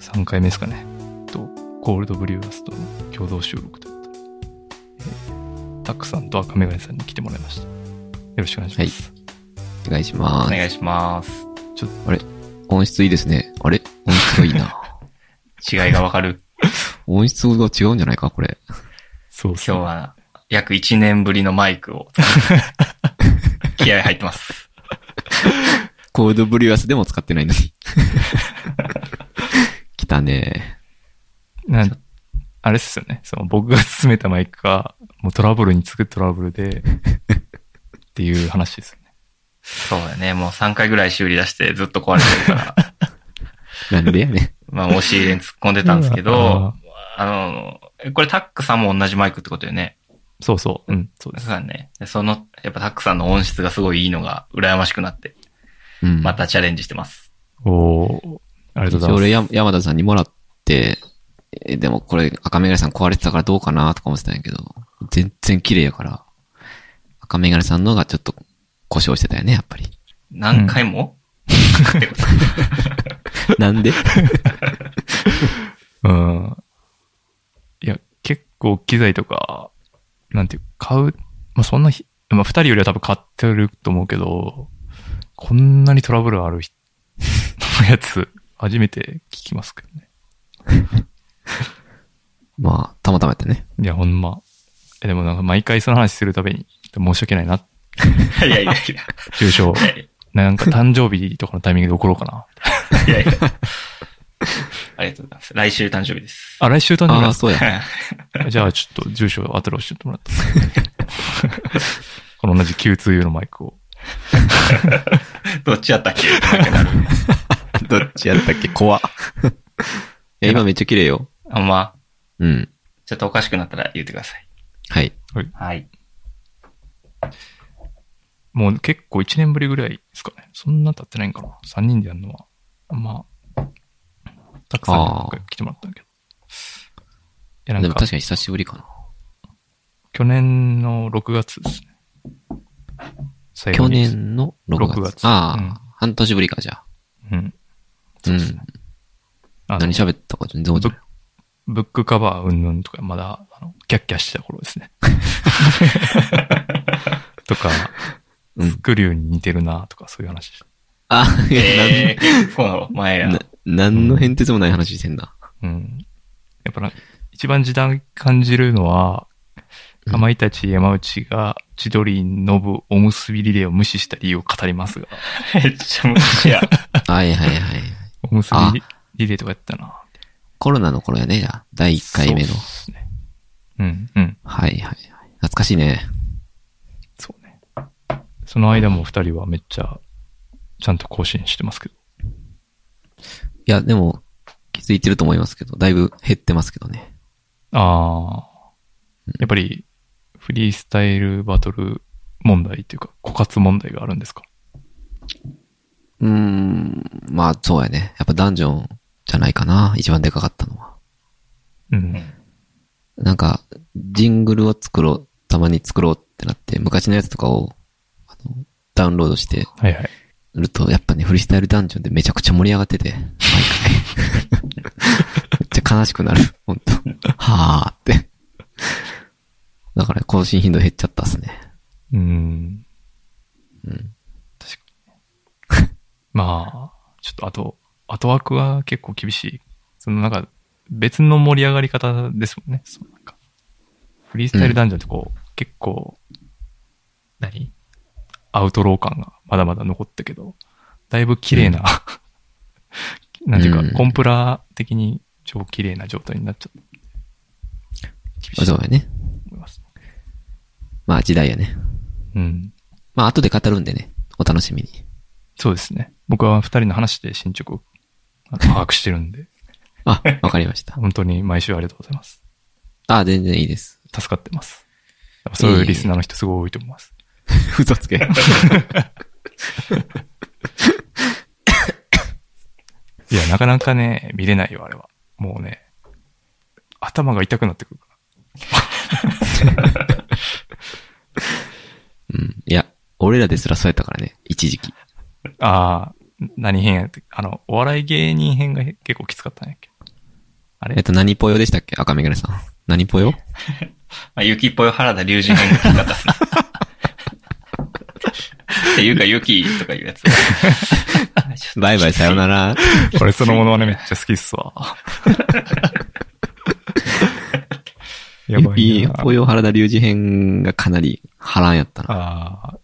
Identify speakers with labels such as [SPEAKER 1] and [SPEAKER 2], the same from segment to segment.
[SPEAKER 1] 3回目ですかね。と、コールドブリューアスとの共同収録ということで、えータックさんと赤メガネさんに来てもらいました。よろしくお願いします。
[SPEAKER 2] お願いしま
[SPEAKER 3] お
[SPEAKER 2] す。
[SPEAKER 3] 願いします。
[SPEAKER 2] 音質いいですね。あれ音質がいい な。
[SPEAKER 3] 違いがわかる。
[SPEAKER 2] 音質が違うんじゃないかこれ。
[SPEAKER 1] そう
[SPEAKER 3] 今日は約1年ぶりのマイク を。気合入ってます。
[SPEAKER 2] コードブリュアスでも使ってないの に。来たね。
[SPEAKER 1] なんあれっすよね。その僕が勧めたマイクが、もうトラブルに次ぐトラブルで、っていう話です よね。
[SPEAKER 3] そうだね。もう3回ぐらい修理出してずっと壊れてる から。
[SPEAKER 2] なんでやねん。
[SPEAKER 3] まあ、押し入れに突っ込んでたんです
[SPEAKER 1] う
[SPEAKER 3] けど
[SPEAKER 1] わ、
[SPEAKER 3] あの、これタックさんも同じマイクってことよね。
[SPEAKER 1] そうそう。うん、そうです
[SPEAKER 3] そう。だね。でその、やっぱタックさんの音質がすごいいいのが羨ましくなって、
[SPEAKER 2] うん。
[SPEAKER 3] またチャレンジしてます。
[SPEAKER 1] おおありがとうござい
[SPEAKER 2] 一応
[SPEAKER 1] ます。
[SPEAKER 2] 俺や、山田さんにもらって、えでもこれ赤メガネさん壊れてたからどうかなとか思ってたんやけど、全然綺麗やから、赤メガネさんのがちょっと故障してたよね、やっぱり。
[SPEAKER 3] 何回も、ってこと
[SPEAKER 2] なん で
[SPEAKER 1] うん。いや、結構機材とか、なんていうか、買う、まあ、そんなひ、まあ、二人よりは多分買ってると思うけど、こんなにトラブルある人 のやつ、初めて聞きますけどね。
[SPEAKER 2] まあ、たまたまやったね。
[SPEAKER 1] いや、ほんま。えでもなんか毎回その話するたびに、申し訳ないな。
[SPEAKER 3] いやいやいや。
[SPEAKER 1] 重症。
[SPEAKER 3] はい
[SPEAKER 1] なんか誕生日とかのタイミングで怒ろうかな。
[SPEAKER 3] いやいや。ありがとうございます。来週誕生日です。
[SPEAKER 1] あ、来週誕生日
[SPEAKER 2] あ
[SPEAKER 1] なん
[SPEAKER 2] あ、
[SPEAKER 1] です
[SPEAKER 2] そうや。
[SPEAKER 1] かじゃあちょっと住所を後で教えてもらって。 この同じ Q2U のマイクを。
[SPEAKER 3] どっちやったっけなんかな る
[SPEAKER 2] どっちやったっけ怖 いや、今めっちゃ綺麗よ。
[SPEAKER 3] あんま、
[SPEAKER 2] うん。
[SPEAKER 3] ちょっとおかしくなったら言ってください。
[SPEAKER 2] はい。
[SPEAKER 3] はい。
[SPEAKER 1] もう結構1年ぶりぐらいですかね。そんな経ってないんかな。3人でやるのは。まあ、たくさん
[SPEAKER 2] あー
[SPEAKER 1] 来てもらったんだけど。いや、な
[SPEAKER 2] で
[SPEAKER 1] ん
[SPEAKER 2] も
[SPEAKER 1] か
[SPEAKER 2] 確、かに久しぶりかな。
[SPEAKER 1] 去年の6月ですね。最
[SPEAKER 2] 去
[SPEAKER 1] 後に。
[SPEAKER 2] 年の6
[SPEAKER 1] 6
[SPEAKER 2] 月。
[SPEAKER 1] 月
[SPEAKER 2] ああ、
[SPEAKER 1] うん
[SPEAKER 2] 半年ぶりか、じゃあ。
[SPEAKER 1] うん。そうですね。あの
[SPEAKER 2] 何喋ったか全然覚えてない。
[SPEAKER 1] ブックカバーうんぬんとか、まだ、あの、キャッキャしてた頃です ね。とか、
[SPEAKER 2] うん
[SPEAKER 1] スクリューに似てるなとか、そういう話して
[SPEAKER 2] あ、いや
[SPEAKER 3] えー、結構前 や
[SPEAKER 2] なん、。な何の変哲もない話してんな。
[SPEAKER 1] うん。やっぱな、一番時短感じるのは、
[SPEAKER 2] うん
[SPEAKER 1] かまいたち山内が千鳥ノブおむすびリレーを無視した理由を語りますが、
[SPEAKER 3] めっちゃ昔や。
[SPEAKER 2] はいはいはい。
[SPEAKER 1] おむす
[SPEAKER 2] あ
[SPEAKER 1] びリレーとかやったな。
[SPEAKER 2] コロナの頃やね、じゃあ。第1回目の
[SPEAKER 1] そ。うっすね。うん、うん。
[SPEAKER 2] はいはいはい。懐かしいね。
[SPEAKER 1] そうね。その間も二人はめっちゃ、ちゃんと更新してますけど。
[SPEAKER 2] いや、でも、気づいてると思いますけど、だいぶ減ってますけどね。
[SPEAKER 1] ああ
[SPEAKER 2] うん。
[SPEAKER 1] やっぱり、フリースタイルバトル問題っていうか、枯渇問題があるんですか
[SPEAKER 2] うーん、まあそうやね。やっぱダンジョンじゃないかな。一番でかかったのは。
[SPEAKER 1] うん。
[SPEAKER 2] なんか、ジングルを作ろう、たまに作ろうってなって、昔のやつとかを、あの、ダウンロードして
[SPEAKER 1] はいはい。
[SPEAKER 2] ると、やっぱね、フリースタイルダンジョンでめちゃくちゃ盛り上がってて、毎回。 めっちゃ悲しくなる、ほんと。はーって。だから、更新頻度減っちゃったっすね。
[SPEAKER 1] うん。
[SPEAKER 2] うん。
[SPEAKER 1] まあ、ちょっとあと、後枠は結構厳しい。そのなんか、別の盛り上がり方ですもんね。そのなんかフリースタイルダンジョンってこう、結構、何アウトロー感がまだまだ残ったけど、だいぶ綺麗な、なんていうか、
[SPEAKER 2] うん
[SPEAKER 1] コンプラ的に超綺麗な状態になっちゃった。厳し
[SPEAKER 2] そ
[SPEAKER 1] いう
[SPEAKER 2] やね。
[SPEAKER 1] と思います。
[SPEAKER 2] まあ、時代やね。
[SPEAKER 1] うん。
[SPEAKER 2] まあ、後で語るんでね。お楽しみに。
[SPEAKER 1] そうですね。僕は二人の話で進捗をあの把握してるんで、
[SPEAKER 2] あ、わかりました。
[SPEAKER 1] 本当に毎週ありがとうございます。
[SPEAKER 2] あ、全然いいです。
[SPEAKER 1] 助かってます。やっぱそういうリスナーの人すごい多いと思います。
[SPEAKER 2] 嘘つけ。
[SPEAKER 1] いや、なかなかね、見れないよ、あれは。もうね、頭が痛くなってくるか
[SPEAKER 2] うん。いや、俺らですらそうやったからね。一時期。
[SPEAKER 1] ら。ああ、何編やって、あの、お笑い芸人編が結構きつかったんやっけ。あ
[SPEAKER 2] えっ
[SPEAKER 1] れ
[SPEAKER 2] と、何ぽよでしたっけ赤メガネさん。何ぽよ
[SPEAKER 3] まあ、ゆきぽよ原田龍神編が聞き方っすね。っていうか、ゆきと かいうやつ。
[SPEAKER 2] バイバイさよなら。
[SPEAKER 1] 俺そのものはねめっちゃ好きっす わ。やばい
[SPEAKER 2] ゆ
[SPEAKER 1] な
[SPEAKER 2] き。ぽよ原田隆二編がかなり波乱やったな。
[SPEAKER 1] ああ。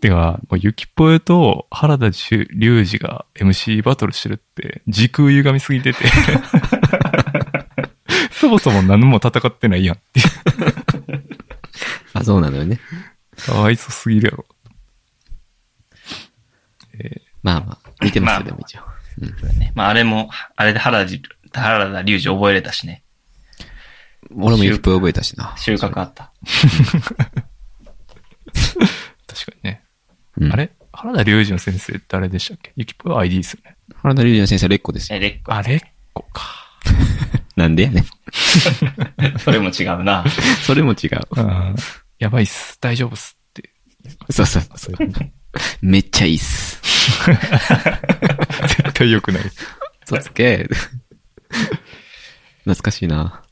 [SPEAKER 1] てか、もうゆきぽよと原田龍二が MC バトルしてるって、時空歪みす ぎてて。そもそも何も戦ってないやんっていう。
[SPEAKER 2] あ、そうなのよね。
[SPEAKER 1] かわいそすぎるやろ。え
[SPEAKER 2] まあまあ、見てますよ、
[SPEAKER 3] まあ
[SPEAKER 2] でも一応。
[SPEAKER 3] まあ、あれも、あれで原田、原田龍二覚えれたしね。
[SPEAKER 2] 俺もゆきぽよ覚えたしな。
[SPEAKER 3] 収穫あった。
[SPEAKER 1] ー確かにね。
[SPEAKER 2] うん
[SPEAKER 1] あれ原田龍二の先生ってあれでしたっけゆきぽよ ID ですよね。
[SPEAKER 2] 原田隆二の先生はレッコですよ。
[SPEAKER 3] え、でっか
[SPEAKER 1] あれっこか。
[SPEAKER 2] なんでやねん。
[SPEAKER 3] それも違うな。
[SPEAKER 2] それも違う。
[SPEAKER 1] うん。やばいっす。大丈夫っす って。
[SPEAKER 2] そうそうそう。めっちゃいいっす。
[SPEAKER 1] 絶対良くない。
[SPEAKER 2] 嘘つけ。 懐かしいな。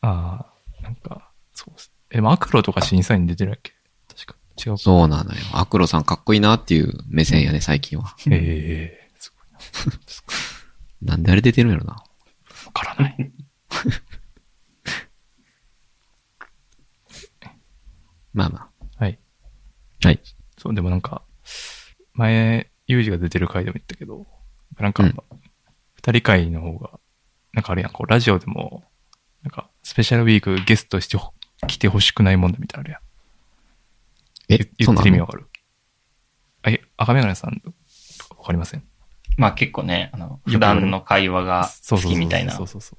[SPEAKER 1] ああ、なんか、そうっす。え、マクロとか審査員出てるやっけ確か。違うか。
[SPEAKER 2] そうなのよ。アクロさんかっこいいなっていう目線やね、最近は。
[SPEAKER 1] ええすごいな。
[SPEAKER 2] なんであれ出てるんやろな。
[SPEAKER 1] わからない。
[SPEAKER 2] まあま
[SPEAKER 1] はい。
[SPEAKER 2] あ。はい。
[SPEAKER 1] そう、でもなんか、前、ユージが出てる回でも言ったけど、なんか
[SPEAKER 2] うん、
[SPEAKER 1] 二人会の方が、なんかあれやん、こう、ラジオでも、なんか、スペシャルウィークゲストしてほ来てほしくないもんだみたいなのあれやん。
[SPEAKER 2] え
[SPEAKER 1] 言、
[SPEAKER 2] そ
[SPEAKER 1] 言
[SPEAKER 2] う
[SPEAKER 1] っ
[SPEAKER 2] な
[SPEAKER 1] てる意味
[SPEAKER 2] の
[SPEAKER 1] わかるあ、え、赤メガネさん、わかりません
[SPEAKER 3] まあ結構ね、あの、普段の会話が
[SPEAKER 1] そ
[SPEAKER 3] 好
[SPEAKER 1] うそうそう
[SPEAKER 3] きみたいな。
[SPEAKER 1] そうそうそう。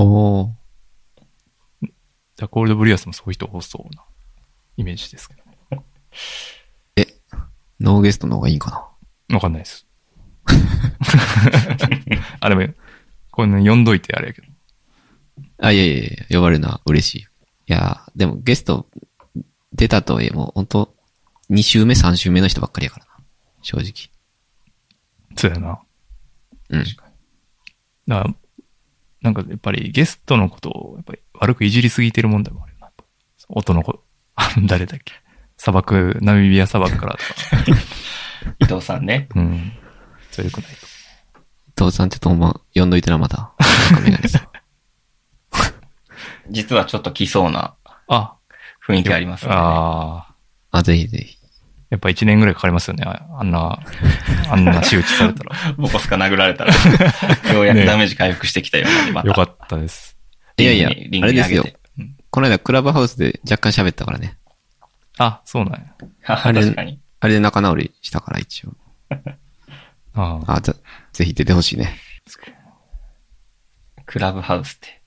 [SPEAKER 2] おー。
[SPEAKER 1] ダコールドブリュアスもそういう人多そうなイメージですけどね。
[SPEAKER 2] ノーゲストの方がいいんかな。
[SPEAKER 1] わかんないで す。 あ、でも、これね、読んどいてあれやけど。
[SPEAKER 2] あ、いやいやいや、呼ばれるのは嬉しい。いやー、でもゲスト出たとはいえ、もう本当2週目、3週目の人ばっかりやからな。正直。
[SPEAKER 1] そうやな。
[SPEAKER 2] うん。
[SPEAKER 1] だから、なんかやっぱりゲストのことをやっぱり悪くいじりすぎてる問題もあるよな。音のこと、 あの誰だっけ砂漠、ナミビア砂漠 からとか。
[SPEAKER 3] 伊藤さんね。
[SPEAKER 1] うん。それよくないと。
[SPEAKER 2] 父さんちょっとほんま、呼んどいてな、また。赤メガネさん。
[SPEAKER 3] 実はちょっと来そうな
[SPEAKER 1] あ、
[SPEAKER 3] 雰囲気ありますよね。
[SPEAKER 1] ああ。
[SPEAKER 2] あ、ぜひぜひ。
[SPEAKER 1] やっぱ一年ぐらいかかりますよね。ああん な、あんな仕打ちされたら。
[SPEAKER 3] ボコスカ殴ら れたら、ようやくダメージ回復してきたようなんで、また。
[SPEAKER 1] よかったです。
[SPEAKER 2] いやいや
[SPEAKER 3] リングにリン、
[SPEAKER 2] あれ
[SPEAKER 3] グに
[SPEAKER 2] で
[SPEAKER 3] 上
[SPEAKER 2] す
[SPEAKER 3] げ
[SPEAKER 2] よ
[SPEAKER 3] て。うん
[SPEAKER 2] この間、クラブハウスで若干喋ったからね。
[SPEAKER 1] あ、そうなんや。
[SPEAKER 2] あれ
[SPEAKER 3] 確かに。
[SPEAKER 2] あれで仲直りしたから、一応。
[SPEAKER 1] ああ
[SPEAKER 2] あ、ぜぜひ出てほしい ね。
[SPEAKER 3] クラブハウスって。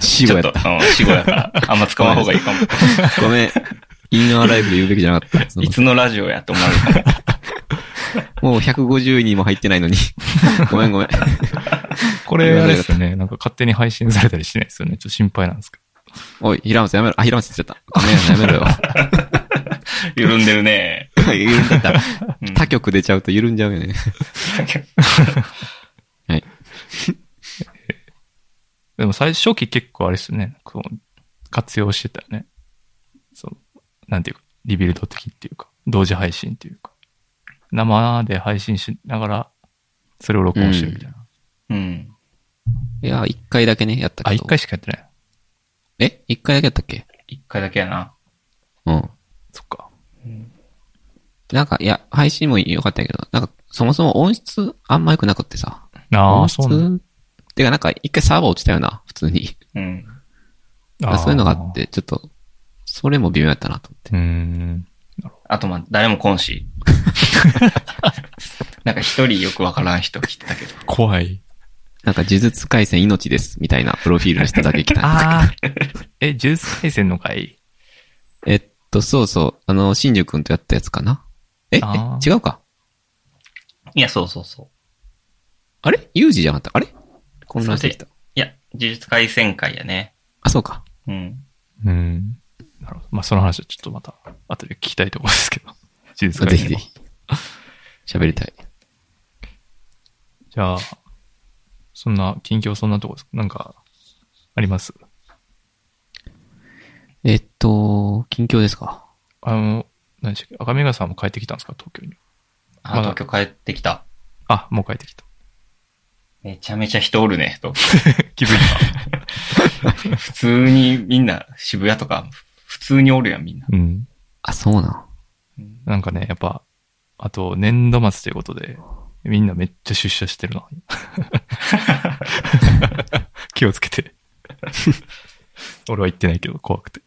[SPEAKER 2] 死
[SPEAKER 3] ち
[SPEAKER 2] 後
[SPEAKER 3] ょ
[SPEAKER 2] や
[SPEAKER 3] っ
[SPEAKER 2] っ
[SPEAKER 3] と、
[SPEAKER 2] た。
[SPEAKER 3] うん、死後やから、あんま使わん方がいいかも。
[SPEAKER 2] ごめん。インナーライブで言うべきじゃなかった。その
[SPEAKER 3] いつのラジオやと思われるかも。
[SPEAKER 2] もう150人も入ってないのに。ごめんごめん。
[SPEAKER 1] これ、あれですよね。なんか勝手に配信されたりしないですよね。ちょっと心配なんですけ
[SPEAKER 2] おい、平松やめろ。あ、平松って言っちゃった。ごめん、やめろよ。
[SPEAKER 3] 緩んでるね。
[SPEAKER 2] 緩んだったら
[SPEAKER 3] ん
[SPEAKER 2] 他局出ちゃうと緩んじゃうよね。はい。
[SPEAKER 1] ど。でも最初期結構あれですよね。こう、活用してたよね。そう。なんていうか、リビルド的っていうか、同時配信っていうか。生で配信しながら、それを録音してるみたいな。
[SPEAKER 3] うん。
[SPEAKER 2] いや、一回だけね、やったけど。
[SPEAKER 1] あ、一回しかやってない。
[SPEAKER 2] え一回だけやったっけ
[SPEAKER 3] 一回だけやな。
[SPEAKER 2] うん。
[SPEAKER 1] そっか。
[SPEAKER 2] なんか、いや、配信も良かったんやけど、なんか、そもそも音質あんま良くなくってさ。
[SPEAKER 1] あ
[SPEAKER 2] 音
[SPEAKER 1] あ、
[SPEAKER 2] 質
[SPEAKER 1] そうなんだ
[SPEAKER 2] てか、なんか、一回サーバー落ちたよな、普通に。
[SPEAKER 3] うん。
[SPEAKER 1] あー
[SPEAKER 2] そういうのがあっ。て、ちょっと、それも微妙やったなと思って。
[SPEAKER 1] うーん。
[SPEAKER 3] あとまあ、誰も来ん し。なんか一人よくわからん人来てたけど。
[SPEAKER 1] 怖い。
[SPEAKER 2] なんか、呪術回戦命です、みたいなプロフィールの人だけ来た。
[SPEAKER 1] ああ。 え、ジュース回線の回
[SPEAKER 2] えっと、そうそう、あの、新宿くんとやったやつかな。ええ
[SPEAKER 1] あー
[SPEAKER 2] 違うか。
[SPEAKER 3] いや、そうそうそう。
[SPEAKER 2] あれユージじゃなかったあれ混乱してきた。
[SPEAKER 3] いや、呪術改戦会やね。
[SPEAKER 2] あ、そうか。
[SPEAKER 3] うん。
[SPEAKER 1] うん。なるほど。まあ、その話はちょっとまた、後で聞きたいところですけど。事実化
[SPEAKER 2] あぜひぜひ。喋りたい。
[SPEAKER 1] じゃあ、そんな、近況そんなとこですかなんか、あります
[SPEAKER 2] えっと、近況ですか。
[SPEAKER 1] あの、何でしたっけ赤目がさんも帰ってきたんですか東京に。
[SPEAKER 3] あ、
[SPEAKER 1] まだ
[SPEAKER 3] 東京帰ってきた。
[SPEAKER 1] あ、もう帰ってきた。
[SPEAKER 3] めちゃめちゃ人おるね、と。
[SPEAKER 1] 気づい
[SPEAKER 3] 普通にみんな、渋谷とか、普通におるやん、みんな。
[SPEAKER 1] た。 うん。
[SPEAKER 2] あ、そうなん。
[SPEAKER 3] うん
[SPEAKER 1] なんかね、やっぱ、あと、年度末ということで、みんなめっちゃ出社してる な。気をつけて。 俺は言ってないけど、怖くて。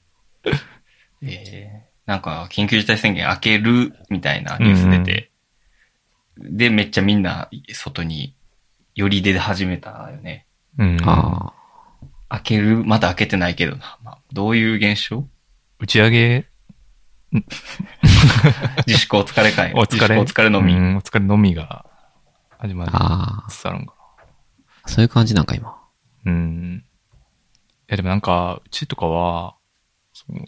[SPEAKER 3] えーなんか、緊急事態宣言開けるみたいなニュース出て、で、めっちゃみんな外により出始めたよね。
[SPEAKER 1] うん。
[SPEAKER 2] ああ。
[SPEAKER 3] 開ける、まだ開けてないけどな。まあ、どういう現象
[SPEAKER 1] 打ち上げ、
[SPEAKER 3] 自粛お疲れ 会。
[SPEAKER 1] お疲れ。
[SPEAKER 3] 自粛お疲れ飲み。
[SPEAKER 1] うんお疲れのみが始まる。
[SPEAKER 2] あ
[SPEAKER 1] つあるんか
[SPEAKER 2] あ。そういう感じなんか今。
[SPEAKER 1] な。うん。いや、でもなんか、うちとかは、その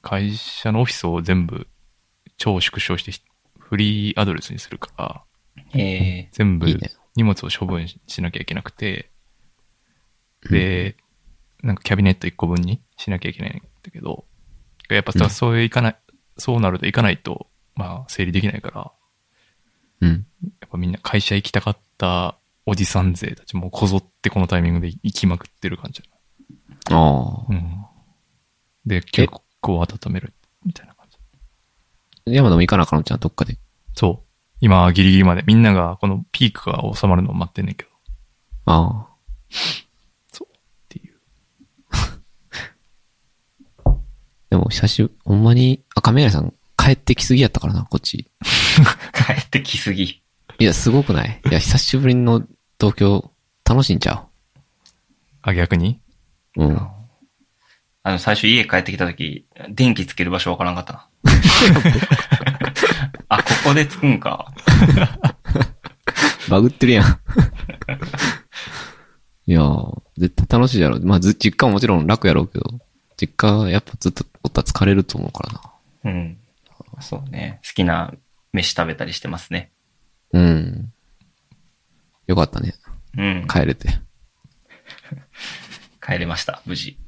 [SPEAKER 1] 会社のオフィスを全部超縮小してひフリーアドレスにするから、
[SPEAKER 3] え
[SPEAKER 1] 全部
[SPEAKER 2] いいね。
[SPEAKER 1] 荷物を処分ししなきゃいけなくて、で、なんかキャビネット1個分にしなきゃいけないんだけど、やっぱ
[SPEAKER 2] う
[SPEAKER 1] さ、
[SPEAKER 2] ん
[SPEAKER 1] そういかない、そうなるといかないと、まあ、整理できないから、
[SPEAKER 2] うん。
[SPEAKER 1] やっぱみんな会社行きたかったおじさん勢たちもこぞってこのタイミングで行きまくってる感じ。
[SPEAKER 2] ああ。
[SPEAKER 1] うん。で、結構温めるみたいな感じ。
[SPEAKER 2] 山田も行かなあかんのちゃん、どっかで。
[SPEAKER 1] そう。今、ギリギリまで。みんながこのピークが収まるのを待ってんねんけど、っ
[SPEAKER 2] ああ。
[SPEAKER 1] ていう。
[SPEAKER 2] でも、久しぶり、ほんまに、赤目屋さん帰ってきすぎやったからな、こっち。
[SPEAKER 3] ー帰ってきすぎ。
[SPEAKER 2] いや、すごくないいや、久しぶりの東京、楽しんちゃ
[SPEAKER 1] あ、逆に
[SPEAKER 2] う。うん。
[SPEAKER 3] あの、最初家帰ってきた時、電気つける場所わからんかった な。あ、ここでつくんか。
[SPEAKER 2] バグってるやん。いやー、絶対楽しいやろ。まあ、ず、実家ももちろん楽やろうけど、実家やっぱずっとおったら疲れると思うからな。
[SPEAKER 3] うん。そうね。好きな飯食べたりしてますね。
[SPEAKER 2] うん。よかったね。
[SPEAKER 3] うん。
[SPEAKER 2] 帰れて。
[SPEAKER 3] 帰れました、無事。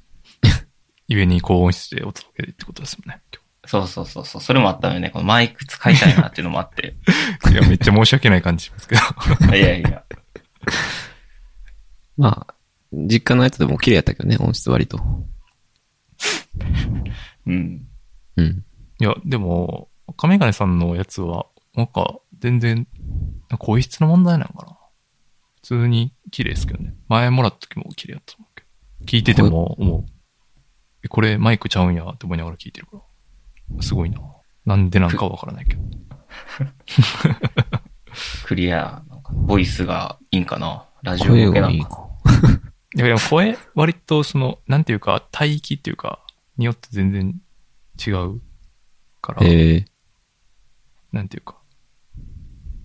[SPEAKER 1] 故に高音質でお届けってことですもんね。
[SPEAKER 3] そうそうそうそう。それもあったのよね。このマイク使いたいなっていうのもあって。
[SPEAKER 1] 今日いや、めっちゃ申し訳ない感じしますけど。
[SPEAKER 3] いやいや。
[SPEAKER 2] まあ、実家のやつでも綺麗やったけどね、音質割と。
[SPEAKER 3] うん。
[SPEAKER 2] うん。
[SPEAKER 1] いや、でも、亀金さんのやつは、なんか、全然、なんか音質の問題なのかな普通に綺麗ですけどね。前もらった時も綺麗だったと思うけど。聞いてても思う。え、これマイクちゃうんやって思いながら聞いてるから。すごいな。なんでなんかはわからないけど。
[SPEAKER 3] クリア、なんかボイスがいいんかな。ラジオ
[SPEAKER 2] 声
[SPEAKER 3] 向けな
[SPEAKER 2] がい
[SPEAKER 3] ん
[SPEAKER 2] い
[SPEAKER 3] か。
[SPEAKER 2] か。
[SPEAKER 1] いや、でも声、割とその、なんていうか、帯域っていうか、によって全然違うから、
[SPEAKER 2] ええ
[SPEAKER 1] なんていうか。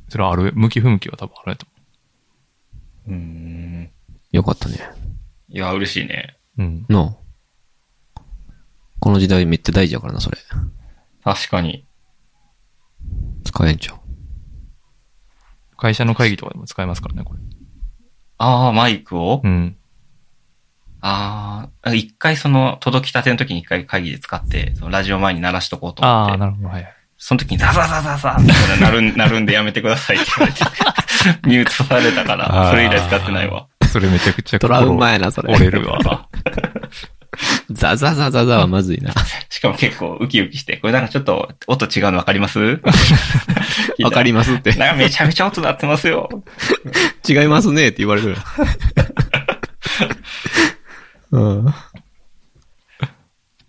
[SPEAKER 1] それはある、向き不向きは多分あるやと
[SPEAKER 3] うん。
[SPEAKER 2] よかったね。
[SPEAKER 3] いや、嬉しいね。
[SPEAKER 1] 思う。うん。
[SPEAKER 2] なあ。この時代めっちゃ大事やからな、それ。
[SPEAKER 3] 確かに。
[SPEAKER 2] 使えんちゃう。
[SPEAKER 1] 会社の会議とかでも使えますからね、これ。
[SPEAKER 3] ああ、マイクを、
[SPEAKER 1] うん。
[SPEAKER 3] ああ、一回その届きたての時に一回会議で使って、そのラジオ前に鳴らしとこうと
[SPEAKER 1] ああ、
[SPEAKER 3] 思って、
[SPEAKER 1] なるほど。はいはい。
[SPEAKER 3] その時にザザザザザみたいな鳴るん、 鳴るんでやめてくださいって言われて、 ミュートされたから、それ以来使ってないわ。
[SPEAKER 1] それめちゃくちゃ
[SPEAKER 2] ト
[SPEAKER 1] 心
[SPEAKER 2] ラウマやな、それ。
[SPEAKER 1] 折れる わ。
[SPEAKER 2] ザザザザザはまず いな。
[SPEAKER 3] しかも結構ウキウキして、これなんかちょっと音違うのわかります
[SPEAKER 2] わかり
[SPEAKER 3] ま
[SPEAKER 2] ますって。
[SPEAKER 3] なんかめちゃめちゃ音鳴ってますよ。
[SPEAKER 2] 違いますねって言わ れる。うん、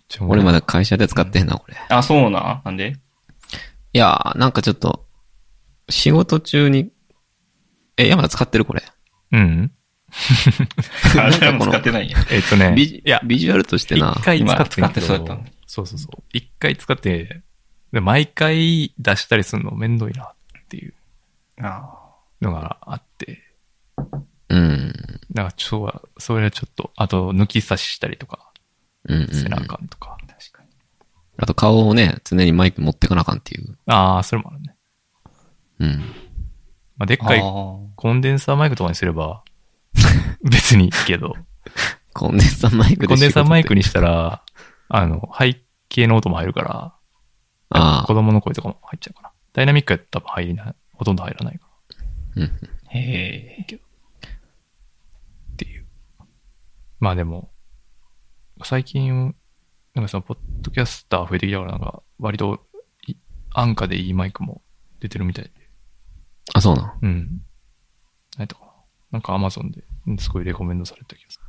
[SPEAKER 1] ちょ
[SPEAKER 2] 俺ま
[SPEAKER 1] だ。
[SPEAKER 2] だ会社で使ってへんな、これ。
[SPEAKER 3] あ、そうなんなんで
[SPEAKER 2] いやー、なんかちょっと、仕事中に、え、山田使ってるこれ。
[SPEAKER 1] うん。
[SPEAKER 3] あ、
[SPEAKER 2] なん
[SPEAKER 3] で
[SPEAKER 2] か
[SPEAKER 3] も
[SPEAKER 2] この
[SPEAKER 3] 使ってないんや。
[SPEAKER 1] えっとね。
[SPEAKER 2] ビジ
[SPEAKER 1] いや、
[SPEAKER 2] ビジュアルとしてな
[SPEAKER 1] 一、回使って
[SPEAKER 3] 今使
[SPEAKER 1] ん
[SPEAKER 3] っ
[SPEAKER 1] け
[SPEAKER 3] て
[SPEAKER 1] ど
[SPEAKER 3] そうやったのに
[SPEAKER 1] そうそうそう。一回使って、で毎回出したりするのめんどいなっていう
[SPEAKER 3] あ
[SPEAKER 1] のがあって。
[SPEAKER 2] うん、
[SPEAKER 1] だから、そうは、それはちょっと、あと、抜き差ししたりとか、
[SPEAKER 2] うん、うん。
[SPEAKER 1] 背中とか。
[SPEAKER 3] あ、確かに。
[SPEAKER 2] あと顔をね、常にマイク持ってかなあかんっていう。
[SPEAKER 1] ああ、それもあるね。
[SPEAKER 2] うん。
[SPEAKER 1] まあ、でっ
[SPEAKER 3] あ
[SPEAKER 1] かい
[SPEAKER 3] ー
[SPEAKER 1] コンデンサーマイクとかにすれば、 別にいいけど。
[SPEAKER 2] コンデンサーマイクで
[SPEAKER 1] コンデンサーマイク
[SPEAKER 2] に。
[SPEAKER 1] にしたら、あの、背景の音も入るから、
[SPEAKER 2] あ
[SPEAKER 1] 子供の声とかも入っちゃうかな。ダイナミックやったら多分入りな、ほとんど入らないか
[SPEAKER 3] へえ。
[SPEAKER 1] らっていう。まあでも、最近、なんかその、ポッドキャスター増えてきたから、なんか、割とい、安価でいいマイクも出てるみたいで。
[SPEAKER 2] あ。あ、そうなん。
[SPEAKER 1] うん。ないとかな。なんか Amazon で、うんすごいレコメンドされた気がす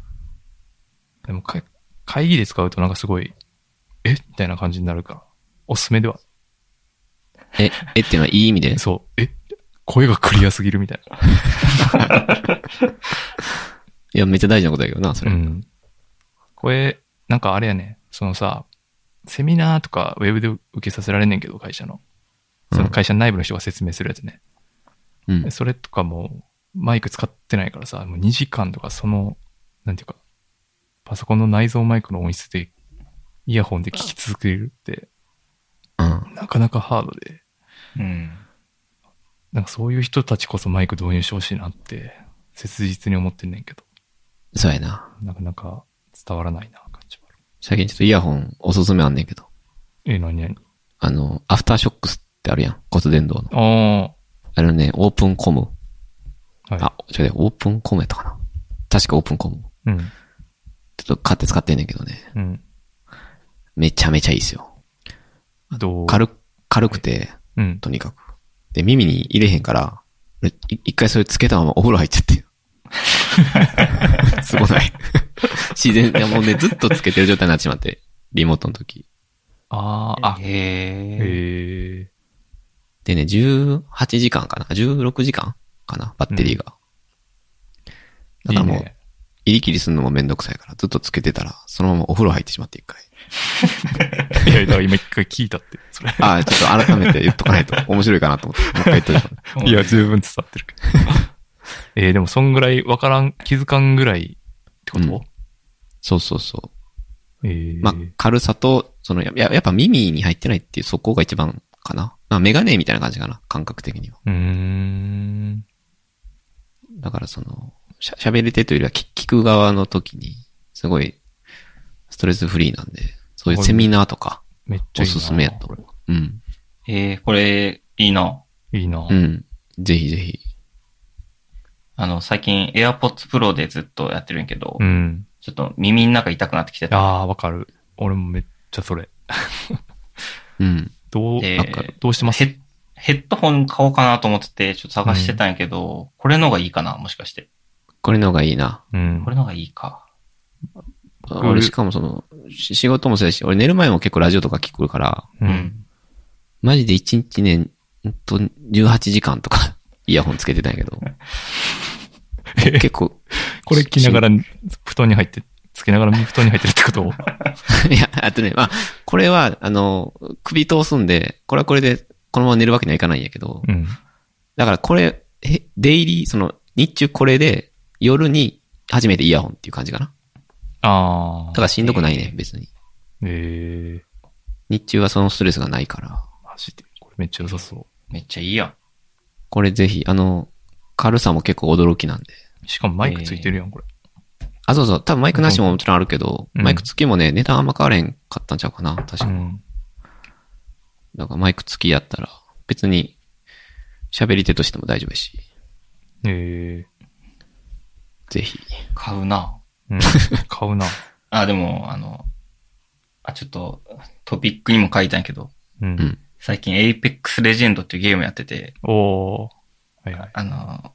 [SPEAKER 1] る。でもか、会議で使うとなんかすごい、えみたいな感じになるから、おすすめでは
[SPEAKER 2] え、えっていうのはいい意味で。
[SPEAKER 1] そう。え声がクリアすぎるみたいな。
[SPEAKER 2] いや、めっちゃ大事なことだけどな、それ。
[SPEAKER 1] ん。声、なんかあれやね、そのさ、セミナーとかウェブで受けさせられんねんけど、会社の。その会社内部の人が説明するやつね。
[SPEAKER 2] うん。
[SPEAKER 1] それとかも、マイク使ってないからさ、もう2時間とかその、なんていうか、パソコンの内蔵マイクの音質で、イヤホンで聞き続けるって、
[SPEAKER 2] うん。
[SPEAKER 1] なかなかハードで、
[SPEAKER 3] うん。
[SPEAKER 1] なんかそういう人たちこそマイク導入してほしいなって、切実に思ってんねんけど、
[SPEAKER 2] そうやな。
[SPEAKER 1] なかなか伝わらないな、感じはある。
[SPEAKER 2] 最近ちょっとイヤホンおすすめあんねんけど。
[SPEAKER 1] え、何何
[SPEAKER 2] あの、アフターショックスってあるやん。骨伝導
[SPEAKER 1] あ
[SPEAKER 2] の。あれね、オープンコム。
[SPEAKER 1] あ、は
[SPEAKER 2] あ、違うね、オープンコムやったかな。確かオープンコム。
[SPEAKER 1] い。うん。
[SPEAKER 2] ちょっと買って使ってんねんけどね。
[SPEAKER 1] うん。
[SPEAKER 2] めちゃめちゃいいっすよ。
[SPEAKER 1] どう
[SPEAKER 2] 軽、軽くて、
[SPEAKER 1] うん。
[SPEAKER 2] とにかく。で、耳に入れへんから、俺い一回それつけたままお風呂入っちゃって。 すごない。 自然、いやもうね、ずっとつけてる状態になってしまって。リモートの時。
[SPEAKER 1] ああ、あ、へ
[SPEAKER 3] へえ。
[SPEAKER 1] え。
[SPEAKER 2] でね、18時間かな ?16 時間かなバッテリーが。だからもう
[SPEAKER 1] いいね
[SPEAKER 2] 入り切りするのもめんどくさいから、ずっとつけてたら、そのままお風呂入ってしまって一回。
[SPEAKER 1] いや、だから今一回聞いたって、それ。
[SPEAKER 2] ああ、ちょっと改めて言っとかな いと面白いかなと思って、もう一回言っといた。
[SPEAKER 1] いや、十分伝わってるけど。 えー、でもそんぐらいわからん、気づかんぐらいってこと、
[SPEAKER 2] そうそうそう。
[SPEAKER 1] えー、
[SPEAKER 2] まあ、軽さと、その、やややっぱ耳に入ってないっていうそこが一番かな。まあ、メガネみたいな感じかな。感覚的には。
[SPEAKER 1] うーん。
[SPEAKER 2] だからその、しゃ喋り手というよりは聞聞く側の時に、すごい、ストレスフリーなんで、そういうセミナーとか、
[SPEAKER 1] めっちゃ
[SPEAKER 2] お
[SPEAKER 1] いいな。
[SPEAKER 2] すすめやと
[SPEAKER 1] こ
[SPEAKER 2] 思う。うん。
[SPEAKER 3] えー、これ、いいな。
[SPEAKER 1] れいいな。
[SPEAKER 2] うん。ぜひぜひ。
[SPEAKER 3] あの、最近 AirPods Pro でずっとやってるんやけど、
[SPEAKER 1] うん。
[SPEAKER 3] ちょっと耳の中痛くなってきて
[SPEAKER 1] あ
[SPEAKER 3] た。
[SPEAKER 1] あ、わかる。俺もめっちゃそれ。
[SPEAKER 2] うん。
[SPEAKER 1] どう、
[SPEAKER 3] で
[SPEAKER 1] なんかどうしてます
[SPEAKER 3] ヘッヘッドホン買おうかなと思ってて、ちょっと探してたんやけど、これの方がいいかな、もしかして。
[SPEAKER 2] これの方がいいな。
[SPEAKER 1] うん
[SPEAKER 3] こ。れの方がいいか。
[SPEAKER 1] 僕
[SPEAKER 2] 俺しかもその、し仕事もそうやし、俺寝る前も結構ラジオとか聞くから、
[SPEAKER 1] う。
[SPEAKER 3] う んん。
[SPEAKER 2] マジで1日ね、ほんと18時間とか、 イヤホンつけてたんやけど、結構、
[SPEAKER 1] これ着ながら、布団に入って、つけながら布団に入ってるってこと
[SPEAKER 2] いや、あとね、まあ、これは、あの、首通すんで、これはこれで、このまま寝るわけにはいかないんやけど、
[SPEAKER 1] うん。
[SPEAKER 2] だからこれ、えデイリー、その、日中これで、夜に、初めてイヤホンっていう感じかな。
[SPEAKER 1] ああ
[SPEAKER 2] だ。からしんどくないね、
[SPEAKER 3] えー
[SPEAKER 2] 別に。
[SPEAKER 1] ええ
[SPEAKER 2] 日中はそのストレスがないから。
[SPEAKER 1] マジで。これめっちゃ良さそ
[SPEAKER 3] めっちゃいいやん。
[SPEAKER 2] これぜひ、あの、軽さも結構驚きなんで。
[SPEAKER 1] う。しかもマイクついてるやん、これ。
[SPEAKER 2] あ、そうそう、多分マイクなしももちろんあるけど、
[SPEAKER 1] うん
[SPEAKER 2] マイク付きもね、値段あんま変われへんかったんちゃうかな、確か
[SPEAKER 1] う
[SPEAKER 2] に。
[SPEAKER 1] ん。
[SPEAKER 2] だからマイク付きやったら、別に、喋り手としても大丈夫やし、
[SPEAKER 1] ええ
[SPEAKER 2] ぜひ。
[SPEAKER 3] 買うな。
[SPEAKER 1] うん。 買うな。
[SPEAKER 3] あ、でも、あの、あ、ちょっと、トピックにも書いたんやけど、
[SPEAKER 1] う
[SPEAKER 2] うん
[SPEAKER 1] ん。
[SPEAKER 3] 最近 Apex Legend っていうゲームやってて、
[SPEAKER 1] おー。はいはい。
[SPEAKER 3] あの、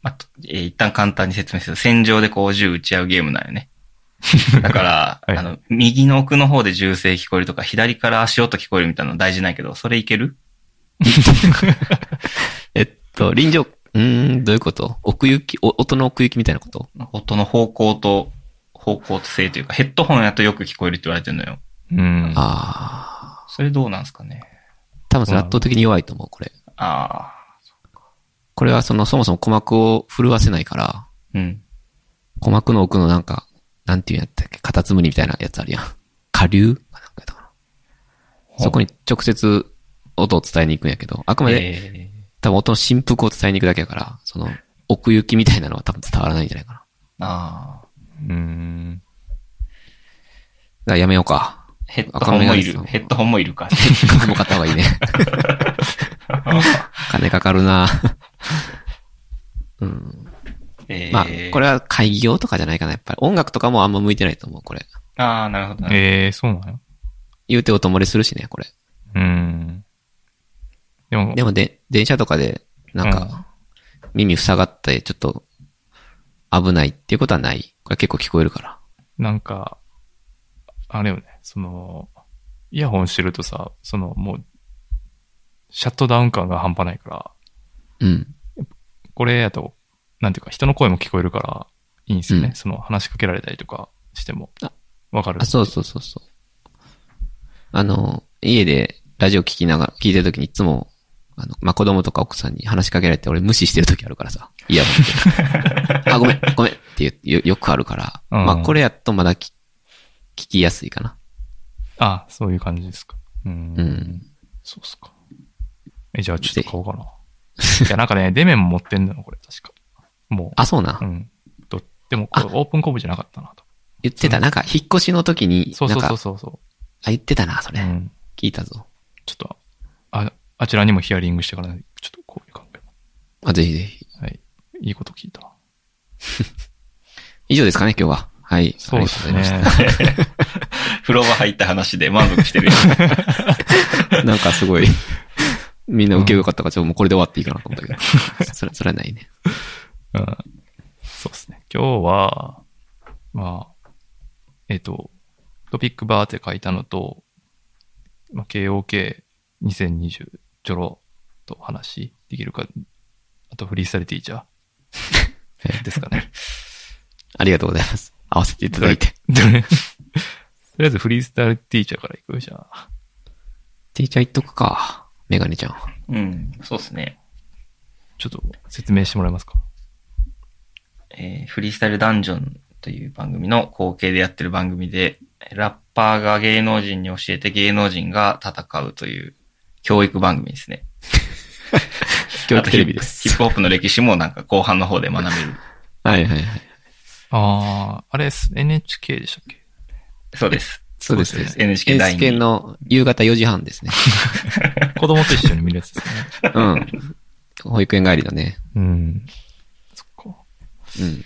[SPEAKER 3] まあ、とえー一旦簡単に説明すると、戦場でこう銃撃ち合うゲームなん よね。だから、
[SPEAKER 1] はい
[SPEAKER 3] あの、右の奥の方で銃声聞こえるとか、左から足音聞こえるみたいなの大事ないけど、それいける
[SPEAKER 2] えっと、臨場、うーん、どういうこと奥行き、お音の奥行きみたいなこと
[SPEAKER 3] 音の方向と、方向と性というか、ヘッドホンやとよく聞こえるって言われてるのよ。
[SPEAKER 1] うん。
[SPEAKER 2] あ
[SPEAKER 3] それどうなんですかね。
[SPEAKER 2] あ。多分それ圧倒的に弱いと思う、これ。
[SPEAKER 3] ああ、
[SPEAKER 2] これはその、そもそも鼓膜を震わせないから、
[SPEAKER 3] うん。
[SPEAKER 2] 鼓膜の奥のなんか、なんていうんやったっけ、カタツムリみたいなやつあるやん。下流かなんかやったかなそこに直接音を伝えに行くんやけど、あくまで、
[SPEAKER 3] え
[SPEAKER 2] 多分音の振幅を伝えに行くだけやから、その、奥行きみたいなのは多分伝わらないんじゃないかな。
[SPEAKER 3] ああ。
[SPEAKER 1] うーん。
[SPEAKER 2] らやめようか。
[SPEAKER 3] ヘッドホンもいる。ヘッドホンもいる か。
[SPEAKER 2] 株も買った方がいいね。金かかるなうん。
[SPEAKER 3] えー
[SPEAKER 2] まあ、これは会議用とかじゃないかな、やっぱり。音楽とかもあんま向いてないと思う、これ。
[SPEAKER 3] ああ、なるほどな。
[SPEAKER 1] ええそうなの
[SPEAKER 2] 言うておともれするしね、これ。
[SPEAKER 1] うーん。でも、
[SPEAKER 2] でもで、電車とかで、なんか、耳塞がって、ちょっと、危ないっていうことはない。これ結構聞こえるから。
[SPEAKER 1] なんか、あれよね、その、イヤホンしてるとさ、その、もう、シャットダウン感が半端ないから、
[SPEAKER 2] うん。
[SPEAKER 1] これやと、なんていうか、人の声も聞こえるから、いいんですよね。
[SPEAKER 2] うん
[SPEAKER 1] その、話しかけられたりとかしても
[SPEAKER 2] あ、
[SPEAKER 1] わかる。
[SPEAKER 2] あ、そうそうそうそう。あの、家でラジオ聞きながら、聞いてるときにいつも、あの、まあ、子供とか奥さんに話しかけられて、俺無視してるときあるからさ。いや、 あ、ごめん、ごめんっていうよ、よくあるから。
[SPEAKER 1] うん
[SPEAKER 2] まあ、これやとまだき聞きやすいかな。
[SPEAKER 1] あ、そういう感じですか。うーん。
[SPEAKER 2] うん
[SPEAKER 1] そうっすか。え、じゃあちょっと買おうかな。いや、なん かね、デメも持ってんだよ、これ、確か。もう。
[SPEAKER 2] あ、そうな
[SPEAKER 1] う。ん。とでも、これオープンコブじゃなかったなと。
[SPEAKER 2] 言ってた。なんか、引っ越しの時に、
[SPEAKER 1] そう
[SPEAKER 2] な
[SPEAKER 1] そ
[SPEAKER 2] ん
[SPEAKER 1] うそ
[SPEAKER 2] か
[SPEAKER 1] う、そうそ。
[SPEAKER 2] あ、言ってたな、そう
[SPEAKER 1] う
[SPEAKER 2] れ。
[SPEAKER 1] ん。
[SPEAKER 2] 聞いたぞ。
[SPEAKER 1] ちょっと、あ、あちらにもヒアリングしてから、ちょっとこういう考え。
[SPEAKER 2] あ、ぜひぜひ。
[SPEAKER 1] はい。いいこと聞いた。
[SPEAKER 2] 以上ですかね、今日は。はい。
[SPEAKER 1] そうですね
[SPEAKER 2] ありがとうございました。
[SPEAKER 3] 風呂場入った話で満足してるよ。
[SPEAKER 2] なんかすご い、みんな受けよかったから、ちょっともうこれで終わっていいかなと思った けど。それ、それはないね。
[SPEAKER 1] うん。そうですね。今日は、まあ、えっ、と、トピックバーって書いたのと、まあ、KOK2020 ちょろっとお話できるか、あとフリースタイルティーチャ ーですかね。
[SPEAKER 2] ありがとうございます。合わせていただいて。
[SPEAKER 1] どれとりあえずフリースタイルティーチャーからいくじゃあ。
[SPEAKER 2] ティーチャー言っとくか。メガネちゃん。
[SPEAKER 3] うん、そうですね。
[SPEAKER 1] ちょっと説明してもらえますか。
[SPEAKER 3] えーフリースタイルダンジョンという番組の後継でやってる番組で、ラッパーが芸能人に教えて芸能人が戦うという教育番組ですね。
[SPEAKER 2] 教育テレビで
[SPEAKER 3] あとヒップヒッ
[SPEAKER 2] す。
[SPEAKER 3] プホップの歴史もなんか後半の方で学べる。
[SPEAKER 2] はいはいはい。
[SPEAKER 1] ああ、あれっす NHK でしたっけ
[SPEAKER 3] そうです。
[SPEAKER 2] そうです。
[SPEAKER 1] そう
[SPEAKER 2] ね
[SPEAKER 1] です
[SPEAKER 3] NHK 第
[SPEAKER 2] NHK
[SPEAKER 3] 2。
[SPEAKER 2] の夕方4時半 ですね。
[SPEAKER 1] 子供と一緒に見るやつですね。
[SPEAKER 2] うん。保育園帰りだね。
[SPEAKER 1] うん。そっか。
[SPEAKER 2] うん。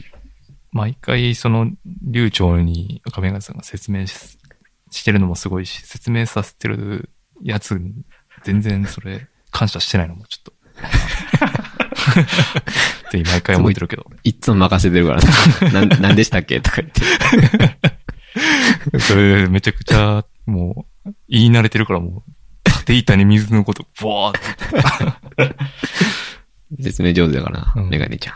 [SPEAKER 1] 毎回その流暢に亀谷さんが説明ししてるのもすごいし、説明させてるやつに全然それ感謝してないのもちょっ と。って毎回思ってるけど。
[SPEAKER 2] いっつも任せてるから な。なん、なんでしたっけとか言って。
[SPEAKER 1] それめちゃくちゃもう言い慣れてるからもう縦板に水のことボワーって。
[SPEAKER 2] 説明上手だから
[SPEAKER 1] う
[SPEAKER 2] な。
[SPEAKER 1] ん
[SPEAKER 2] メガネちゃん。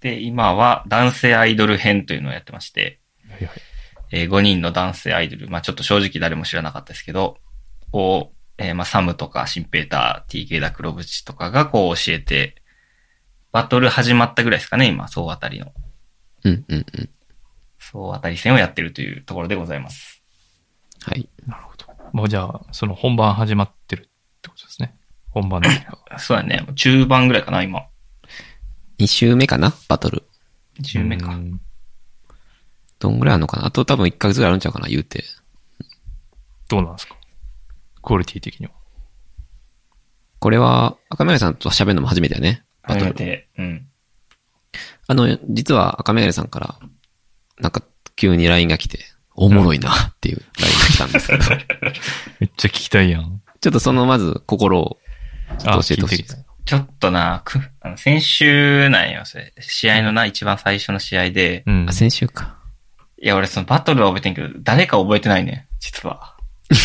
[SPEAKER 3] で、今は男性アイドル編というのをやってまして、
[SPEAKER 1] はいはい
[SPEAKER 3] えー5人の男性アイドル、まあちょっと正直誰も知らなかったですけど、を、えーまあサムとかシンペーター、TK ダクロブチとかがこう教えて、バトル始まったぐらいですかね、今、総当たりの。
[SPEAKER 2] うんうんうん。
[SPEAKER 3] 総当たり戦をやってるというところでございます。
[SPEAKER 2] はい。
[SPEAKER 1] なるほど。もうじゃあ、その本番始まってるってことですね。本番の時が。
[SPEAKER 3] そうだね、中盤ぐらいかな、今。
[SPEAKER 2] 2週目かなバトル。
[SPEAKER 3] 10目
[SPEAKER 1] う。
[SPEAKER 3] か
[SPEAKER 1] ん
[SPEAKER 2] どんぐらいあるのかなあと多分1ヶ月ぐらいあるんちゃうかな言うて。
[SPEAKER 1] どうなんですかクオリティ的には。
[SPEAKER 2] これは、赤目さんと喋るのも初めてだね。バ
[SPEAKER 3] 初
[SPEAKER 2] ト
[SPEAKER 3] め
[SPEAKER 2] ル。
[SPEAKER 3] て。うん。
[SPEAKER 2] あの、実は赤目さんから、なんか急に LINE が来て、おもろいなっていう LINE が来たんです けど、
[SPEAKER 1] めっちゃ聞きたいやん。
[SPEAKER 2] ちょっとそのまず心をちょっと教えてほし
[SPEAKER 1] あ聞
[SPEAKER 2] い
[SPEAKER 1] いてき
[SPEAKER 2] で
[SPEAKER 1] た
[SPEAKER 2] す。
[SPEAKER 3] ちょっとな、くあの先週なんよ、それ。試合のな、一番最初の試合で。
[SPEAKER 1] うん
[SPEAKER 2] あ、。先週か。
[SPEAKER 3] いや、俺そのバトルは覚えてんけど、誰か覚えてないね、実は。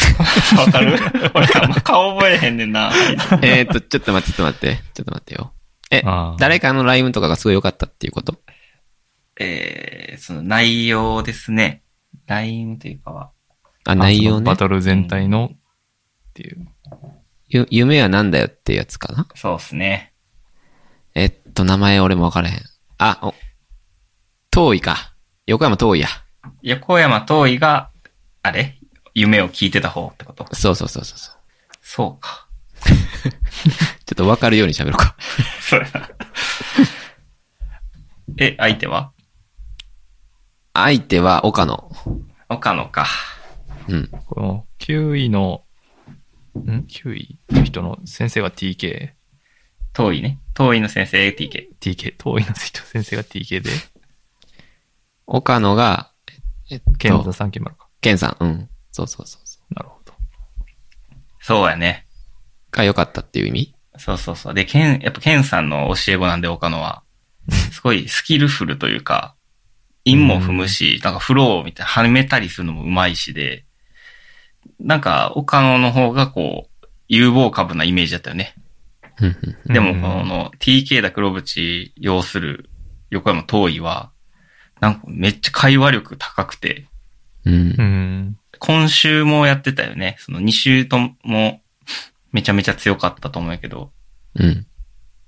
[SPEAKER 3] わかる俺あんま顔覚えへんねんな。
[SPEAKER 2] えーっと、ちょっと待って、ちょっと待って、ちょっと待ってよ。え
[SPEAKER 1] あー、
[SPEAKER 2] 誰かの LINE とかがすごい良かったっていうこと
[SPEAKER 3] えー、その内容ですね。LINE というかは。
[SPEAKER 2] あ、内
[SPEAKER 1] そ
[SPEAKER 2] 容
[SPEAKER 1] の
[SPEAKER 2] ね
[SPEAKER 1] バ。トル全体のっていう。
[SPEAKER 2] ゆ夢はなんだよっていうやつかな
[SPEAKER 3] そうですね。
[SPEAKER 2] えっと、名前俺もわからへん。あ、お、遠いか。横山遠いや。
[SPEAKER 3] 横山遠いが、あれ夢を聞いてた方ってこと
[SPEAKER 2] そうそうそうそうそう。
[SPEAKER 3] そうか。
[SPEAKER 2] ちょっとわ かるように喋ろうか。
[SPEAKER 3] そうやな。え、相手は
[SPEAKER 2] 相手は岡野。
[SPEAKER 3] 岡野か。
[SPEAKER 2] うん。
[SPEAKER 1] この9位の、ん ?9 位の人の先生が TK。
[SPEAKER 3] 遠いね。遠いの先生、ATK。
[SPEAKER 1] TK、遠いの人先生が TK で、
[SPEAKER 2] 岡野が、えっ
[SPEAKER 1] ケンザ
[SPEAKER 2] と、
[SPEAKER 1] さん決まるか。
[SPEAKER 2] ケンさん。うん。そうそうそうそう。
[SPEAKER 1] なるほど。
[SPEAKER 3] そうやね。
[SPEAKER 2] が良かったっていう意味
[SPEAKER 3] そうそうそう。で、ケン、やっぱケンさんの教え子なんで、岡野は。すごいスキルフルというか、韻も踏むし、なんかフローみたいな、はめたりするのもうまいしで、なんか、岡野の方がこう、有望株なイメージだったよね。
[SPEAKER 2] うんうん。
[SPEAKER 3] でも、
[SPEAKER 1] う
[SPEAKER 3] こ
[SPEAKER 1] ん
[SPEAKER 3] の TK だ黒淵要する横山遠いは、なんかめっちゃ会話力高くて、
[SPEAKER 2] うん
[SPEAKER 1] う。ん。
[SPEAKER 3] 今週もやってたよね。その2週ともめちゃめちゃ強かったと思うんやけど、
[SPEAKER 2] うん。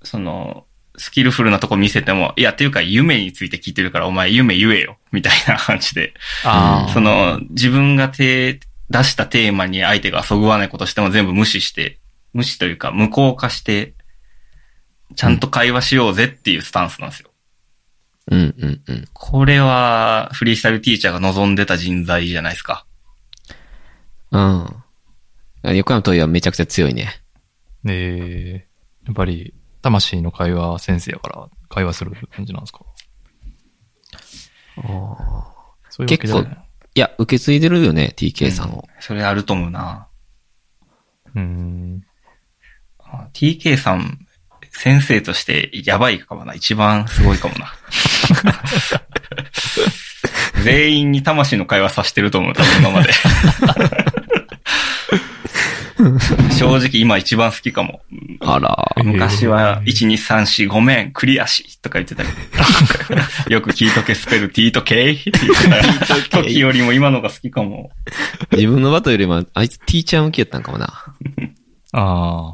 [SPEAKER 3] その、スキルフルなとこ見せても、いや、っていうか夢について聞いてるから、お前夢言えよ、みたいな感じで。
[SPEAKER 1] ああ。
[SPEAKER 3] その、自分が手、出したテーマに相手がそぐわないことしても全部無視して、無視というか無効化して、ちゃんと会話しようぜっていうスタンスなんですよ。
[SPEAKER 2] うん。うん。うん。
[SPEAKER 3] これは、フリースタイルティーチャーが望んでた人材じゃないですか。
[SPEAKER 2] うん。横山といはめちゃくちゃ強いね。
[SPEAKER 1] えー、やっぱり、魂の会話は先生やから、会話する感じなんですかそういうわけじゃない。
[SPEAKER 2] いや、受け継いでるよね、TK さんを。
[SPEAKER 3] それあると思うな。
[SPEAKER 1] うん。
[SPEAKER 3] あ TK さん、先生としてやばいかもな。一番すごいかもな。全員に魂の会話させてると思う、多分今まで。正直今一番好きかも。
[SPEAKER 2] あら。
[SPEAKER 3] 昔は、1、2、3、4、ごめん、クリアし、とか言ってたけど。よく聞いとけ、スペル T と K って言ってた時よりも今のが好きかも。
[SPEAKER 2] 自分のバトルよりも、あいつ T ちゃん向きやったんかもな。
[SPEAKER 1] ああ。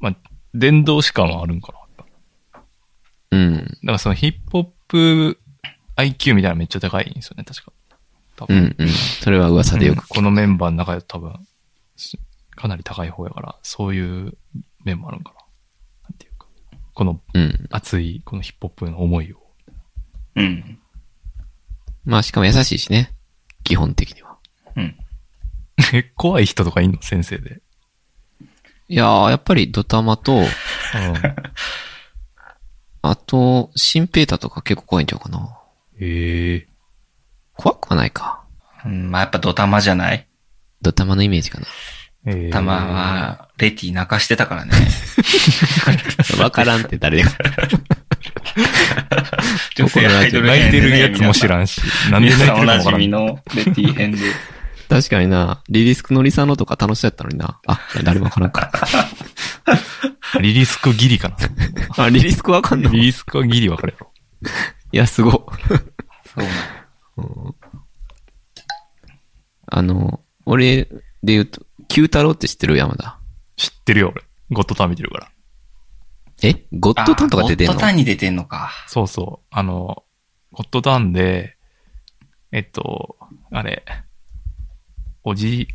[SPEAKER 1] まあ、伝道師感はあるんかな。だか
[SPEAKER 2] うん。
[SPEAKER 1] らそのヒップホップ IQ みたいなのめっちゃ高いんですよね、確か。多
[SPEAKER 2] う
[SPEAKER 1] 分。
[SPEAKER 2] んうん。それは噂でよ
[SPEAKER 1] うん
[SPEAKER 2] く。
[SPEAKER 1] このメンバーの中で多分、しかなり高い方やから、そういう面もあるんかな。なんていうか。この
[SPEAKER 2] うん。
[SPEAKER 1] 熱い、このヒップホップの思いを。
[SPEAKER 3] うん。
[SPEAKER 2] まあ、しかも優しいしね。基本的には。
[SPEAKER 3] うん。
[SPEAKER 1] え怖い人とかいんの先生 で。
[SPEAKER 2] いやー、やっぱりドタマと、あと、シンペータとか結構怖いんちゃうかな。
[SPEAKER 1] ええ
[SPEAKER 2] 怖くはないか。
[SPEAKER 3] うん、まあやっぱドタマじゃない
[SPEAKER 2] ドタマのイメージ かな。
[SPEAKER 1] ええ
[SPEAKER 3] たまは、レティ泣かしてたからね。
[SPEAKER 2] わからんって誰が。
[SPEAKER 3] 女性アイドル
[SPEAKER 1] 泣いてるやつも知
[SPEAKER 3] ん。
[SPEAKER 1] らん し、なんで泣い
[SPEAKER 3] 皆
[SPEAKER 1] てる
[SPEAKER 3] さん
[SPEAKER 1] か
[SPEAKER 3] お
[SPEAKER 1] もわ
[SPEAKER 3] なじ
[SPEAKER 1] から
[SPEAKER 3] み
[SPEAKER 1] ん。
[SPEAKER 3] のレティ編で。
[SPEAKER 2] 確かにな。リリスクのりさんのとか楽しそうやったのにな。あ、誰もわからんか。
[SPEAKER 1] リリスクギリか
[SPEAKER 2] あ、リリスクわかん
[SPEAKER 1] な。
[SPEAKER 2] の
[SPEAKER 1] リ
[SPEAKER 2] い
[SPEAKER 1] リスクはギリ分かるやろ。
[SPEAKER 2] や、すご。
[SPEAKER 3] そうな
[SPEAKER 2] あの、俺で言うと、九太郎って知ってる山田。
[SPEAKER 1] 知ってるよ、俺。ゴッドタン見てるから。
[SPEAKER 2] えゴッドタンとか出てん
[SPEAKER 3] ゴ
[SPEAKER 2] の
[SPEAKER 3] ッドタンに出てんのか。
[SPEAKER 1] そうそう。あの、ゴッドタンで、えっと、あれ、おじい、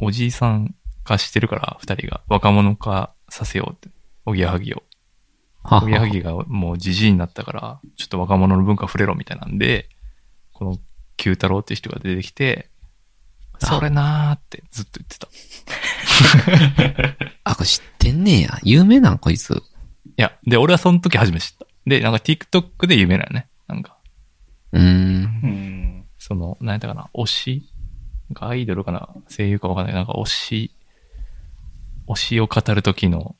[SPEAKER 1] おじいさん化してるから、二人が若者化させようって。おぎやはぎを。
[SPEAKER 2] は
[SPEAKER 1] おぎやはぎがもうじじいになったから、ちょっと若者の文化触れろみたいなんで、この九太郎って人が出てきて、
[SPEAKER 2] あ
[SPEAKER 1] それなーってずっと言ってた。い
[SPEAKER 2] あ、これ知ってんねや。有名なんこいつ。
[SPEAKER 1] や、で、俺はその時初めて知った。で、なんか TikTok で有名なよね。なんか、
[SPEAKER 2] うーん。
[SPEAKER 3] うん。
[SPEAKER 1] その、なんやったかな、推しなんかアイドルかな声優かわかんない。なんか推し、推しを語る時の、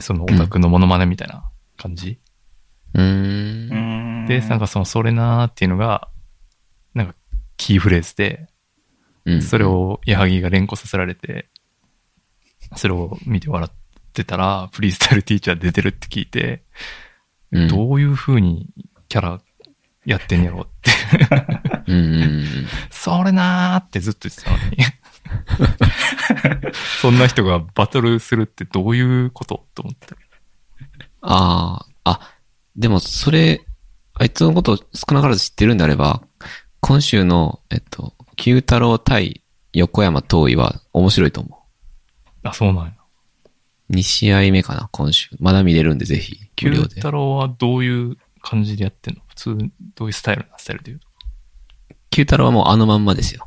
[SPEAKER 1] そのオタクのモノマネみたいな感じ、
[SPEAKER 2] うーん。
[SPEAKER 1] で、なんかその、それなーっていうのが、なんかキーフレーズで、
[SPEAKER 2] うん。
[SPEAKER 1] それ。を矢作が連呼させられて、それを見て笑ってたら、フリースタイルティーチャー出てるって聞いて、
[SPEAKER 2] うん。う
[SPEAKER 1] どういう風にキャラやってんやろって、
[SPEAKER 2] んうんうん。
[SPEAKER 1] それなーってずっと言ってたのに。 そんな人がバトルするってどういうことと思って。
[SPEAKER 2] ああ、あ、でもそれ、あいつのことを少なからず知ってるんであれば、今週の、えっと、九太郎対横山遠いは面白いと思
[SPEAKER 1] あ、そうなんや。
[SPEAKER 2] う。2試合目かな、今週。まだ見れるんで、ぜひ、無
[SPEAKER 1] 九
[SPEAKER 2] 料で。
[SPEAKER 1] 太郎はどういう感じでやってんの普通、どういうスタイルなスタイルで言うと。
[SPEAKER 2] 九太郎はもうあのまんまですよ。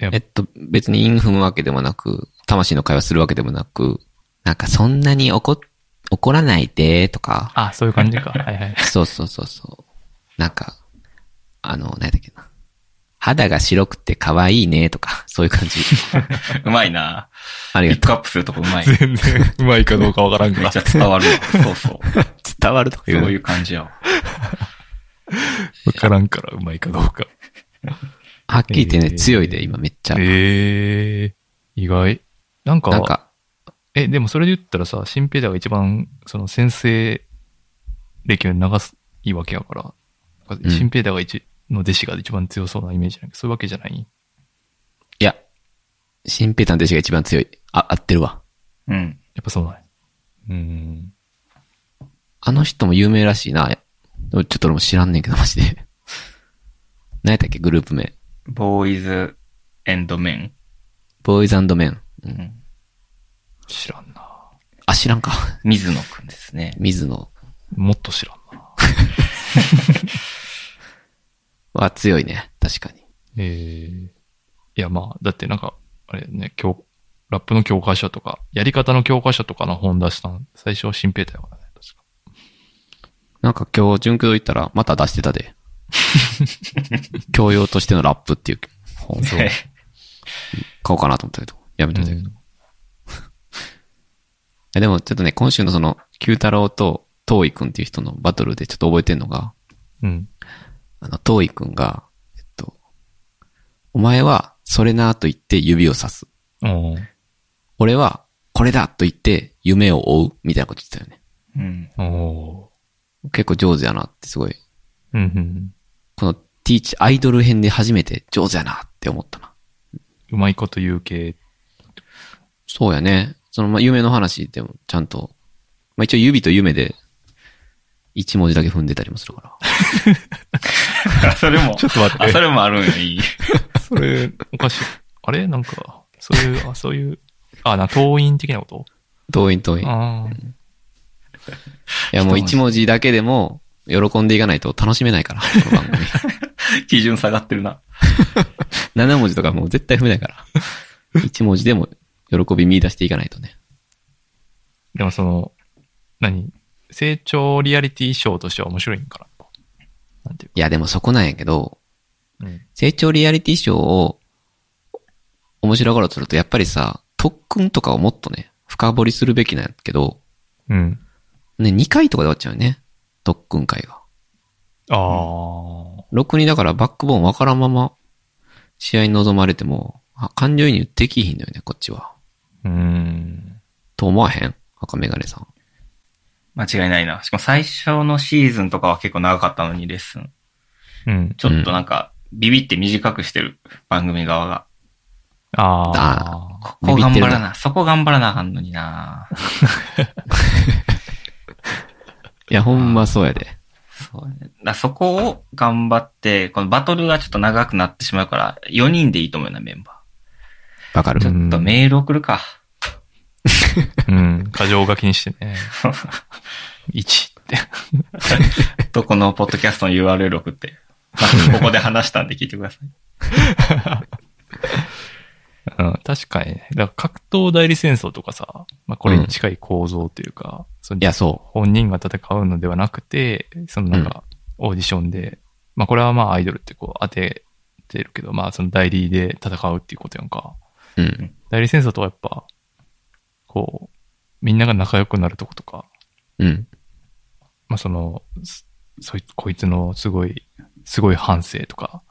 [SPEAKER 1] いや
[SPEAKER 2] えっと、別にイン踏むわけでもなく、魂の会話するわけでもなく、なんかそんなに怒っ、怒らないで、とか、
[SPEAKER 1] あ、そういう感じか。はいはい。
[SPEAKER 2] そうそうそうそう。なんか、あの、何だっけな。肌が白くて可愛いね、とか、 そういう感じ。
[SPEAKER 3] うまいな
[SPEAKER 2] あ
[SPEAKER 3] ピ
[SPEAKER 2] りが
[SPEAKER 3] ッ
[SPEAKER 2] と
[SPEAKER 3] ク
[SPEAKER 2] う。
[SPEAKER 3] アップするとこうま い。
[SPEAKER 1] 全然うまいかどうかわからん
[SPEAKER 3] め
[SPEAKER 1] が
[SPEAKER 3] っち。ゃ伝わるわ。そうそう。
[SPEAKER 2] 伝わるとか
[SPEAKER 3] そう
[SPEAKER 2] 言うの
[SPEAKER 3] いう感じやわ。
[SPEAKER 1] わからんからうまいかどうか。
[SPEAKER 2] はっきり言って
[SPEAKER 1] え
[SPEAKER 2] ね、
[SPEAKER 1] ー
[SPEAKER 2] 強いで、今めっちゃ。
[SPEAKER 1] ええ意外。なんか
[SPEAKER 2] なんか、
[SPEAKER 1] え、でもそれで言ったらさ、新平太が一番、その先生歴を流すいいわけやから、なんか
[SPEAKER 2] うん
[SPEAKER 1] 新平太が一、の弟子が一番強そうなイメージなんか、そういうわけじゃない
[SPEAKER 2] いや、新平太の弟子が一番強い。あ、合ってるわ。
[SPEAKER 3] うん。
[SPEAKER 1] やっぱそうなんや。うん。
[SPEAKER 2] あの人も有名らしいな。でもちょっと俺も知らんねんけど、マジで。何やったっけ、グループ名。
[SPEAKER 3] ボーイズエンドメン。
[SPEAKER 2] ボーイズメン。う
[SPEAKER 3] うんん。
[SPEAKER 1] 知らんな。
[SPEAKER 2] あ、知らんか。
[SPEAKER 3] 水野くんですね。
[SPEAKER 2] 水野
[SPEAKER 1] もっと知らんな。
[SPEAKER 2] は強いね。確かに。
[SPEAKER 1] ええいや、まあ、だってなんか、あれね、教、ラップの教科書とか、やり方の教科書とかの本出したの、最初は新平太やからね、確か。
[SPEAKER 2] なんか今日、純駆動行ったら、また出してたで。教養としてのラップっていう本
[SPEAKER 1] そう
[SPEAKER 2] 買おうかなと思ったけど、やめたんだけど。
[SPEAKER 1] うん
[SPEAKER 2] えでもちょっとね、今週のその、九太郎と、遠井くんっていう人のバトルでちょっと覚えてんのが、
[SPEAKER 1] うん。
[SPEAKER 2] あの、遠井くんが、えっと、お前は、それなと言って指をさす。
[SPEAKER 1] おー
[SPEAKER 2] 俺は、これだと言って、夢を追うみたいなこと言ってたよね。
[SPEAKER 3] うん。
[SPEAKER 1] お
[SPEAKER 2] 結構上手やなってすごい。
[SPEAKER 1] ーうんうん。
[SPEAKER 2] この、ティーチ、アイドル編で初めて上手やなって思ったな。
[SPEAKER 1] うまいこと言う系。
[SPEAKER 2] そうやね。その、まあ、夢の話でも、ちゃんと、まあ、一応指と夢で、一文字だけ踏んでたりもするから。
[SPEAKER 3] それも、
[SPEAKER 1] ちょっと待って
[SPEAKER 3] あ、 それもあるんや、いい。
[SPEAKER 1] それ、おかしい。あれなんか、そういう、あ、そういう、あ、な、党員的なこと
[SPEAKER 2] 遠い遠い。い
[SPEAKER 1] ああ。
[SPEAKER 2] や、もう一文字だけでも、喜んでいかないと楽しめないから、この番 組。
[SPEAKER 3] 基準下がってるな。
[SPEAKER 2] 7文字とかもう絶対踏めないから。1文字でも喜び見出していかないとね。
[SPEAKER 1] でもその、何成長リアリティショーとしては面白いんかななんていう
[SPEAKER 2] いや、でもそこなんやけど、
[SPEAKER 1] か。うん。
[SPEAKER 2] 成長リアリティショーを面白がろうとすると、やっぱりさ、特訓とかをもっとね、深掘りするべきなんやけど、
[SPEAKER 1] うん。
[SPEAKER 2] ね、2回とかで終わっちゃうよね。特訓会が。
[SPEAKER 1] ああ。
[SPEAKER 2] ろくにだからバックボーンわからんまま、試合に臨まれても、あ感情移入できひんのよね、こっちは。
[SPEAKER 1] うーん。
[SPEAKER 2] と思わへん赤メガネさん。
[SPEAKER 3] 間違いないな。しかも最初のシーズンとかは結構長かったのに、レッスン。
[SPEAKER 1] うん。
[SPEAKER 3] ちょっとなんか、ビビって短くしてる、番組側が。
[SPEAKER 1] ああ
[SPEAKER 2] あ。
[SPEAKER 3] ここ頑
[SPEAKER 2] ビビって
[SPEAKER 3] 張
[SPEAKER 2] るな
[SPEAKER 3] らな、そこ頑張らなあかんのにない
[SPEAKER 2] や、ほんまそうやで。
[SPEAKER 3] そうね。だからそこを頑張って、このバトルがちょっと長くなってしまうから、4人でいいと思うよな、メンバ
[SPEAKER 2] わか
[SPEAKER 3] ー。ち
[SPEAKER 2] る
[SPEAKER 3] ょっとメール送 るか。
[SPEAKER 1] うん。過剰書きにしてね。1って。
[SPEAKER 3] と、このポッドキャストの URL 送って。ここで話したんで聞いてください。
[SPEAKER 1] うん、確かにね。だから格闘代理戦争とかさ、まあこれに近い構造というか、その
[SPEAKER 2] いや、そう。
[SPEAKER 1] 本人が戦うのではなくて、そのなんか、オーディションで、まあこれはまあアイドルってこう当ててるけど、まあその代理で戦うっていうことやんか。
[SPEAKER 2] うん。
[SPEAKER 1] 代理戦争とはやっぱ、こう、みんなが仲良くなるとことか、
[SPEAKER 2] うん。
[SPEAKER 1] まあその、そそいこいつのすごい、すごい反省とか、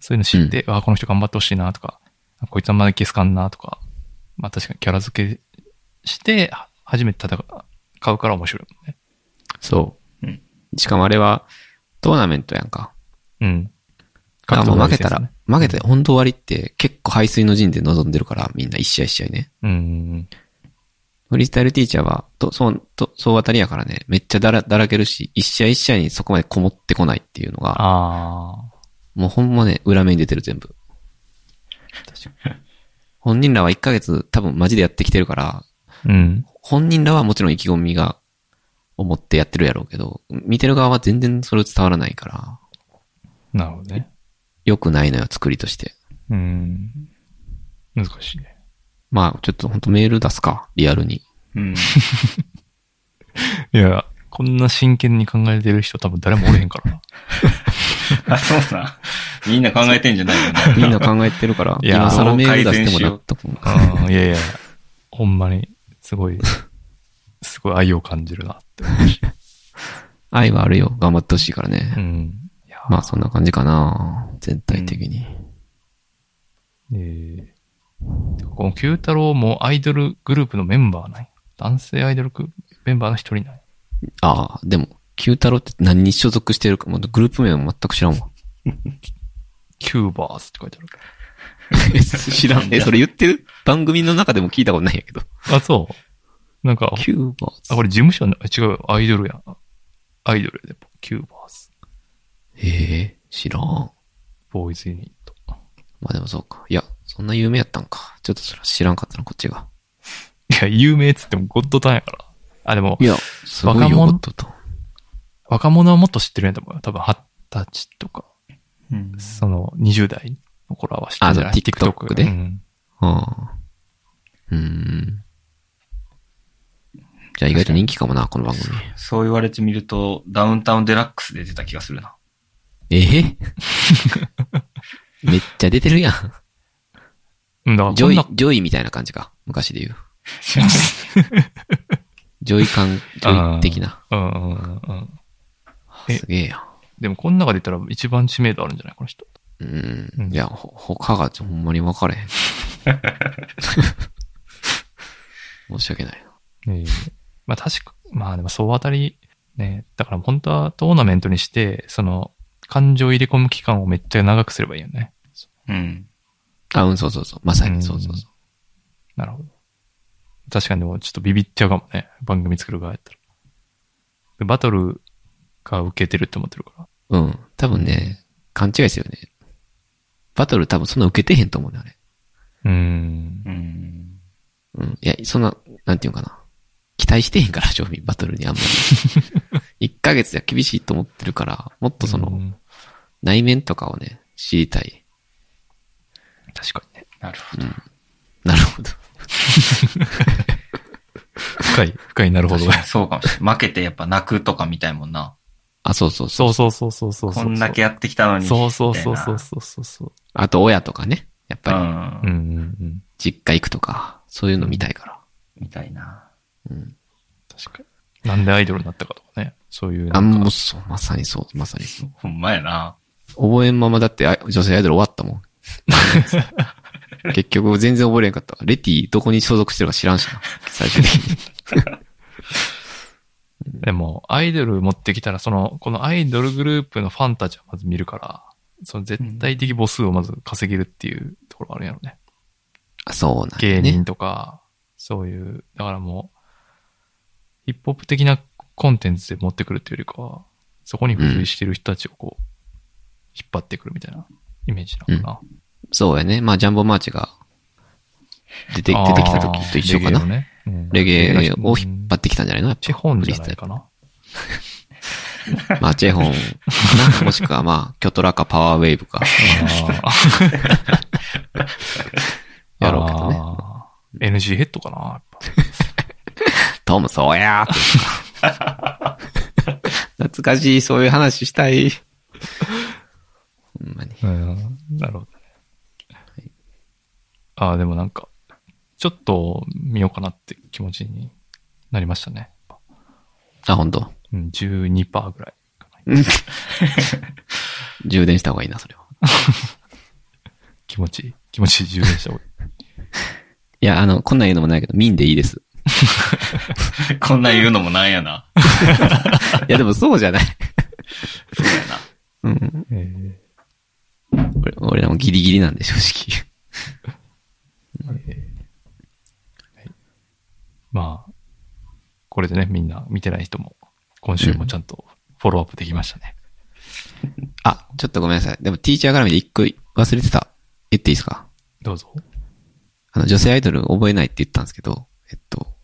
[SPEAKER 1] そういうの知って、ああ、この人頑張ってほしいなとか、あこいつあんまり消すかんなとか、まあ確かにキャラ付けして、は初めて戦う、買うから面白いもんね。
[SPEAKER 2] そう。
[SPEAKER 3] うん
[SPEAKER 2] しかもあれは、トーナメントやんか。
[SPEAKER 1] うん。
[SPEAKER 2] あもう負け
[SPEAKER 1] 格闘技です
[SPEAKER 2] た
[SPEAKER 1] ね
[SPEAKER 2] ら、負けて本当終わりって結構排水の陣で臨んでるから、みんな一試合一試合ね。
[SPEAKER 1] うん。
[SPEAKER 2] フリースタイルティーチャーは、と、そう、と、そう当たりやからね、めっちゃだら、だらけるし、一試合一試合にそこまでこもってこないっていうのが、
[SPEAKER 1] あ
[SPEAKER 2] もうほんまね、裏目に出てる全部。
[SPEAKER 1] あ。確か
[SPEAKER 2] 本人らは1ヶ月多分マジでやってきてるから、
[SPEAKER 1] に。うん。
[SPEAKER 2] 本人らはもちろん意気込みが、思ってやってるやろうけど、見てる側は全然それ伝わらないから、
[SPEAKER 1] なるほどね。
[SPEAKER 2] 良くないのよ、作りとして。
[SPEAKER 1] うん。難しいね。
[SPEAKER 2] まあ、ちょっと本当メール出すか、リアルに。
[SPEAKER 3] うん。
[SPEAKER 1] いや、こんな真剣に考えてる人多分誰もおれへん からな。
[SPEAKER 3] あ、そうなん。みんな考えてんじゃないよね。
[SPEAKER 2] みんな考えてるから、
[SPEAKER 1] いやー
[SPEAKER 2] 今更メール出してもらったもん。
[SPEAKER 1] うん、いやいや、ほんまに、すごい、 すごい愛を感じるなって思うし。
[SPEAKER 2] 愛はあるよ。頑張ってほしいからね。
[SPEAKER 1] うん。いや、
[SPEAKER 2] まあ、そんな感じかな。全体的に。
[SPEAKER 1] えー、この九太郎もアイドルグループのメンバーなんや男性アイドルグループメンバーの一人なんや
[SPEAKER 2] ああ、でも、九太郎って何に所属してるか、もうグループ名も全く知らんわ。
[SPEAKER 1] キューバースって書いてある。
[SPEAKER 2] 知らん。え、それ言ってる番組の中でも聞いたことないんやけど。
[SPEAKER 1] あ、そう。なんか、
[SPEAKER 2] キューバーズ
[SPEAKER 1] あ、これ事務所の、あ違う、アイドルやん。アイドルやで、キューバース。
[SPEAKER 2] へえ、知らん。ま
[SPEAKER 1] ボーイズユニット。
[SPEAKER 2] あでもそうか。いや、そんな有名やったんか。ちょっとそれは知らんかったな、こっちが。
[SPEAKER 1] いや、有名っつってもゴッドタンやから。あ、でも
[SPEAKER 2] い、や、すごいよ
[SPEAKER 1] 若者
[SPEAKER 2] かったと。
[SPEAKER 1] 若者はもっと知ってるんやと思うよ。多分、二十歳とか、
[SPEAKER 3] うん
[SPEAKER 1] その、20代の頃は知ってるんじゃない
[SPEAKER 2] あそう TikTok で
[SPEAKER 1] うん
[SPEAKER 2] ああ。うーん。じゃあ意外と人気かもな、この番組。
[SPEAKER 3] そう言われてみると、ダウンタウンデラックスで出た気がするな。
[SPEAKER 2] ええ めっちゃ出てるやん。
[SPEAKER 1] うん。だから
[SPEAKER 2] ジ
[SPEAKER 1] こ
[SPEAKER 2] ョ
[SPEAKER 1] ん
[SPEAKER 2] イ
[SPEAKER 1] な、、
[SPEAKER 2] ジョイみたいな感じか。昔で言う。ジョイ感、ジョイ的な。
[SPEAKER 1] うんうんうんうん。え
[SPEAKER 2] すげえやん。
[SPEAKER 1] でも、この中で言ったら一番知名度あるんじゃないこの人。
[SPEAKER 2] う
[SPEAKER 1] うん
[SPEAKER 2] ん。いや、ほ、他がほんまに分かれへん。申し訳ないな。
[SPEAKER 1] ええまあ、確か、まあ、でも、総当たり、ね、だから、本当はトーナメントにして、その、感情入れ込む期間をめっちゃ長くすればいいよね。
[SPEAKER 3] うん。
[SPEAKER 2] あ、うん、そうそうそう。まさに、そうそうそう。
[SPEAKER 1] なるほど。確かにでもちょっとビビっちゃうかもね。番組作る側やったら。でバトルが受けてるって思ってるから。
[SPEAKER 2] うん。多分ね、勘違いしてるよね。バトル多分そんな受けてへんと思うね、あれ。
[SPEAKER 1] うーん。
[SPEAKER 3] うん。
[SPEAKER 2] うん。いや、そんな、なんていうのかな。期待してへんから、正味、バトルにあんまり。1ヶ月じゃ厳しいと思ってるから、もっとその、
[SPEAKER 1] ん
[SPEAKER 2] 内面とかをね、知りたい。
[SPEAKER 1] 確かにね。
[SPEAKER 3] なるほど。
[SPEAKER 2] なるほど。
[SPEAKER 1] 深い、深い、なるほど。
[SPEAKER 3] そうかもしれない。負けてやっぱ泣くとかみたいもんな。
[SPEAKER 2] あ、そうそうそう。
[SPEAKER 1] そうそうそうそうそうそう。
[SPEAKER 3] こんだけやってきたのに。
[SPEAKER 1] そうそうそうそ
[SPEAKER 3] み
[SPEAKER 1] うそうそうそう。
[SPEAKER 2] あと、親とかね。やった
[SPEAKER 3] い
[SPEAKER 2] ぱり、
[SPEAKER 3] な。
[SPEAKER 1] う
[SPEAKER 3] うん
[SPEAKER 1] う
[SPEAKER 3] ん。
[SPEAKER 1] んうん。
[SPEAKER 2] 実家行くとか、そういうの見たいから。
[SPEAKER 3] みたいな。
[SPEAKER 2] うん。
[SPEAKER 1] 確かに。なんでアイドルになったかとかね。そういう。
[SPEAKER 2] あ、もうそう、まさにそう、まさにそう。
[SPEAKER 3] ほんまやな。
[SPEAKER 2] 覚えんままだってあ女性アイドル終わっ たもん。結局全然覚えれんかった。レティどこに所属してるか知らんしな。最終的に。
[SPEAKER 1] でも、アイドル持ってきたら、その、このアイドルグループのファンたちはまず見るから、その絶対的母数をまず稼げるっていうところあるやろね。
[SPEAKER 2] あそうなん
[SPEAKER 1] 芸
[SPEAKER 2] やね
[SPEAKER 1] 人。とか、そういう、だからもう、ヒップホップ的なコンテンツで持ってくるっていうよりかは、そこに付随してる人たちをこう、引っ張ってくるみたいなイメージなのかな。
[SPEAKER 2] そうやね。まあ、ジャンボマーチが出て、
[SPEAKER 1] あー
[SPEAKER 2] 出てきた時と一緒かな。レ
[SPEAKER 1] レ
[SPEAKER 2] ゲ
[SPEAKER 1] ゲエ
[SPEAKER 2] エ
[SPEAKER 1] のね
[SPEAKER 2] を引っ張
[SPEAKER 1] っ
[SPEAKER 2] ってきたんじゃないのやっぱ
[SPEAKER 1] チェホンじゃないかな。
[SPEAKER 2] まあ、チェホンか な。もしくはまあ、キョトラかパワーウェーブか。
[SPEAKER 1] あー
[SPEAKER 2] やろうけどね。
[SPEAKER 1] あー NG ヘッドかな、やっぱ
[SPEAKER 2] トム、そうやーって言う か懐かしい、そういう話したい。ほんまに。
[SPEAKER 1] うん、なるほどね。ああ、でもなんか、ちょっと見ようかなって気持ちになりましたね。
[SPEAKER 2] あ、本当。
[SPEAKER 1] うん、12%ぐらいかな。
[SPEAKER 2] 充電した方がいいな、それは。
[SPEAKER 1] 気持ちいい。気持ちいい充電 した方がいい。
[SPEAKER 2] いや、あの、こんなん言うのもないけど、ミンでいいです。
[SPEAKER 3] こんなん言うのもなんやな。
[SPEAKER 2] いや、でもそうじゃない。
[SPEAKER 3] そうやな。
[SPEAKER 2] うん。
[SPEAKER 1] え
[SPEAKER 2] 俺俺らもギリギリなんで、正直。
[SPEAKER 1] まあ、これでね、みんな見てない人も、今週もちゃんとフォローアップできましたね。
[SPEAKER 2] あ、ちょっとごめんなさい。でも、ティーチャー絡みで一個忘れてた。言っていいですか
[SPEAKER 1] どうぞ。
[SPEAKER 2] あの、女性アイドル覚えないって言ったんですけど、えっと、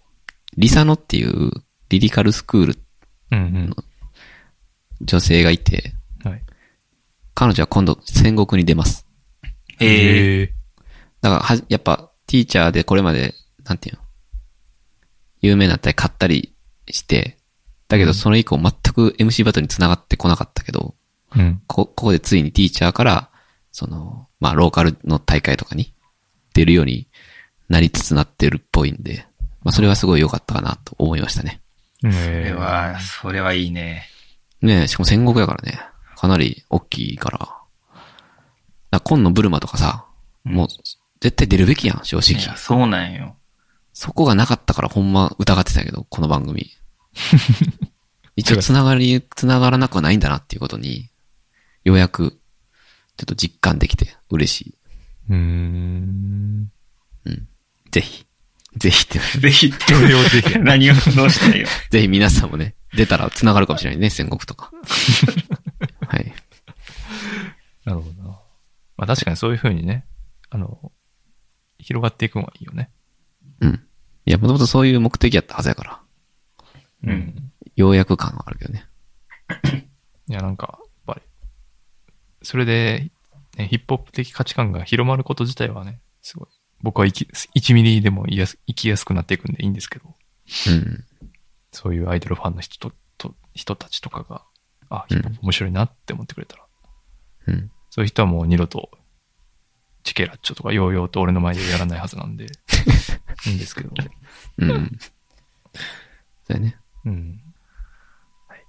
[SPEAKER 2] リサノっていうリリカルスクール
[SPEAKER 1] うん
[SPEAKER 2] 女性がいて、
[SPEAKER 1] うん。はい。
[SPEAKER 2] 彼女は今度戦国に出ます。
[SPEAKER 3] ええ
[SPEAKER 1] え
[SPEAKER 2] だからはじ、やっぱ、ティーチャーでこれまで、なんていうの有名になったり買ったりして、だけ
[SPEAKER 1] う
[SPEAKER 2] ど
[SPEAKER 1] ん
[SPEAKER 2] それ以降全く MC バトルに繋がってこなかったけど、
[SPEAKER 1] ー。うん。
[SPEAKER 2] こ、ここでついにティーチャーから、その、まあ、ローカルの大会とかに出るようになりつつなってるっぽいんで、まあ、それはすごい良かったかなと思いましたね。
[SPEAKER 3] それ
[SPEAKER 1] えー、
[SPEAKER 3] は、それはいいね。
[SPEAKER 2] ねえ、しかも戦国やからね、かなり大きいから。だから今のブルマとかさ、もう、絶対出るべきやん、正
[SPEAKER 3] い
[SPEAKER 2] 直。
[SPEAKER 3] や、そうなんよ。
[SPEAKER 2] そこがなかったからほんま疑ってたけど、この番組。一応繋がり、繋がらなくはないんだなっていうことに、ようやく、ちょっと実感できて嬉しい。
[SPEAKER 1] うー ん。
[SPEAKER 2] ぜひ。ぜひって。
[SPEAKER 3] ぜひ、
[SPEAKER 1] それをぜひ。
[SPEAKER 3] 何をどうしたいよ。
[SPEAKER 2] ぜひ皆さんもね、出たら繋がるかもしれないね、戦国とか。はい。
[SPEAKER 1] なるほどな。まあ確かにそういう風にね、あの、広がっていくのがいいよね。
[SPEAKER 2] うん。いや、もともとそういう目的やったはずやから。
[SPEAKER 3] うん
[SPEAKER 2] ようやく感はあるけどね。
[SPEAKER 1] いや、なんか、やっぱり、それで、ね、ヒップホップ的価値観が広まること自体はね、すごい。僕は生き、1ミリでもいやす生きやすくなっていくんでいいんですけど、
[SPEAKER 2] うん。
[SPEAKER 1] そういうアイドルファンの人と、と人たちとかが、あ、ヒップホップ面白いなって思ってくれたら、
[SPEAKER 2] うん。
[SPEAKER 1] そういう人はもう二度と、チケラッチョとかヨーヨーと俺の前でやらないはずなんで、いいんですけど。
[SPEAKER 2] うん。そうやね。
[SPEAKER 1] うん。はい。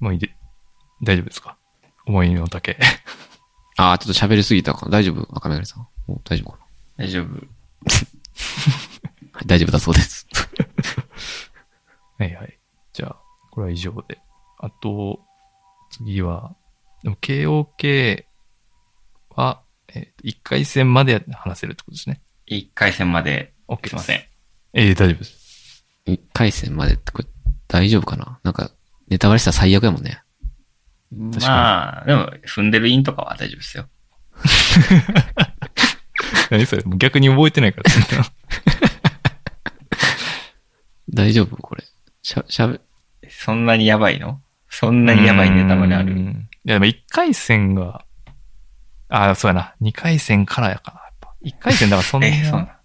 [SPEAKER 1] もういいで、大丈夫ですか思いの丈。
[SPEAKER 2] あー、ちょっと喋りすぎたかな。大丈夫赤目がりさん。もう大丈夫かな
[SPEAKER 3] 大丈夫。
[SPEAKER 2] はい、大丈夫だそうです。
[SPEAKER 1] はいはい。じゃあ、これは以上で。あと、次は、でも KOK は、えー、1回戦まで話せるってことですね。
[SPEAKER 3] 一回戦まで、
[SPEAKER 1] OK です
[SPEAKER 3] いません。
[SPEAKER 1] えー、大丈夫です。
[SPEAKER 2] 一回戦までってこれ大丈夫かななんか、ネタバレしたら最悪やもんね。
[SPEAKER 1] 確かに
[SPEAKER 3] まあ、でも、踏んでるインとかは大丈夫ですよ。
[SPEAKER 1] 何それもう逆に覚えてないから。
[SPEAKER 2] 大丈夫これ。しゃ、しゃべ、
[SPEAKER 3] そんなにやばいのそんなにやばいネタバレあ
[SPEAKER 1] う
[SPEAKER 3] る。
[SPEAKER 1] んいや、でも1回戦が、ああ、そうやな。2回戦からやから、やっぱ。1回戦だからそんな、
[SPEAKER 3] え、そうな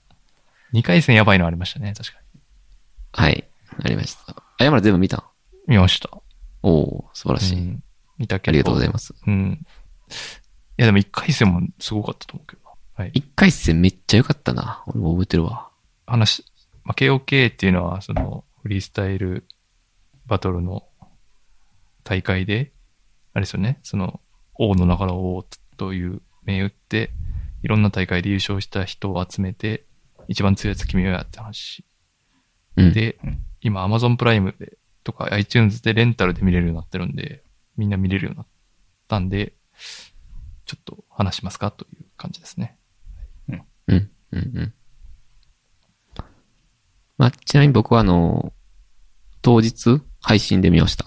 [SPEAKER 1] 2回戦やばいのありましたね、確か
[SPEAKER 2] はい、ありました。あ、山田全部見た
[SPEAKER 1] に。見ました。
[SPEAKER 2] おお素晴らしい、
[SPEAKER 1] うん見たけど。
[SPEAKER 2] ありがとうございます。
[SPEAKER 1] す。うん。いや、でも1回戦もすごかったと思うけどな。はい。
[SPEAKER 2] 一回戦めっちゃ良かったな。俺も覚えてるわ。
[SPEAKER 1] 話、まあ、KOK っていうのは、その、フリースタイルバトルの大会で、あれですよね、その、王の中の王という銘打って、いろんな大会で優勝した人を集めて、一番強いやつ決めようやって話。
[SPEAKER 2] うん。
[SPEAKER 1] で
[SPEAKER 3] うん、
[SPEAKER 1] 今 Amazon プライムでとか iTunes でレンタルで見れるようになってるんで、みんな見れるようになったんで、ちょっと話しますかという感じですね。
[SPEAKER 2] うん、うん、うん。まあ、ちなみに僕はあの、当日配信で見ました。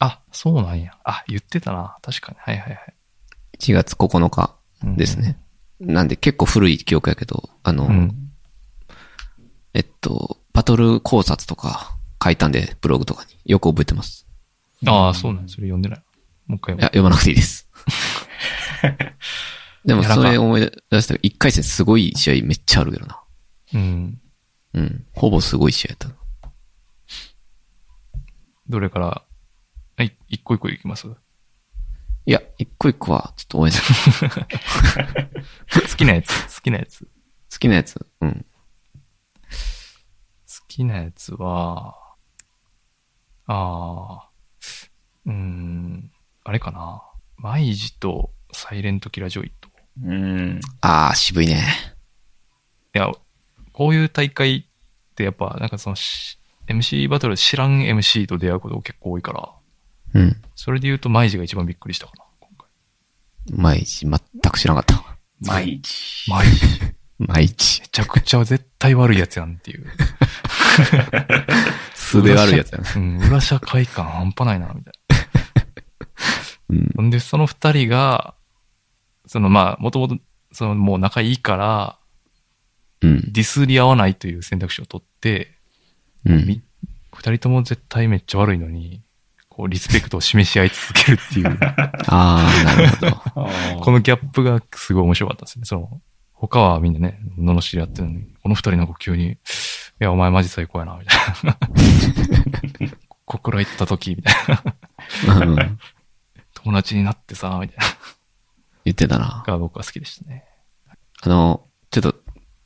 [SPEAKER 1] あ、そうなんや。あ、言ってたな。確かに。はいはいはい。
[SPEAKER 2] 1月9日
[SPEAKER 1] うん
[SPEAKER 2] です。ね。なんで結構古い記憶やけど、あの、
[SPEAKER 1] うん。
[SPEAKER 2] えっと、バトル考察とか書いたんで、ブログとかに。よく覚えてます。
[SPEAKER 1] ああ、そうなんやそれ読んでない。もう一回
[SPEAKER 2] い
[SPEAKER 1] 読
[SPEAKER 2] や、読まなくてい いです。でも、
[SPEAKER 1] いやなん
[SPEAKER 2] そ
[SPEAKER 1] か
[SPEAKER 2] れ思い出したけど、一回戦すごい試合めっちゃあるけどな。
[SPEAKER 1] むうん。
[SPEAKER 2] うん。ほぼすごい試合やった。
[SPEAKER 1] どれから、はい、一個一個いきます。好
[SPEAKER 2] いや、一個一個は、ちょっと応援しない。
[SPEAKER 1] きなや つ。好きなやつ。好
[SPEAKER 2] 好きなやつ。うん。
[SPEAKER 1] きなやつは、ああ、うーん、あれかな。マイジとサイレントキラジョイと。
[SPEAKER 3] んうん。
[SPEAKER 2] あー、渋いね。
[SPEAKER 1] いや、こういう大会ってやっぱ、なんかそのし、MC バトル知らん MC と出会うことが結構多いから、
[SPEAKER 2] うん。
[SPEAKER 1] それで言うと、マイジが一番びっくりしたかな、今回。
[SPEAKER 2] 毎日、全く知らなかった。
[SPEAKER 3] 毎日。
[SPEAKER 1] マイジ。め
[SPEAKER 2] 毎日。
[SPEAKER 1] ちゃくちゃ絶対悪いやつやんっていう。
[SPEAKER 2] 素で悪いやつやな。
[SPEAKER 1] うん、裏社会感半端ないな、みたい
[SPEAKER 2] うん。
[SPEAKER 1] な。んで、その二人が、そのまあ、もともと、そのもう仲いいから、
[SPEAKER 2] うん。
[SPEAKER 1] ディスり合わないという選択肢を取って、
[SPEAKER 2] う
[SPEAKER 1] み
[SPEAKER 2] ん。
[SPEAKER 1] 二人とも絶対めっちゃ悪いのに、ここう、リスペクトを示し合い続け るっていう、
[SPEAKER 2] ああ、なるほど。
[SPEAKER 1] このギャップがすごい面白かったですね。その、他はみんなね、罵り合ってるのに、この二人なんか急に、いや、お前マジ最高やな、みたいな。 ここら行った時、みたいな。
[SPEAKER 2] うん、
[SPEAKER 1] 友達になってさ、みたいな。
[SPEAKER 2] 言ってたな。
[SPEAKER 1] が僕は好きでしたね。
[SPEAKER 2] あの、ちょっと、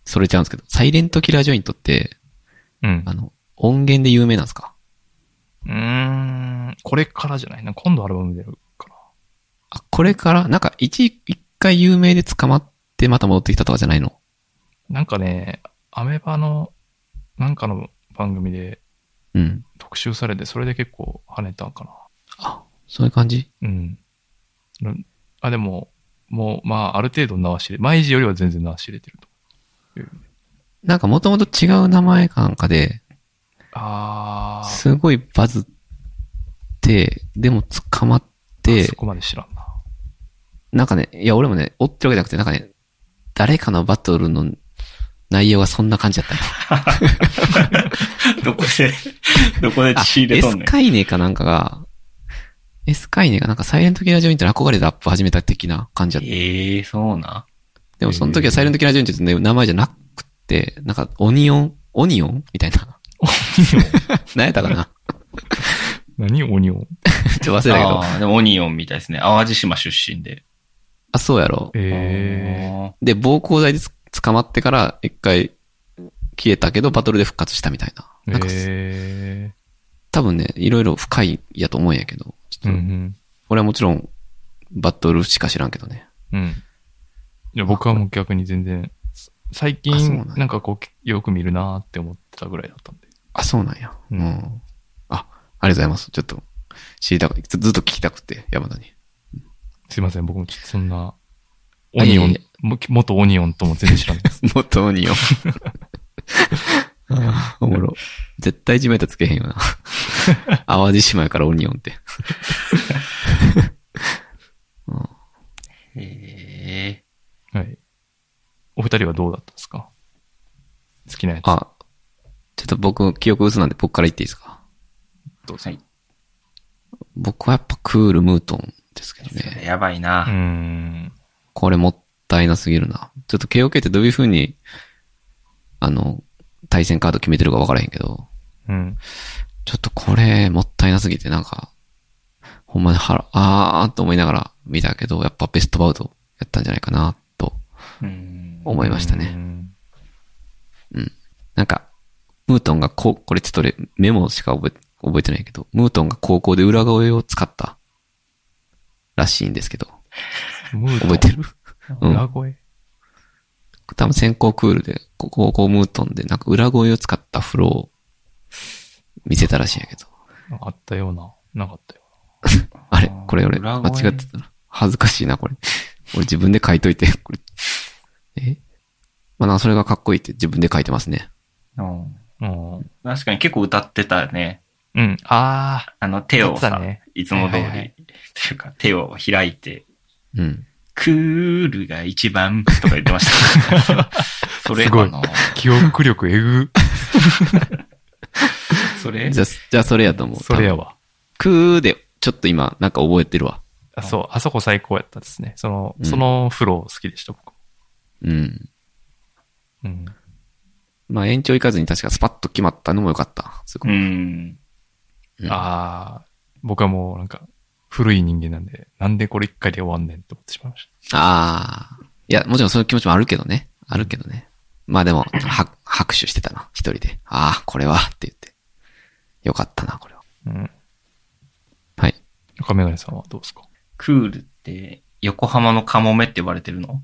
[SPEAKER 2] それちゃうんですけど、サイレントキラージョイントって、
[SPEAKER 1] うん。
[SPEAKER 2] あの、音源で有名なんですか
[SPEAKER 1] うーん、これからじゃないな。今度アルバム出るか
[SPEAKER 2] あ、これから、なんか一、一回有名で捕まってまた戻ってきたとかじゃないの
[SPEAKER 1] な。なんかね、アメバの、なんかの番組で
[SPEAKER 2] うん。
[SPEAKER 1] 特集されて、それで結構跳ねたんか
[SPEAKER 2] あ、そういう感じ
[SPEAKER 1] な。うん。うんあ、でも、もう、まあ、ある程度名は知れ、毎時よりは全然名は知れてると。
[SPEAKER 2] なんかもともと違う名前かなんかで、
[SPEAKER 1] あー、
[SPEAKER 2] すごいバズって、でも捕まっ
[SPEAKER 1] あ
[SPEAKER 2] て
[SPEAKER 1] そ、こまで知らんな。
[SPEAKER 2] なんかね、いや俺もね、追ってるわけじゃなくて、なんかね、誰かのバトルの内容がそんな感じだったよ。
[SPEAKER 3] どこで、どこで
[SPEAKER 2] あ、
[SPEAKER 3] 仕入れ
[SPEAKER 2] エ
[SPEAKER 3] とん
[SPEAKER 2] ス
[SPEAKER 3] ねん。
[SPEAKER 2] カイネかなんかが、エスカイネがなんかサイレントキラージョイントに憧れてラップ始めた的な感じだった。
[SPEAKER 3] ええそうな。
[SPEAKER 2] でもその時はサイレントキラージョイントってね名前じゃなくて、なんかオニオン、オニオンみたいな。 何やったかな
[SPEAKER 1] 何オニオン
[SPEAKER 2] ちょっと忘れたけど。
[SPEAKER 3] ああ、でもオニオンみたいですね。淡路島出身で。
[SPEAKER 2] あ、そうやろ。
[SPEAKER 1] え
[SPEAKER 3] あー
[SPEAKER 2] で、暴行罪でつ捕まってから一回消えたけど、バトルで復活したみたいな。
[SPEAKER 1] ー、
[SPEAKER 2] なんか、
[SPEAKER 1] え
[SPEAKER 2] 多分ね、いろいろ深いやと思うんやけど、ち
[SPEAKER 1] ー、う
[SPEAKER 2] ょっと、
[SPEAKER 1] ん
[SPEAKER 2] 俺はもちろん、バトルしか知らんけどね。
[SPEAKER 1] うん。うん。いや、僕はもう逆に全然、最
[SPEAKER 2] あそうな
[SPEAKER 1] 近
[SPEAKER 2] んや、
[SPEAKER 1] なんかこう、よく見るなーって思ってたぐらいだったんで。
[SPEAKER 2] あ、そうなんや。
[SPEAKER 1] う
[SPEAKER 2] うんん。あ、ありがとうございます。ちょっと、知りたくず、ずっと聞きたくて、山田に。
[SPEAKER 1] すいません、僕もちょっとそんな、オ
[SPEAKER 2] あいえい
[SPEAKER 1] ニ
[SPEAKER 2] え
[SPEAKER 1] オン、も元オニオンとも全然知らないです。
[SPEAKER 2] 元オニ オン。おもろ。絶対地面とつけへん よな。淡路島やからオニオンって。うん
[SPEAKER 3] ええ
[SPEAKER 1] はい。お二人はどうだったんですか好きなやつ。
[SPEAKER 2] あ、ちょっと僕、記憶薄なんで僕から言っていいですか
[SPEAKER 1] どうぞ
[SPEAKER 3] はい
[SPEAKER 2] 僕はやっぱクールムートンですけど
[SPEAKER 3] それ
[SPEAKER 2] ね。
[SPEAKER 3] やばいう
[SPEAKER 1] ー
[SPEAKER 3] な。
[SPEAKER 1] ん。
[SPEAKER 2] これもったいなすぎるな。ちょっと KOK ってどういう風に、あの、対戦カード決めてるか分からへんけど、
[SPEAKER 1] うん。
[SPEAKER 2] ちょっとこれもったいなすぎてなんか、ほんまに腹、あーっと思いながら見たけど、やっぱベストバウトやったんじゃないかな、と
[SPEAKER 3] うん
[SPEAKER 2] 思いましたね。
[SPEAKER 1] ね。
[SPEAKER 2] なんか、ムートンがこう、これちょっと俺メモしか覚え覚えてないけど、ムートンが高校で裏声を使ったらしいんですけど、
[SPEAKER 1] ムートン
[SPEAKER 2] 覚えてる うん
[SPEAKER 1] 裏声
[SPEAKER 2] 多分先行クールで、こ高校ムートンでなんか裏声を使ったフローを見せたらしいんやけど、
[SPEAKER 1] あったような、なかったよ
[SPEAKER 2] あれこれ俺
[SPEAKER 3] 裏
[SPEAKER 2] 間
[SPEAKER 3] 声
[SPEAKER 2] 違ってたな。恥ずかしいな、これ。 俺自分で書いといて、 これ。えまあなんかそれがかっこいいって自分で書いてますね。
[SPEAKER 3] うん
[SPEAKER 1] うな。うん。
[SPEAKER 3] 確かに結構歌ってたね。
[SPEAKER 1] うん。あ
[SPEAKER 3] あの手を
[SPEAKER 1] やって
[SPEAKER 3] さ、
[SPEAKER 1] たね
[SPEAKER 3] いつも通り、
[SPEAKER 1] はいはいはい
[SPEAKER 3] というか手を開いて、
[SPEAKER 2] うん。
[SPEAKER 3] クールが一番とか言ってました。それかな
[SPEAKER 1] ー、記憶力えぐ。
[SPEAKER 3] それ
[SPEAKER 2] じゃあ、じゃあそれやと思う。
[SPEAKER 1] それやわ。
[SPEAKER 2] 多分。クーで、ちょっと今、なんか覚えてるわ。
[SPEAKER 1] あそう、あそこ最高やったですね。その、
[SPEAKER 2] うん
[SPEAKER 1] そのフロー好きでした、僕。
[SPEAKER 2] うん。
[SPEAKER 1] うん。
[SPEAKER 2] まあ延長いかずに確かスパッと決まったのも良かった。すご
[SPEAKER 3] う
[SPEAKER 2] い。
[SPEAKER 3] ん。
[SPEAKER 2] うん
[SPEAKER 1] ああ、僕はもうなんか、古い人間なんで、なんでこれ一回で終わんねんって思ってしまいました。
[SPEAKER 2] ああ。いや、もちろんそういう気持ちもあるけどね。あるけどね。まあでも、は、拍手してたな。一人で。ああ、これは、って言って。よかったな、これは。
[SPEAKER 1] うん。
[SPEAKER 2] はい。
[SPEAKER 1] 赤メガネさんはどうですか
[SPEAKER 3] クールって、横浜のカモメって呼ばれてるの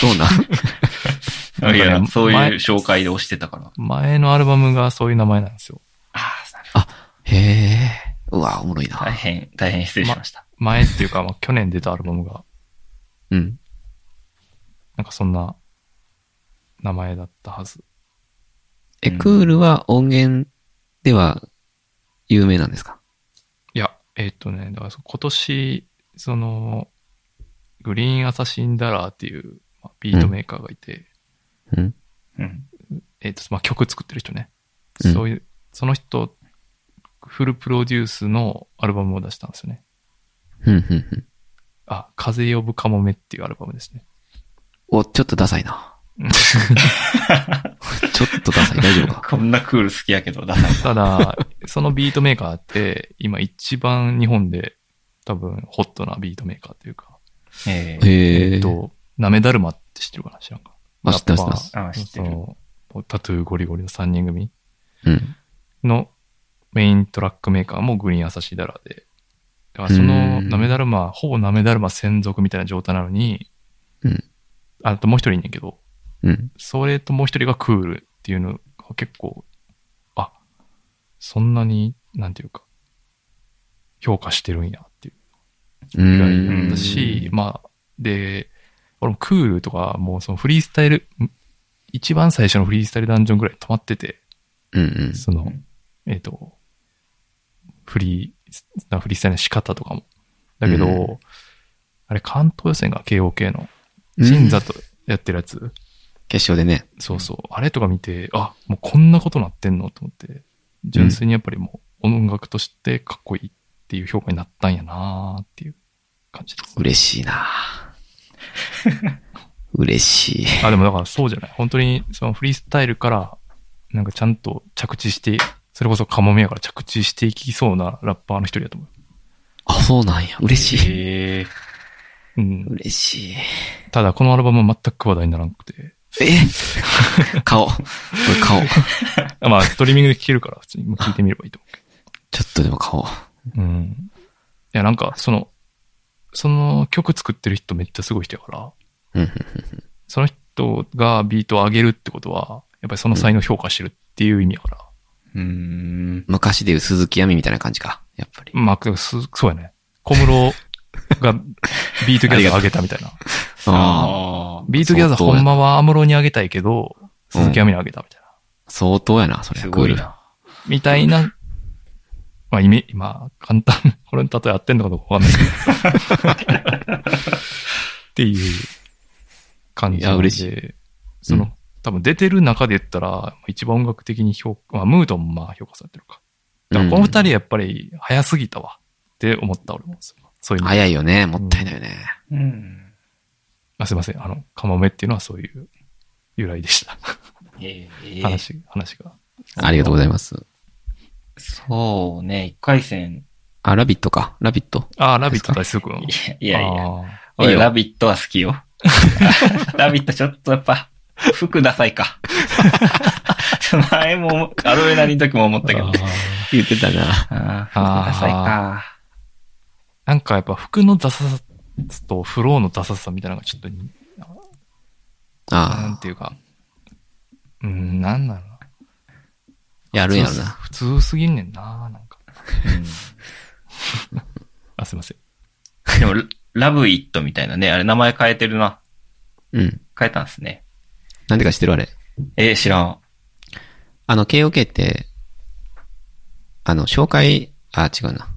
[SPEAKER 2] そうなん。
[SPEAKER 1] なんかね
[SPEAKER 3] いや、そういう
[SPEAKER 1] 前
[SPEAKER 3] 紹介で押してたから。
[SPEAKER 1] 前のアルバムがそういう名前なんですよ。
[SPEAKER 3] ああ、
[SPEAKER 2] へえ。うわ、おもろいな。
[SPEAKER 3] 大変、大変失礼しました。
[SPEAKER 1] 前って いうか、まあ、去年出たアルバムが、
[SPEAKER 2] うん。
[SPEAKER 1] なんかそんな名前だったはず。
[SPEAKER 2] え、
[SPEAKER 3] うん
[SPEAKER 2] クールは音源では有名なんですか
[SPEAKER 1] いや、えーっとね、だからそ今年、その、グリーンアサシンダラーっていう、まあ、ビートメーカーがいて、
[SPEAKER 2] うん。
[SPEAKER 3] うん。
[SPEAKER 1] えーっと、まあ、曲作ってる人ね。
[SPEAKER 2] うん
[SPEAKER 1] そういう、その人フルプロデュースのアルバムを出したんですよね。
[SPEAKER 2] ふんふんふん。
[SPEAKER 1] あ、風呼ぶかもめっていうアルバムですね。
[SPEAKER 2] お、ちょっとダサいな。 ちょっとダサい。大丈夫か。
[SPEAKER 3] こんなクール好きやけど、ダサい。
[SPEAKER 1] ただ、そのビートメーカーって、今一番日本で多分ホットなビートメーカーというか、
[SPEAKER 3] ええ
[SPEAKER 2] へ
[SPEAKER 1] えっ
[SPEAKER 2] え。
[SPEAKER 1] と、なめだるまって知ってるかな知らんか。
[SPEAKER 2] あ知ってます
[SPEAKER 1] ラッパー
[SPEAKER 2] 知っ
[SPEAKER 3] あ知ってる
[SPEAKER 1] そのタトゥーゴリゴリの3人組
[SPEAKER 2] うん。
[SPEAKER 1] のメイントラックメーカーもグリーンアサシダラで。だからそうの
[SPEAKER 2] ん
[SPEAKER 1] なめだるま、ほぼなめだるま専属みたいな状態なのに、
[SPEAKER 2] うん
[SPEAKER 1] あともう一人いんねんけど、
[SPEAKER 2] うん。
[SPEAKER 1] それともう一人がクールっていうのが結構、あ、そんなに、なんていうか、評価してるんやっていう
[SPEAKER 2] う
[SPEAKER 1] ぐら
[SPEAKER 2] ん。
[SPEAKER 1] いだし、まあ、で、俺もクールとか、もうそのフリースタイル、ん一番最初のフリースタイルダンジョンぐらい止まってて、
[SPEAKER 2] うんうん。
[SPEAKER 1] その、えっ、と、フリー、なフリースタイルの仕方とかも。だけど、
[SPEAKER 2] うん
[SPEAKER 1] あれ関東予選が KOK の、
[SPEAKER 2] うん
[SPEAKER 1] 神座とやってるやつ、
[SPEAKER 2] 決勝でね。
[SPEAKER 1] そうそう。あれとか見て、あ、もうこんなことなってんのと思って、純粋にやっぱりもう音楽としてかっこいいっていう評価になったんやなーっていう感じです。
[SPEAKER 2] 嬉しいな嬉しい。
[SPEAKER 1] あ、でもだからそうじゃない。本当にそのフリースタイルから、なんかちゃんと着地して、それこそカモメやから着地していきそうなラッパーの一人だと思
[SPEAKER 2] あ、そうなんや。嬉しい。
[SPEAKER 3] ええ
[SPEAKER 1] う。うん。
[SPEAKER 2] 嬉しい。
[SPEAKER 1] ただこのアルバムは全く話題にならなくて。
[SPEAKER 2] え 顔。これ顔。
[SPEAKER 1] あまあ、ストリーミングで聴けるから普通にもう聴いてみればいいと思う
[SPEAKER 2] ちょっとでも顔。
[SPEAKER 1] うん。いや、なんか、その、その曲作ってる人めっちゃすごい人やから、
[SPEAKER 2] うんうん
[SPEAKER 1] その人がビートを上げるってことは、やっぱりその才能を評価してるっていう意味やから。
[SPEAKER 3] うーん。
[SPEAKER 2] 昔でいう鈴木亜美みたいな感じか。やっぱり。
[SPEAKER 1] まあ、すそうやね。小室 がビートギャザー上げたみたいな。
[SPEAKER 2] ああ。
[SPEAKER 3] あ
[SPEAKER 1] ビートギャザーほんまは安室に上げたいけど、
[SPEAKER 2] うん
[SPEAKER 1] 鈴木亜美に上げたみたいな。
[SPEAKER 2] 相当やな、そ
[SPEAKER 3] あ。
[SPEAKER 2] れ。
[SPEAKER 3] すごいな。
[SPEAKER 1] みたいな、まあ、意味、まあ、簡単、 これの例え合ってんのかどうかわかんないけど。 っていう感じ
[SPEAKER 2] い
[SPEAKER 1] な
[SPEAKER 2] や
[SPEAKER 1] んで、
[SPEAKER 2] 嬉し
[SPEAKER 1] しその、
[SPEAKER 2] うん
[SPEAKER 1] 多分出てる中で言ったら、一番音楽的に評価、まあ、ムードもまあ評価されてるか。だからこの二人やっぱり早すぎたわって思った俺も。そういう意味で
[SPEAKER 2] 早いよね。もったいないよね。
[SPEAKER 3] うん。
[SPEAKER 1] あすいません。あの、カモメっていうのはそういう由来でした。
[SPEAKER 3] ええ
[SPEAKER 1] 話、話が。
[SPEAKER 2] ありがとうございます。
[SPEAKER 3] そうね、一回戦。
[SPEAKER 2] あ、ラビットか。ラビット。
[SPEAKER 1] ああ、ラビット大数君。い
[SPEAKER 3] いやいや。
[SPEAKER 1] や。
[SPEAKER 2] いい
[SPEAKER 3] 俺、
[SPEAKER 2] よ
[SPEAKER 3] ラビットは好きよ。 ラビットちょっとやっぱ、服ダサい か。前も、アロエナリの時も思ったけど。
[SPEAKER 2] 言ってたな。
[SPEAKER 3] ああ、服ダサいか。
[SPEAKER 1] なんかやっぱ服のダサさとフローのダサさみたいなのがちょっとに、なん
[SPEAKER 2] ああ。
[SPEAKER 1] ていうか、うん、なんなの
[SPEAKER 2] やるんやろな。
[SPEAKER 1] 普通すぎんねんな、なんか。 あ、すいません。
[SPEAKER 3] でも、ラブイットみたいなね、あれ名前変えてるな。
[SPEAKER 2] うん。
[SPEAKER 3] 変えたんですね。
[SPEAKER 2] なんでか知ってるあれ。
[SPEAKER 3] えー、知らん。
[SPEAKER 2] あの、KOK って、あの、紹介、あ、違うな。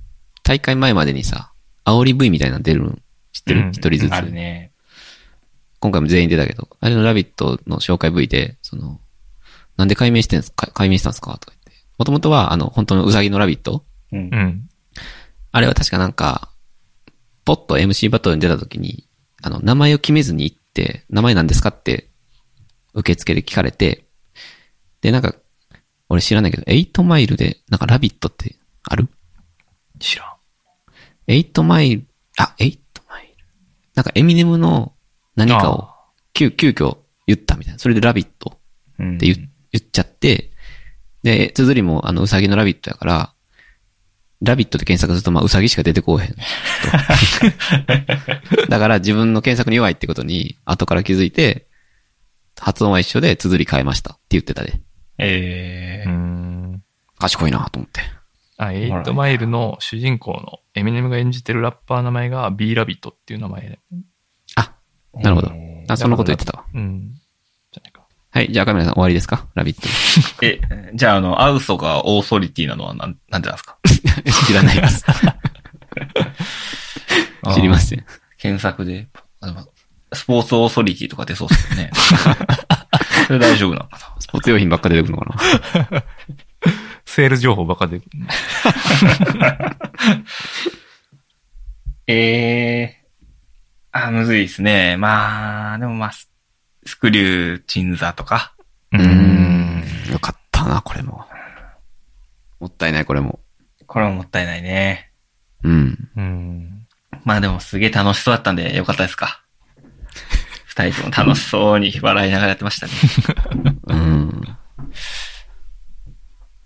[SPEAKER 2] 大会前までにさ、煽り V みたいなの出るん知って
[SPEAKER 1] う
[SPEAKER 2] る
[SPEAKER 1] ん
[SPEAKER 2] 一、人ず
[SPEAKER 3] あ
[SPEAKER 2] つ、
[SPEAKER 3] るね。
[SPEAKER 2] 今回も全員出たけど、あれのラビットの紹介 V で、その、なんで解明してんすか、解明したんすかとか言って。もともとは、あの、本当のウサギのラビット
[SPEAKER 3] うん
[SPEAKER 1] う。ん。
[SPEAKER 2] あれは確かなんか、ポッと MC バトルに出た時に、あの、名前を決めずに行って、名前なんですかって、受付で聞かれて、で、なんか、俺知らないけど、8マイルで、なんかラビットってある
[SPEAKER 1] 知らん。
[SPEAKER 2] ?8 マイル、あ、8マイル。なんかエミネムの何かを
[SPEAKER 1] あ、
[SPEAKER 2] 急、急遽言ったみたいな。それでラビット
[SPEAKER 3] うん
[SPEAKER 2] って言,、言っちゃって、で、綴りもあの、うさぎのラビットやから、ラビットで検索すると、まあ、うさぎしか出てこ うへんと。だから自分の検索に弱いってことに、後から気づいて、発音は一緒で綴り変えましたって言ってたで。
[SPEAKER 3] え
[SPEAKER 1] う
[SPEAKER 3] ー、
[SPEAKER 1] ん。
[SPEAKER 2] 賢いなと思って。
[SPEAKER 1] あ、
[SPEAKER 3] ら
[SPEAKER 1] 8マイルの主人公のエミネムが演じてるラッパーの名前が B ラビットっていう名前で。
[SPEAKER 2] あ、なるほど
[SPEAKER 3] え。ー
[SPEAKER 2] あ、そんなこと言ってたわ。
[SPEAKER 1] うん。じゃないか。
[SPEAKER 2] はい、じゃあカメラさん終わりですかラビット。
[SPEAKER 3] え、じゃあ、あの、アウソがオーソリティなのはなん、なんでなんですか
[SPEAKER 2] 知らない です。 知りません。
[SPEAKER 3] 検索で、あのスポーツオーソリティとか出そうですよ ね。それ大丈夫なのか
[SPEAKER 2] スポーツ用品ばっか出てくるのかな。
[SPEAKER 1] セール情報ばっかで。
[SPEAKER 3] ええあ、むずいですね。まあ、でもまあ、ススクリュー、鎮座とか。
[SPEAKER 1] う。
[SPEAKER 2] うんん。よかったな、これも。もったいない、これも。
[SPEAKER 3] これももったいないね。
[SPEAKER 2] うん。
[SPEAKER 1] うん。
[SPEAKER 3] まあでもすげえ楽しそうだったんでよかったですか。二人とも楽しそうに笑いながらやってましたね。
[SPEAKER 2] うん。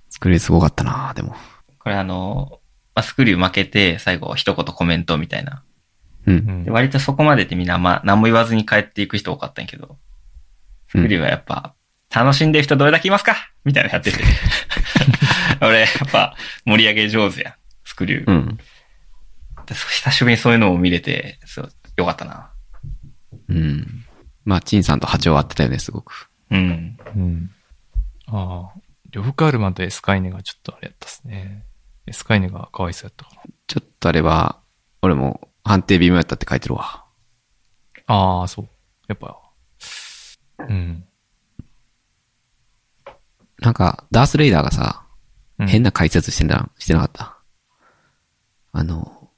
[SPEAKER 2] 作りすごかったな、でも。
[SPEAKER 3] これあの、まあ、スクリュー負けて最後一言コメントみたいな。
[SPEAKER 2] う。
[SPEAKER 1] うんん
[SPEAKER 3] で割とそこまでってみんなあんま何も言わずに帰っていく人多かったんやけど、スクリューはやっぱ、楽しんでる人どれだけいますかみたいなのやってて。 俺、やっぱ盛り上げ上手やん。スクリュー。
[SPEAKER 2] うん。
[SPEAKER 3] でそう久しぶりにそういうのを見れて、そう、よかったな。
[SPEAKER 2] うん。まあ、陳さんと波長合ってたよね、すごく。
[SPEAKER 3] うん。
[SPEAKER 1] うん。ああ、呂布カルマとエスカイネがちょっとあれやったっすね。エスカイネがかわいそうやったか
[SPEAKER 2] ちょっとあれは、俺も判定微妙やったって書いてるわ。
[SPEAKER 1] な。ああ、そう。やっぱ。うん。
[SPEAKER 2] なんか、ダースレイダーがさ、
[SPEAKER 1] うん
[SPEAKER 2] 変な解説してな、してなかった。あの、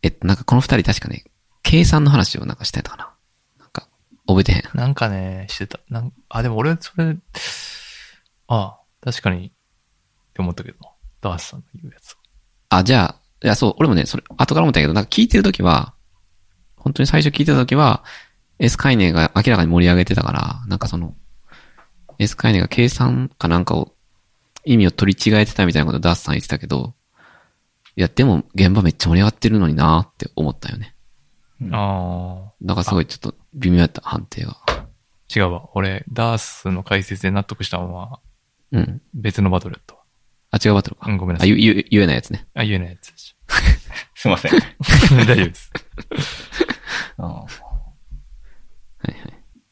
[SPEAKER 2] えっと、なんかこの二人確かね、計算の話をなんかしてたかな。なんか、覚えてへん。
[SPEAKER 1] なんかね、してた。なんあ、でも俺、それ、ああ、確かに、って思ったけどな。ダースさんの言うやつ。
[SPEAKER 2] あ、じゃあ、いや、そう、俺もね、それ、後から思ったけど、なんか聞いてるときは、本当に最初聞いてたときは、エスカイネが明らかに盛り上げてたから、なんかその、エスカイネが計算かなんかを、意味を取り違えてたみたいなことをダースさん言ってたけど、いや、でも現場めっちゃ盛り上がってるのになーって思ったよね。
[SPEAKER 1] ああ、
[SPEAKER 2] だからすごいちょっと微妙やった、判定が。
[SPEAKER 1] 違うわ。俺、ダースの解説で納得したのは
[SPEAKER 2] うん。
[SPEAKER 1] 別のバトルやったわ。
[SPEAKER 2] あ、違うバトルか。
[SPEAKER 1] うんごめんな
[SPEAKER 2] あ、
[SPEAKER 1] さい
[SPEAKER 2] ゆ、ゆ、言えないやつね。
[SPEAKER 1] あ、言えないやつでし
[SPEAKER 3] すいません。
[SPEAKER 1] ょ 大丈夫です。
[SPEAKER 3] うん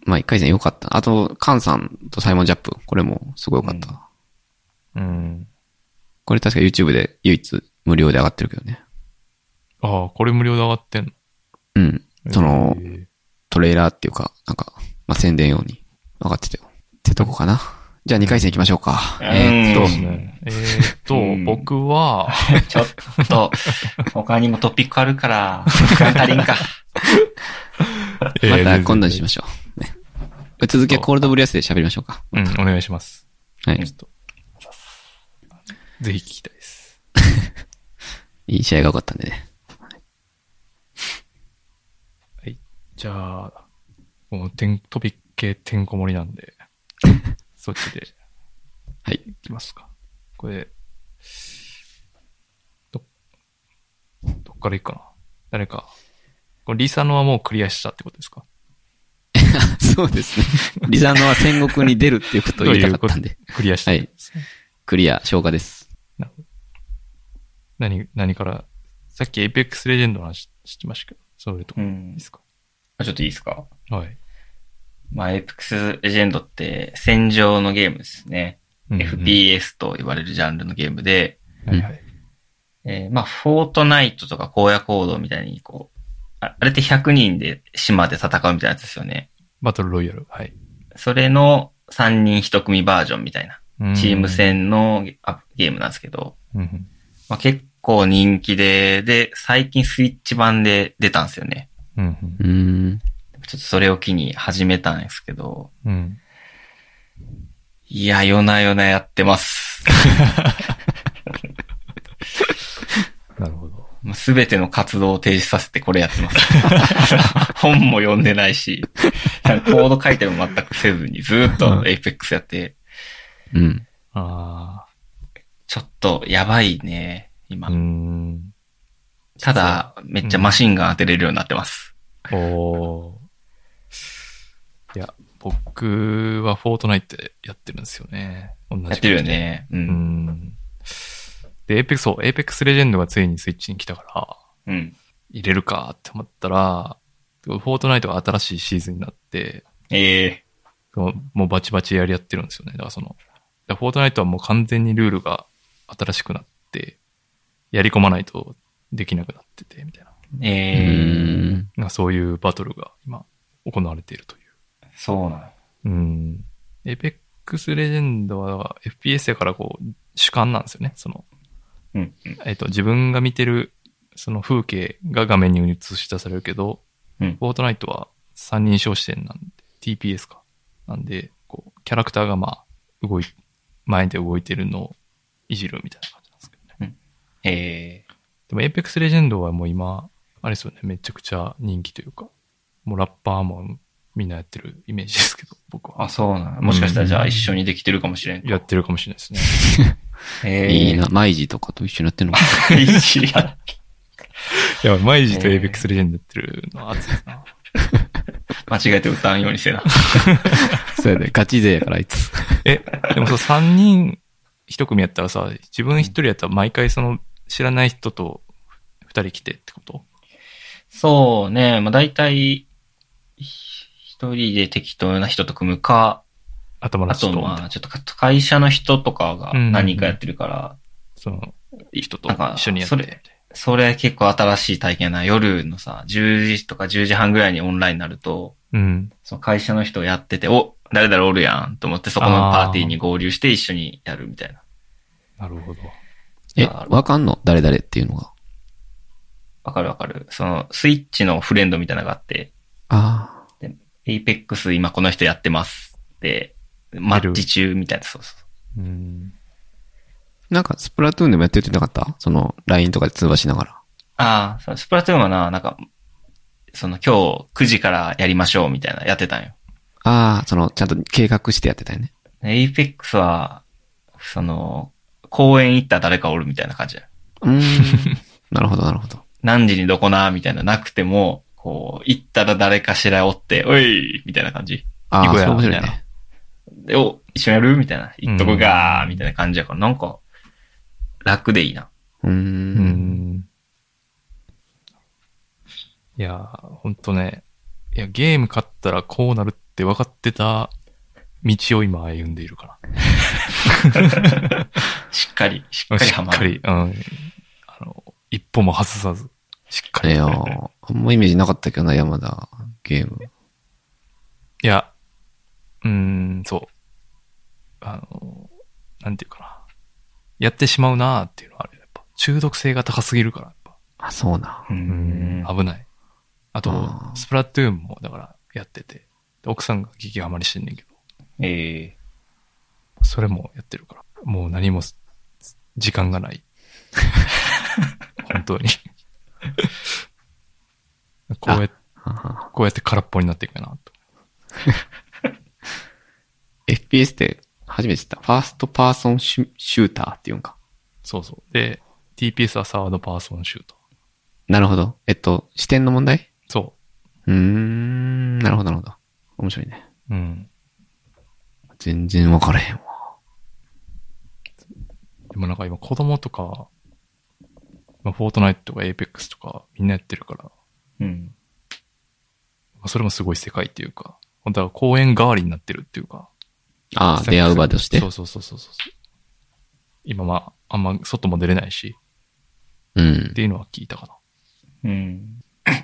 [SPEAKER 2] まあ、一回戦良かった。あと、カンさんとサイモンジャップ、これもすごい良かった。
[SPEAKER 3] うん
[SPEAKER 1] うん。
[SPEAKER 2] これ確か YouTube で唯一無料で上がってるけどね。
[SPEAKER 1] ああ、これ無料で上がってんの
[SPEAKER 2] うん。その
[SPEAKER 1] え、ー
[SPEAKER 2] トレーラーっていうか、なんか、まあ、宣伝用に上がってたよ。ってとこかな。じゃあ2回戦行きましょうか。
[SPEAKER 3] うん
[SPEAKER 2] えーっ
[SPEAKER 1] そう
[SPEAKER 2] と
[SPEAKER 1] ですね。えーっと、
[SPEAKER 3] うん
[SPEAKER 1] 僕は、
[SPEAKER 3] ちょっ と、他にもトピックあるから、時間足りんか。
[SPEAKER 2] また今度にしましょう。ね、続きはコールドブリアスで喋りましょうか。
[SPEAKER 1] うん、お願いします。
[SPEAKER 2] は
[SPEAKER 1] ちょ
[SPEAKER 2] い
[SPEAKER 1] っ。と。ぜひ聞きたいです。
[SPEAKER 2] いい試合が良かったんでね。
[SPEAKER 1] じゃあ、もうてんトピック系てんこ盛りなん で、そっちで
[SPEAKER 2] はい。
[SPEAKER 1] いきますか。これ、ど、どっからいくかな。誰か。これリサノはもうクリアしたってことですか
[SPEAKER 2] そうですね。リザーノは戦国に出るっていうことを言いたかったんで。
[SPEAKER 1] クリアしたってことですね。
[SPEAKER 2] クリア、消化です。
[SPEAKER 1] 何、何から、さっきエイペックスレジェンドの話してましたけど、それと
[SPEAKER 3] う
[SPEAKER 1] かいい
[SPEAKER 3] ん
[SPEAKER 1] で。すか、
[SPEAKER 3] ちょっといいですか
[SPEAKER 1] はい。
[SPEAKER 3] まあ、エイプックスレジェンドって戦場のゲームですね。
[SPEAKER 1] うんうん
[SPEAKER 3] FPS と言われるジャンルのゲームで、
[SPEAKER 1] はいはい。
[SPEAKER 3] えーまあ、フォートナイトとか荒野行動みたいに、こう、ああれって100人で島で戦うみたいなやつですよね。
[SPEAKER 1] バトルロイヤル。はい。
[SPEAKER 3] それの3人1組バージョンみたいな、チーム戦のゲあゲームなんですけど、
[SPEAKER 1] うんうん。
[SPEAKER 3] まあ、結構人気で、で、最近スイッチ版で出たんですよね。
[SPEAKER 1] うんうん
[SPEAKER 2] うーん。
[SPEAKER 3] ちょっとそれを機に始めたんですけど、
[SPEAKER 1] うん。
[SPEAKER 3] いや、夜な夜なやってます。
[SPEAKER 1] なるほど。
[SPEAKER 3] すべての活動を停止させてこれやってます。 本も読んでないし、なんかコード書いても全くせずに、ずーっとエイペックスやって、
[SPEAKER 2] うん。
[SPEAKER 1] あ
[SPEAKER 3] ちょっとやばいね、今
[SPEAKER 1] あ。うー。ん。
[SPEAKER 3] ただ、めっちゃマシンガン当てれるようになってます。
[SPEAKER 1] おおー。いや、僕はフォートナイトやってるんですよね。同じ。
[SPEAKER 3] やってるよ。ね。う。
[SPEAKER 1] うんん。で、エイペックス、そう、エイペックスレジェンドがついにスイッチに来たから、
[SPEAKER 3] うん。
[SPEAKER 1] 入れるかって思ったら、フォートナイトが新しいシーズンになって、
[SPEAKER 3] ええ
[SPEAKER 1] もうもうバチバチやり合ってるんですよね。だからその、だからフォートナイトはもう完全にルールが新しくなって、やり込まないとできなくなってて、みたいな。
[SPEAKER 2] うー
[SPEAKER 3] ええ
[SPEAKER 2] ん。
[SPEAKER 1] なんかそういうバトルが今行われているとい
[SPEAKER 3] そうなの。
[SPEAKER 1] う。うん。エペックスレジェンドは FPS やからこう、主観なんですよね。その、
[SPEAKER 3] うんうん
[SPEAKER 1] えっ、と、自分が見てる、その風景が画面に映し出されるけど、
[SPEAKER 3] うん
[SPEAKER 1] フォートナイトは三人称視点なんで、TPS か。なんで、こう、キャラクターがまあ、動い、前で動いてるのをいじるみたいな感じなんですけどね。
[SPEAKER 3] え
[SPEAKER 1] でも、Apex Legend はもう今、あれですよね、めちゃくちゃ人気というか、もうラッパーもみんなやってるイメージですけど、僕
[SPEAKER 3] ー、あ、
[SPEAKER 1] は。
[SPEAKER 3] そうなのもしかしたらじゃあ一緒にできてるかもしれんか。
[SPEAKER 1] やってるかもしれないですね。
[SPEAKER 3] えー、
[SPEAKER 2] いいな。マイジとかと一緒になってんのかな。
[SPEAKER 3] いい知り合い。
[SPEAKER 1] いや、マイジと
[SPEAKER 3] えー
[SPEAKER 1] Apex Legend やってるのは熱いですな。
[SPEAKER 3] 間違えて歌わんようにせな。
[SPEAKER 2] そうやで、ガチ勢やから、あいつ。
[SPEAKER 1] え、でもそう、3人1組やったらさ、自分1人やったら毎回その、知らない人と2人来てってこと
[SPEAKER 3] そうね、まあ大体、ひ一人で適当な人と組むか、
[SPEAKER 1] 頭の
[SPEAKER 3] あ
[SPEAKER 1] 人
[SPEAKER 3] と
[SPEAKER 1] と、
[SPEAKER 3] まあ、ちょっと会社の人とかが
[SPEAKER 1] うん
[SPEAKER 3] 何人かやってるから、
[SPEAKER 1] その
[SPEAKER 3] い
[SPEAKER 1] 人と
[SPEAKER 3] なんか
[SPEAKER 1] 一緒にやって
[SPEAKER 3] それ、それ結構新しい体験な。夜のさ、10時とか10時半ぐらいにオンラインになると、
[SPEAKER 1] うん。
[SPEAKER 3] その会社の人をやってて、お、誰々おるやんと思って、そこのパーティーに合流して一緒にやるみたいな。
[SPEAKER 1] なるほど。
[SPEAKER 2] え、
[SPEAKER 3] あ
[SPEAKER 2] わかんの誰々っていうのが。
[SPEAKER 3] わかるわかる。その、スイッチのフレンドみたいなのがあって、
[SPEAKER 2] ああ。
[SPEAKER 3] エイペックス今この人やってます。で、マッチ中みたいな、そうそうそう。
[SPEAKER 1] うん。
[SPEAKER 2] なんか、スプラトゥーンでもやってるってなかったその、LINE とかで通話しながら。
[SPEAKER 3] ああ、そうスプラトゥーンはな、なんか、その今日9時からやりましょうみたいな、やってたんよ。
[SPEAKER 2] ああ、その、ちゃんと計画してやってたよね。
[SPEAKER 3] エイペックスは、その、公園行ったら誰かおるみたいな感じだよ
[SPEAKER 2] う ーん。なるほど、なるほど。
[SPEAKER 3] 何時にどこなみたいななくても、こう、行ったら誰かしらおって、おいみたいな感じ。
[SPEAKER 2] あ
[SPEAKER 1] 行
[SPEAKER 2] あ、
[SPEAKER 1] こ
[SPEAKER 2] そう
[SPEAKER 1] や
[SPEAKER 2] 面白い
[SPEAKER 3] みたい
[SPEAKER 2] ね。
[SPEAKER 3] で、お、一緒にやるみたいな。行っとくが
[SPEAKER 1] う
[SPEAKER 3] ー
[SPEAKER 1] ん
[SPEAKER 3] みたいな感じやから、なんか、楽でいいな。
[SPEAKER 2] うー。
[SPEAKER 1] うんん。いやー、ほんとね。いや、ゲーム勝ったらこうなるって分かってた道を今歩んでいるから。
[SPEAKER 3] しっかり、しっかり
[SPEAKER 1] し
[SPEAKER 3] ハ
[SPEAKER 1] っ
[SPEAKER 3] マ
[SPEAKER 1] か
[SPEAKER 3] る。
[SPEAKER 1] り、うん。あの、一歩も外さず、しっか
[SPEAKER 2] あれ
[SPEAKER 1] り。
[SPEAKER 2] よ。あんまイメージなかったけどな、山田。ゲーム。
[SPEAKER 1] いや、うーん、そう。あの、なんていうかな。やってしまうなーっていうのはある。やっぱ、中毒性が高すぎるから、やっぱ。
[SPEAKER 2] あ、そうな。
[SPEAKER 3] う
[SPEAKER 1] うんん、危ない。あと
[SPEAKER 2] あ、ー
[SPEAKER 1] スプラトゥーンも、だから、やってて。で奥さんが激ハマりしてんねんけど、
[SPEAKER 3] え
[SPEAKER 1] それもやってるから。もう何もす、時間がない。本当に。こうやって、
[SPEAKER 2] はは
[SPEAKER 1] こうやって空っぽになっていくな、と。
[SPEAKER 2] FPS って、初めて知った。ファーストパーソンシュシューターっていうんか。
[SPEAKER 1] そうそう。で、TPS はサードパーソンシュート。
[SPEAKER 2] なるほど。えっと、視点の問題
[SPEAKER 1] そう
[SPEAKER 2] ーん。なるほど、なるほど。面白いね。
[SPEAKER 1] う。うん。
[SPEAKER 2] 全然分からへんわ。
[SPEAKER 1] でもなんか今子供とか、まあ、フォートナイトとかエイペックスとかみんなやってるから、ま
[SPEAKER 3] ーうん。
[SPEAKER 1] あ、それもすごい世界っていうか、本当は公園代わりになってるっていうか。
[SPEAKER 2] ああ、出会う場として
[SPEAKER 1] そ。うそうそうそうそう。今まあ、あんま外も出れないし、
[SPEAKER 2] うん
[SPEAKER 1] っ。ていうのは聞いたか
[SPEAKER 3] うん。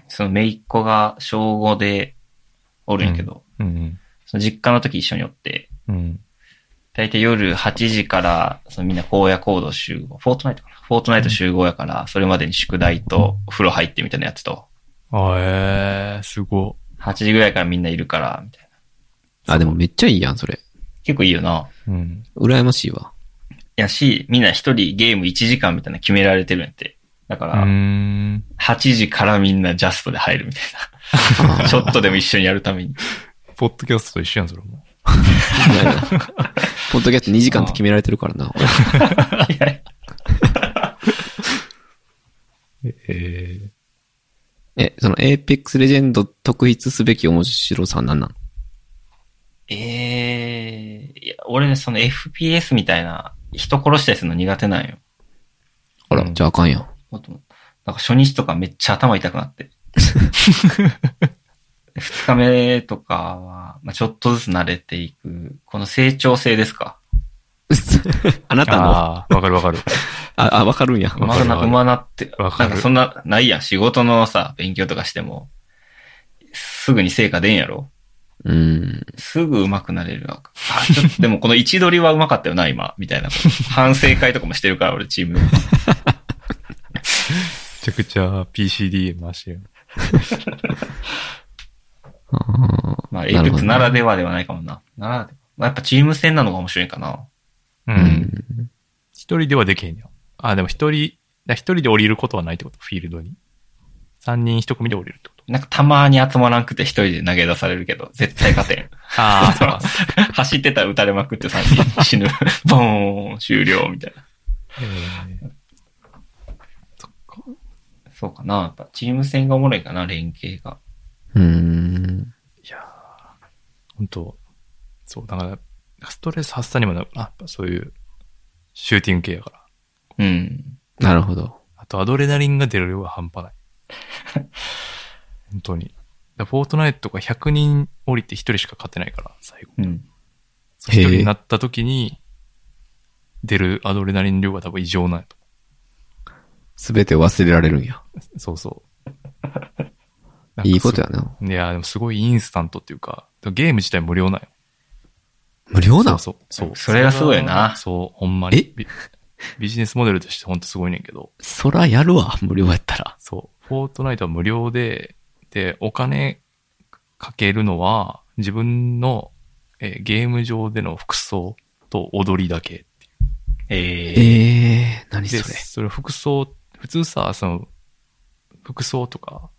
[SPEAKER 3] その、めいっ子が小5でおるんやけど、
[SPEAKER 1] な。うん
[SPEAKER 3] その実家の時一緒におって、
[SPEAKER 1] うん。うん。
[SPEAKER 3] だいたい夜8時から、そのみんな荒野行動集合、フォートナイトかなフォートナイト集合やから、それまでに宿題とお風呂入ってみたいなやつと、
[SPEAKER 1] あえー、すご
[SPEAKER 3] 8時ぐらいからみんないるから、みたいな。
[SPEAKER 2] あ、でもめっちゃいいやん、それ。
[SPEAKER 3] 結構いいよな。
[SPEAKER 1] い。うん。
[SPEAKER 2] 羨ましいわ。
[SPEAKER 3] やし、みんな一人ゲーム1時間みたいなの決められてるんやって。だか
[SPEAKER 1] う
[SPEAKER 3] ら、
[SPEAKER 1] ーん。
[SPEAKER 3] 8時からみんなジャストで入るみたい
[SPEAKER 2] あ
[SPEAKER 3] な。
[SPEAKER 2] ー
[SPEAKER 3] ちょっとでも一緒にやるために。
[SPEAKER 1] ポッドキャストと一緒やん、それも。
[SPEAKER 2] ないなポッドキャスト2時間って決められてるからな。俺
[SPEAKER 3] いやい
[SPEAKER 1] ええー。
[SPEAKER 2] え、その、エーペックスレジェンド特筆すべき面白さは何なの
[SPEAKER 3] やえー、いや、俺ね、その FPS みたいな、人殺したりするの苦手なんよ。
[SPEAKER 2] あ
[SPEAKER 1] う
[SPEAKER 2] ら、
[SPEAKER 1] ん
[SPEAKER 2] じゃああかん やん。
[SPEAKER 3] もっともなんか初日とかめっちゃ頭痛くなって。 二日目とかは、まあ、ちょっとずつ慣れていく。この成長性ですか。
[SPEAKER 2] あなたの、
[SPEAKER 1] あ
[SPEAKER 2] あ
[SPEAKER 1] あー、わかるわかる。
[SPEAKER 2] あ、わかるんや。
[SPEAKER 1] わ
[SPEAKER 3] 馬
[SPEAKER 1] かる
[SPEAKER 3] な、馬なって、な
[SPEAKER 1] わ
[SPEAKER 3] ん
[SPEAKER 1] かる
[SPEAKER 3] かそんな、ないやん。仕事のさ、勉強とかしても、すぐに成果出んやろ。
[SPEAKER 2] うん。
[SPEAKER 3] すぐ上手くなれるわ。あ、ちょっと、でもこの位置取りは上手かったよな、今。みたいなこと。反省会とかもしてるから、俺、チーム。
[SPEAKER 1] ちゃくちゃ PCD 回してる。
[SPEAKER 2] あ
[SPEAKER 3] まあ、
[SPEAKER 2] あ
[SPEAKER 3] エイペックスならではではないかもな。ならでは。まあ、やっぱチーム戦なのが面白いかな。
[SPEAKER 1] う。
[SPEAKER 2] うんん。
[SPEAKER 1] 一、人ではできへんよ。あ、でも一人、だ一人で降りることはないってこと、フィールドに。三人一組で降りるってこと。
[SPEAKER 3] なんかたまに集まらんくて一人で投げ出されるけど、絶対勝てん。
[SPEAKER 1] ああ、 そうか。
[SPEAKER 3] 走ってたら撃たれまくって3人死ぬ。 ボーン、終了、みたいな。
[SPEAKER 1] えー
[SPEAKER 3] そうかな。やっぱチーム戦がおもろいかな、連携が。
[SPEAKER 2] うん。
[SPEAKER 1] いやー本当そう、だから、ストレス発散にもなるな。やっぱそういう、シューティング系やから。
[SPEAKER 3] うん。
[SPEAKER 2] なるほど。
[SPEAKER 1] あと、アドレナリンが出る量が半端ない。本当に。だフォートナイトとか100人降りて1人しか勝てないから、最後。
[SPEAKER 3] うん。
[SPEAKER 1] 1人になった時に、出るアドレナリンの量が多分異常なんやと。
[SPEAKER 2] すべて忘れられるんや。
[SPEAKER 1] そうそう。
[SPEAKER 2] いいこと
[SPEAKER 1] や。
[SPEAKER 2] やな。
[SPEAKER 1] いやー、でもすごいインスタントっていうか、ゲーム自体無料なんよ。
[SPEAKER 2] 無料なの
[SPEAKER 1] そうそう。そう
[SPEAKER 3] それがすごいな
[SPEAKER 1] そう、ほんまに。ビビジネスモデルとしてほんとすごいねんけど。
[SPEAKER 2] そらやるわ、無料やったら。
[SPEAKER 1] そう。フォートナイトは無料で、で、お金かけるのは、自分の、えーゲーム上での服装と踊りだけ。
[SPEAKER 3] ええ
[SPEAKER 2] ええー、何
[SPEAKER 1] で、
[SPEAKER 2] それ。
[SPEAKER 1] それ服装、普通さ、その、服装とか、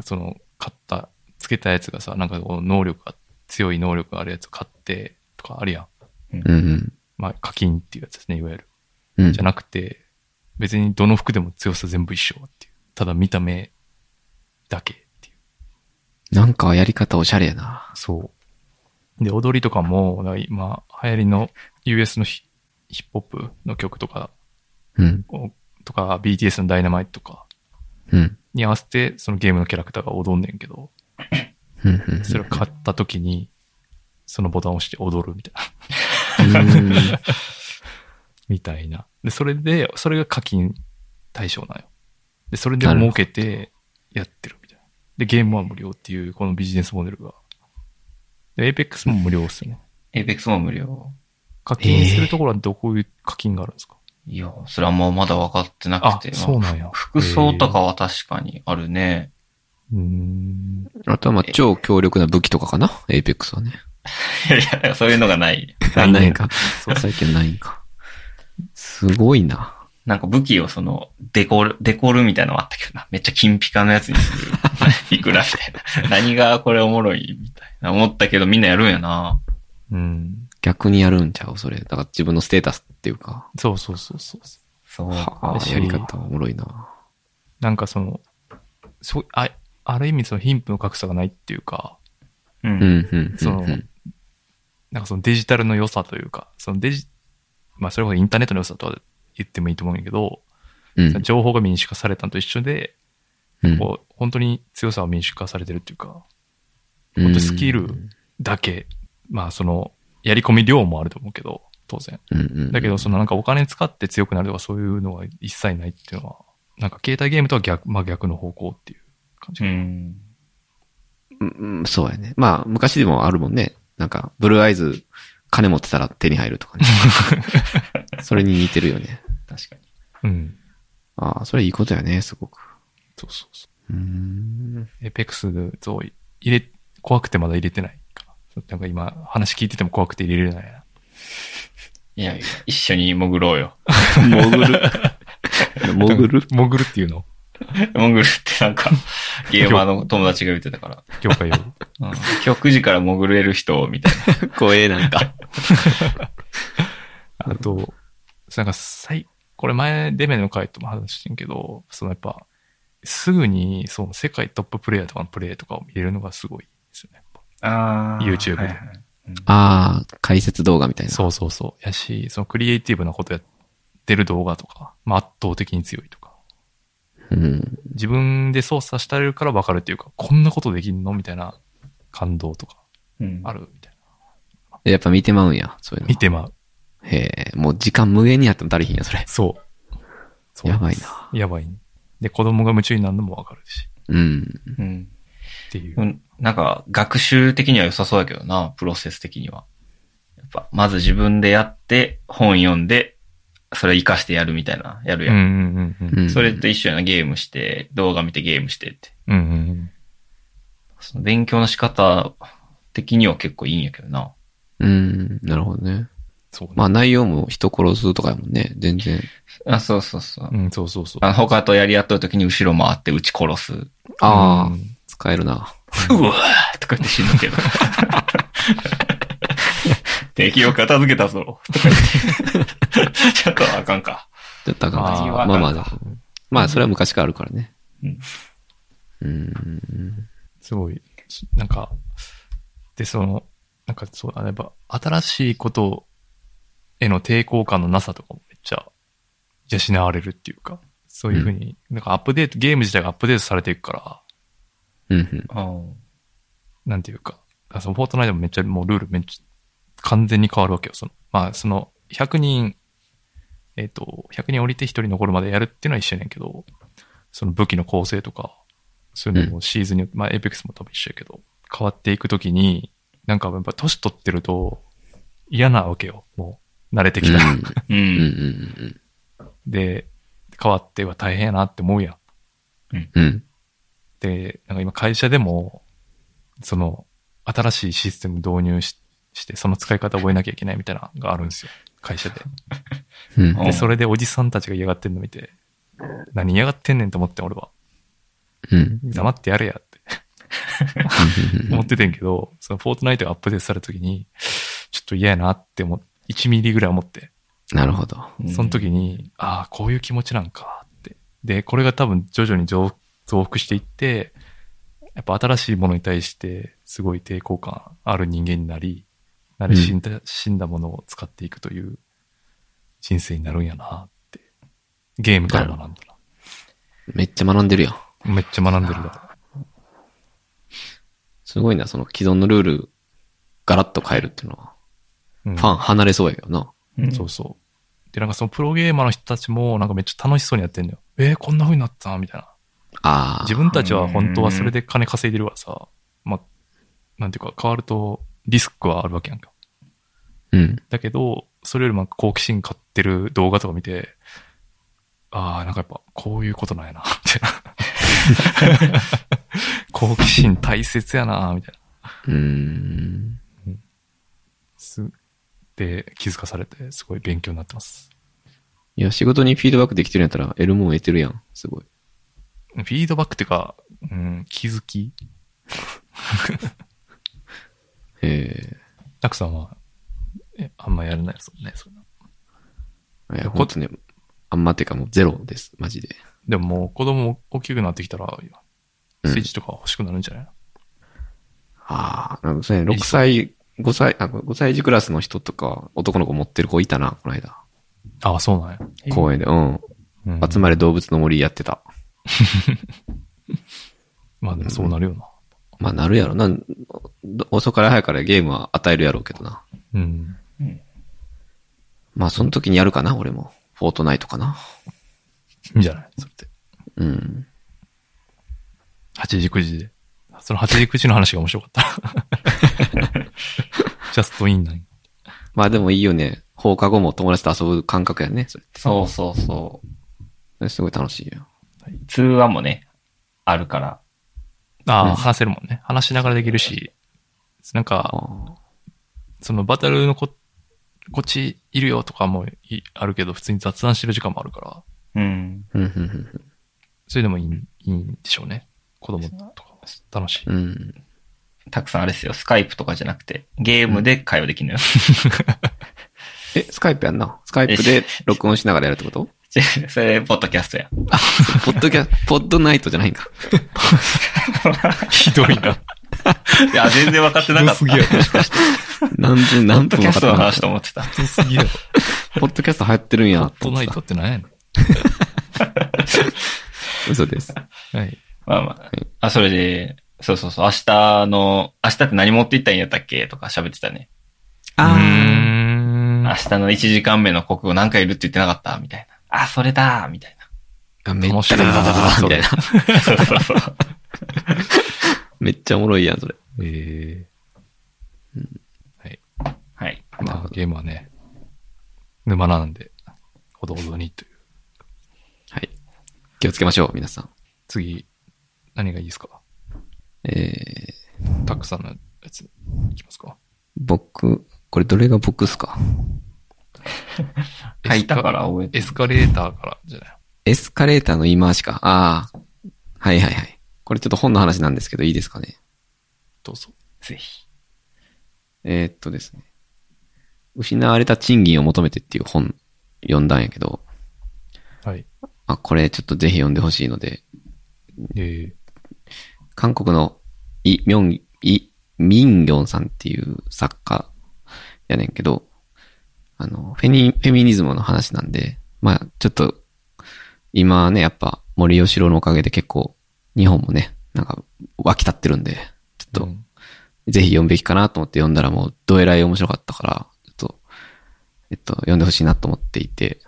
[SPEAKER 1] その、買った、つけたやつがさ、なんかこう能力が、強い能力があるやつ買って、とかあるやん。
[SPEAKER 2] うん
[SPEAKER 1] まあ、課金っていうやつですね、いわゆる。
[SPEAKER 2] うん。うん
[SPEAKER 1] じゃ。なくて、別にどの服でも強さ全部一緒っていう。ただ見た目だけっていう。
[SPEAKER 2] なんかやり方おしゃれやな。
[SPEAKER 1] そう。で、踊りとかも、なんか今、流行りの US のヒヒップホップの曲とか、
[SPEAKER 2] うん。
[SPEAKER 1] をとか、BTS のダイナマイトとか
[SPEAKER 2] うん。
[SPEAKER 1] に合わせて、そのゲームのキャラクターが踊んねんけど、
[SPEAKER 2] うん。うん
[SPEAKER 1] それを買った時に、そのボタンを押して踊るみたいな。
[SPEAKER 2] うん
[SPEAKER 1] みたいな。で、それで、それが課金対象なんよ。で、それで儲けてやってるみたいな。で、ゲームは無料っていう、このビジネスモデルが。で、APEX も無料っすよね。
[SPEAKER 3] エイペックスも無料。
[SPEAKER 1] 課金するところはどこいう課金があるんですか、
[SPEAKER 3] いや、それはもうまだ分かってなくて。
[SPEAKER 1] あ、そう
[SPEAKER 3] ま
[SPEAKER 1] なんや
[SPEAKER 3] あ。服装とかは確かにあるね。
[SPEAKER 1] うーん。
[SPEAKER 2] あとはまあ超強力な武器とかかなエイペックスはね。
[SPEAKER 3] いやいや、そういうのがない。
[SPEAKER 1] ないね
[SPEAKER 2] ないんか。
[SPEAKER 1] そう
[SPEAKER 2] 最近ないんか。すごいな。
[SPEAKER 3] なんか武器をその、デコル、デコルみたいなのあったけどな。めっちゃ金ピカのやつにする。いくらみたいな。何がこれおもろいみたいな。思ったけどみんなやるんやな。
[SPEAKER 1] うん。
[SPEAKER 2] 逆にやるんちゃうそれ。だから自分のステータスっていうか。
[SPEAKER 1] そうそうそうそう。
[SPEAKER 3] そう。
[SPEAKER 2] はあ、やり方おもろいな。
[SPEAKER 1] なんかその、そう、あ、ある意味その貧富の格差がないっていうか、
[SPEAKER 3] う。
[SPEAKER 2] うんん、うん。
[SPEAKER 1] そ
[SPEAKER 2] うん
[SPEAKER 1] の
[SPEAKER 2] うん、
[SPEAKER 1] なんかそのデジタルの良さというか、そのデジ、まあそれこそインターネットの良さとは言ってもいいと思うんやけど、
[SPEAKER 2] うん。
[SPEAKER 1] 情報が民主化されたのと一緒で、
[SPEAKER 2] うん
[SPEAKER 1] こう本当に強さは民主化されてるっていうか、本当スキルだけ、まあその、やり込み量もあると思うけど、当然。
[SPEAKER 2] うんうん。
[SPEAKER 1] だけど、そのなんかお金使って強くなるとかそういうのは一切ないっていうのは、なんか携帯ゲームとは逆、まあ逆の方向っていう感じ。
[SPEAKER 3] うん。
[SPEAKER 2] うん、うんそうやね。まあ、昔でもあるもんね。なんか、ブルーアイズ、金持ってたら手に入る とかね。それに似てるよね。
[SPEAKER 3] 確かに。
[SPEAKER 1] うん。
[SPEAKER 2] ああ、それいいことやね、すごく。
[SPEAKER 1] そうそうそう
[SPEAKER 2] ーん。
[SPEAKER 1] う。エペックスを入れ、怖くてまだ入れてないかな。なんか今話聞いてても怖くて入れれないな。
[SPEAKER 3] いやいや、一緒に潜ろうよ。
[SPEAKER 2] 潜る。潜る
[SPEAKER 1] 潜るっていうの
[SPEAKER 3] 潜るってなんか、ゲーマーの友達が言ってたから。
[SPEAKER 1] 業界用語。
[SPEAKER 3] うん、局時から潜れる人、みたい
[SPEAKER 2] 怖え、なんか。
[SPEAKER 1] あと、なんか最、これ前デメの回とも話してんけど、そのやっぱ、すぐに、そう、世界トッププレイヤーとかのプレイとかを見れるのがすごいですよね。やっぱ
[SPEAKER 3] な。あ
[SPEAKER 1] ー YouTube ではいは
[SPEAKER 2] ああ、解説動画みたいな。
[SPEAKER 1] そうそうそう。やし、そのクリエイティブなことやってる動画とか、まあ圧倒的に強いとか、
[SPEAKER 2] うん。
[SPEAKER 1] 自分で操作したれるから分かるっていうか、こんなことできんのみたいな感動とか
[SPEAKER 3] うん
[SPEAKER 1] あるみたいな。
[SPEAKER 2] やっぱ見てまうんや、そういうの
[SPEAKER 1] 見。てまう。
[SPEAKER 2] へえ、もう時間無限にあっても足りひんや、それ。
[SPEAKER 1] そう。そう
[SPEAKER 2] やばい
[SPEAKER 1] やばい、ね。で、子供が夢中になるのも分かるし。
[SPEAKER 2] うん。
[SPEAKER 3] うん。
[SPEAKER 1] っていうう。
[SPEAKER 3] んなんか、学習的には良さそうだけどな、プロセス的には。やっぱ、まず自分でやって、本読んで、それ活かしてやるみたいな、やる
[SPEAKER 1] うんう
[SPEAKER 3] やん。
[SPEAKER 1] んうんうん。
[SPEAKER 3] それと
[SPEAKER 2] い
[SPEAKER 3] 一緒やな、ゲームして、動画見てゲームしてって。
[SPEAKER 1] うんうん
[SPEAKER 3] その勉強の仕方的には結構いいんやけどな。
[SPEAKER 2] うん、なるほどね。
[SPEAKER 1] そうね。
[SPEAKER 2] まあ内容も人殺すとかやもんね。全然。
[SPEAKER 3] あ、そうそうそう。
[SPEAKER 1] うん、そうそうそう
[SPEAKER 3] あ。の他とやり合っとる時に後ろ回って撃ち殺す。
[SPEAKER 2] あ
[SPEAKER 1] う
[SPEAKER 2] あ、
[SPEAKER 1] ん
[SPEAKER 2] 使えるな。
[SPEAKER 3] うわーとか言って死ぬ けど。敵を片付けたぞ。 とか言って。ちょっとあかんか。
[SPEAKER 2] ちょっとあかん
[SPEAKER 1] あ
[SPEAKER 2] か
[SPEAKER 1] ー
[SPEAKER 2] まあまあ、まあそれは昔からあるからね。
[SPEAKER 3] うん
[SPEAKER 2] うん。
[SPEAKER 1] すごい、しなんか、で、その、なんかそうだね、やっぱ、新しいことへの抵抗感のなさとかもめっちゃ養われるっていうか、そういうふうに、なんかアップデート、ゲーム自体がアップデートされていくから、
[SPEAKER 2] うんうん。
[SPEAKER 1] なんていうか、あそのフォートナイトもめっちゃもうルールめっちゃ完全に変わるわけよ。その、まあ、その、100人、えっ、と、100人降りて1人残るまでやるっていうのは一緒やねんけど、その武器の構成とか、そういうのもシーズンによって、まあ、エイペックスも多分一緒やけど、変わっていくときに、なんかやっぱ年取ってると嫌なわけよ。もう、慣れてきたら。
[SPEAKER 3] う
[SPEAKER 2] うん
[SPEAKER 3] ん。
[SPEAKER 2] うん
[SPEAKER 1] で、変わっては大変やなって思うやん。
[SPEAKER 2] うん。うん。
[SPEAKER 1] で、なんか今会社でも、その、新しいシステム導入しして、その使い方覚えなきゃいけないみたいなのがあるんですよ。会社で。
[SPEAKER 2] うん。
[SPEAKER 3] うん
[SPEAKER 1] で、それでおじさんたちが嫌がってんの見て、何嫌がってんねんと思って俺は。
[SPEAKER 2] うん。
[SPEAKER 1] 黙ってやれやって思っててんけど、そのフォートナイトがアップデートされた時に、ちょっと嫌やなって思っ1ミリぐらい思って、
[SPEAKER 2] なるほど。
[SPEAKER 1] その時に、ああ、こういう気持ちなんかって。で、これが多分徐々に増増幅していって、やっぱ新しいものに対してすごい抵抗感ある人間になり、慣れ死んだ、死んだものを使っていくという人生になるんやなって。ゲームから学んだ
[SPEAKER 2] めっちゃ学んでるやん。
[SPEAKER 1] な。めっちゃ学んでるだ。
[SPEAKER 2] すごいな、その既存のルール、ガラッと変えるっていうのは。
[SPEAKER 1] うん、
[SPEAKER 2] ファン離れそうやけどな。
[SPEAKER 3] うん
[SPEAKER 1] そうそう。で、なんかそのプロゲーマーの人たちもなんかめっちゃ楽しそうにやってんのよ。えー、こんな風になったみたいな。
[SPEAKER 2] ああ。
[SPEAKER 1] 自分たちは本当はそれで金稼いでるからさ、まあ、なんていうか変わるとリスクはあるわけやんか。
[SPEAKER 2] うん。
[SPEAKER 1] だけど、それよりも好奇心買ってる動画とか見て、ああ、なんかやっぱこういうことなんやな、みたいな。好奇心大切やな、みたいな。
[SPEAKER 2] うーん。
[SPEAKER 1] すで、気づかされて、すごい勉強になってます。
[SPEAKER 2] いや、仕事にフィードバックできてるんやったら、得るもん得てるやん。すごい。
[SPEAKER 1] フィードバックっていうか、うん、気づき。
[SPEAKER 2] え
[SPEAKER 1] たくさんは、えあんまやらないですもんね、そんな
[SPEAKER 2] えい
[SPEAKER 1] い
[SPEAKER 2] や、
[SPEAKER 1] や
[SPEAKER 2] ほんとね、あんまてかもうゼロです。マジで。
[SPEAKER 1] でももう子供も大きくなってきたら、
[SPEAKER 2] うん
[SPEAKER 1] スイッチとか欲しくなるんじゃないの、
[SPEAKER 2] ああ、なんかそうやね、6歳、5歳、あ、5歳児クラスの人とか、男の子持ってる子いたな、この間。
[SPEAKER 1] ああ、そうなんや。
[SPEAKER 2] 公園で、うん。
[SPEAKER 1] うん
[SPEAKER 2] 集まれ動物の森やってた。
[SPEAKER 1] まあでもそうなるよな。
[SPEAKER 2] まあ、なるやろな。ど遅から早からゲームは与えるやろうけどな。
[SPEAKER 1] うん。
[SPEAKER 2] まあ、その時にやるかな、俺も。フォートナイトかな。
[SPEAKER 1] いいんじゃないそれって。
[SPEAKER 2] うん。
[SPEAKER 1] 8時、9時で。その8時、9時の話が面白かった。 ジャストインなんや
[SPEAKER 2] まあでもいいよね。放課後も友達と遊ぶ感覚やね。それ
[SPEAKER 3] そうそうそ
[SPEAKER 2] それすごい楽しいよ。
[SPEAKER 3] う。通話もね、あるから。
[SPEAKER 1] ああ、
[SPEAKER 2] うん
[SPEAKER 1] 話せるもんね。話しながらできるし、なん
[SPEAKER 2] あ
[SPEAKER 1] か、
[SPEAKER 2] あ。
[SPEAKER 1] そのバトルのこ、こっちいるよとかもいあるけど、普通に雑談してる時間もあるから、
[SPEAKER 3] うん。
[SPEAKER 2] うん、うん、
[SPEAKER 1] それでもいいんいいんでしょうね。子供とか、楽しい。
[SPEAKER 2] うんうん。
[SPEAKER 3] たくさんあれですよ。スカイプとかじゃなくて、ゲームで会話できるのよ。
[SPEAKER 2] え、スカイプやんな。スカイプで録音しながらやるってこと
[SPEAKER 3] それ、ポッドキャストや。
[SPEAKER 2] ポッドキャ、ポッドナイトじゃないんか。
[SPEAKER 1] ひどいな。
[SPEAKER 3] いや、全然分かってなかっ
[SPEAKER 1] ひどす
[SPEAKER 3] た。
[SPEAKER 1] ぎやろ
[SPEAKER 2] 何分、何
[SPEAKER 3] ポッド
[SPEAKER 2] 分
[SPEAKER 3] キャ
[SPEAKER 2] もか
[SPEAKER 3] スト
[SPEAKER 2] か
[SPEAKER 3] の
[SPEAKER 2] っ
[SPEAKER 3] 話と思ってた。
[SPEAKER 1] ひどすぎやろ。
[SPEAKER 2] た。ポッドキャスト流行ってるん
[SPEAKER 1] ホ
[SPEAKER 2] や
[SPEAKER 1] ッ。トナイトって何やね
[SPEAKER 2] 嘘です。
[SPEAKER 1] ん。はい。
[SPEAKER 3] まあまあ。あ、それで、そうそうそう。明日の、明日って何持って行ったんやったっけとか喋ってたね。
[SPEAKER 1] う
[SPEAKER 2] あ
[SPEAKER 1] ーん
[SPEAKER 3] 明日の1時間目の国語何回いるって言ってなかったみたいな。あ、それだみたい
[SPEAKER 2] あ。めっ
[SPEAKER 1] 面
[SPEAKER 2] ちゃ
[SPEAKER 1] 白い
[SPEAKER 2] ダ
[SPEAKER 1] な
[SPEAKER 2] ダダダダみたいな。
[SPEAKER 3] な。そうそうそう。
[SPEAKER 2] めっちゃおもろいやん、それ。
[SPEAKER 1] え
[SPEAKER 3] はい。
[SPEAKER 1] ー、まあゲームはね、沼なんで、ほどほどにという。
[SPEAKER 2] はい。気をつけましょう、皆さん。
[SPEAKER 1] 次、何がいいですか
[SPEAKER 2] えー、
[SPEAKER 1] たくさんのやつ、いきますか。
[SPEAKER 2] 僕、これどれが僕っすか
[SPEAKER 3] 書いたから覚えて
[SPEAKER 1] エ。スカレーターからじゃない
[SPEAKER 2] エスカレーターの言い回しか。ああ。はいはいはい。これちょっと本の話なんですけど、いいですかね。
[SPEAKER 1] どうぞ。
[SPEAKER 3] ぜひ。
[SPEAKER 2] えーっとですね。失われた賃金を求めてっていう本読んだんやけど、
[SPEAKER 1] はい。
[SPEAKER 2] あ、これちょっとぜひ読んでほしいので、
[SPEAKER 1] え
[SPEAKER 2] 韓国のイ・ミョン、イ・ミンギョンさんっていう作家やねんけど、あの、フェニ、フェミニズムの話なんで、まあ、ちょっと、今ね、やっぱ森吉郎のおかげで結構、日本もね、なんか、湧き立ってるんで、ち
[SPEAKER 1] ー、
[SPEAKER 2] ょっ
[SPEAKER 1] うん
[SPEAKER 2] と、ぜひ読むべきかなと思って読んだらもう、どえらい面白かったから、ちょっと、えっと、読んでほしいなと思っていて、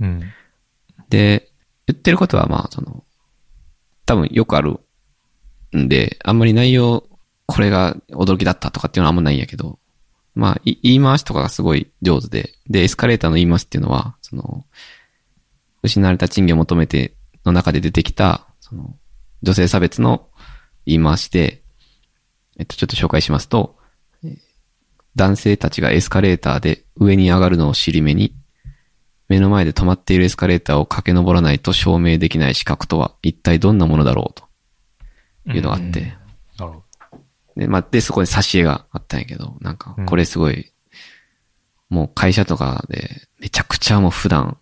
[SPEAKER 1] うん。
[SPEAKER 2] で、言ってることはまあ、その、多分よくあるんで、あんまり内容、これが驚きだったとかっていうのはあんまないんやけど、まあ、い言い回しとかがすごい上手で、で、エスカレーターの言い回しっていうのは、その、失われた賃金を求めての中で出てきた、その、女性差別の言い回しで、えっと、ちょっと紹介しますと、えー男性たちがエスカレーターで上に上がるのを尻目に、目の前で止まっているエスカレーターを駆け上らないと証明できない資格とは一体どんなものだろうというのがあって、
[SPEAKER 1] なるほど。
[SPEAKER 2] で、まあ、で、そこに挿絵があったんやけど、なんか
[SPEAKER 1] うん、
[SPEAKER 2] これすごい、もう会社とかで、めちゃくちゃもう普段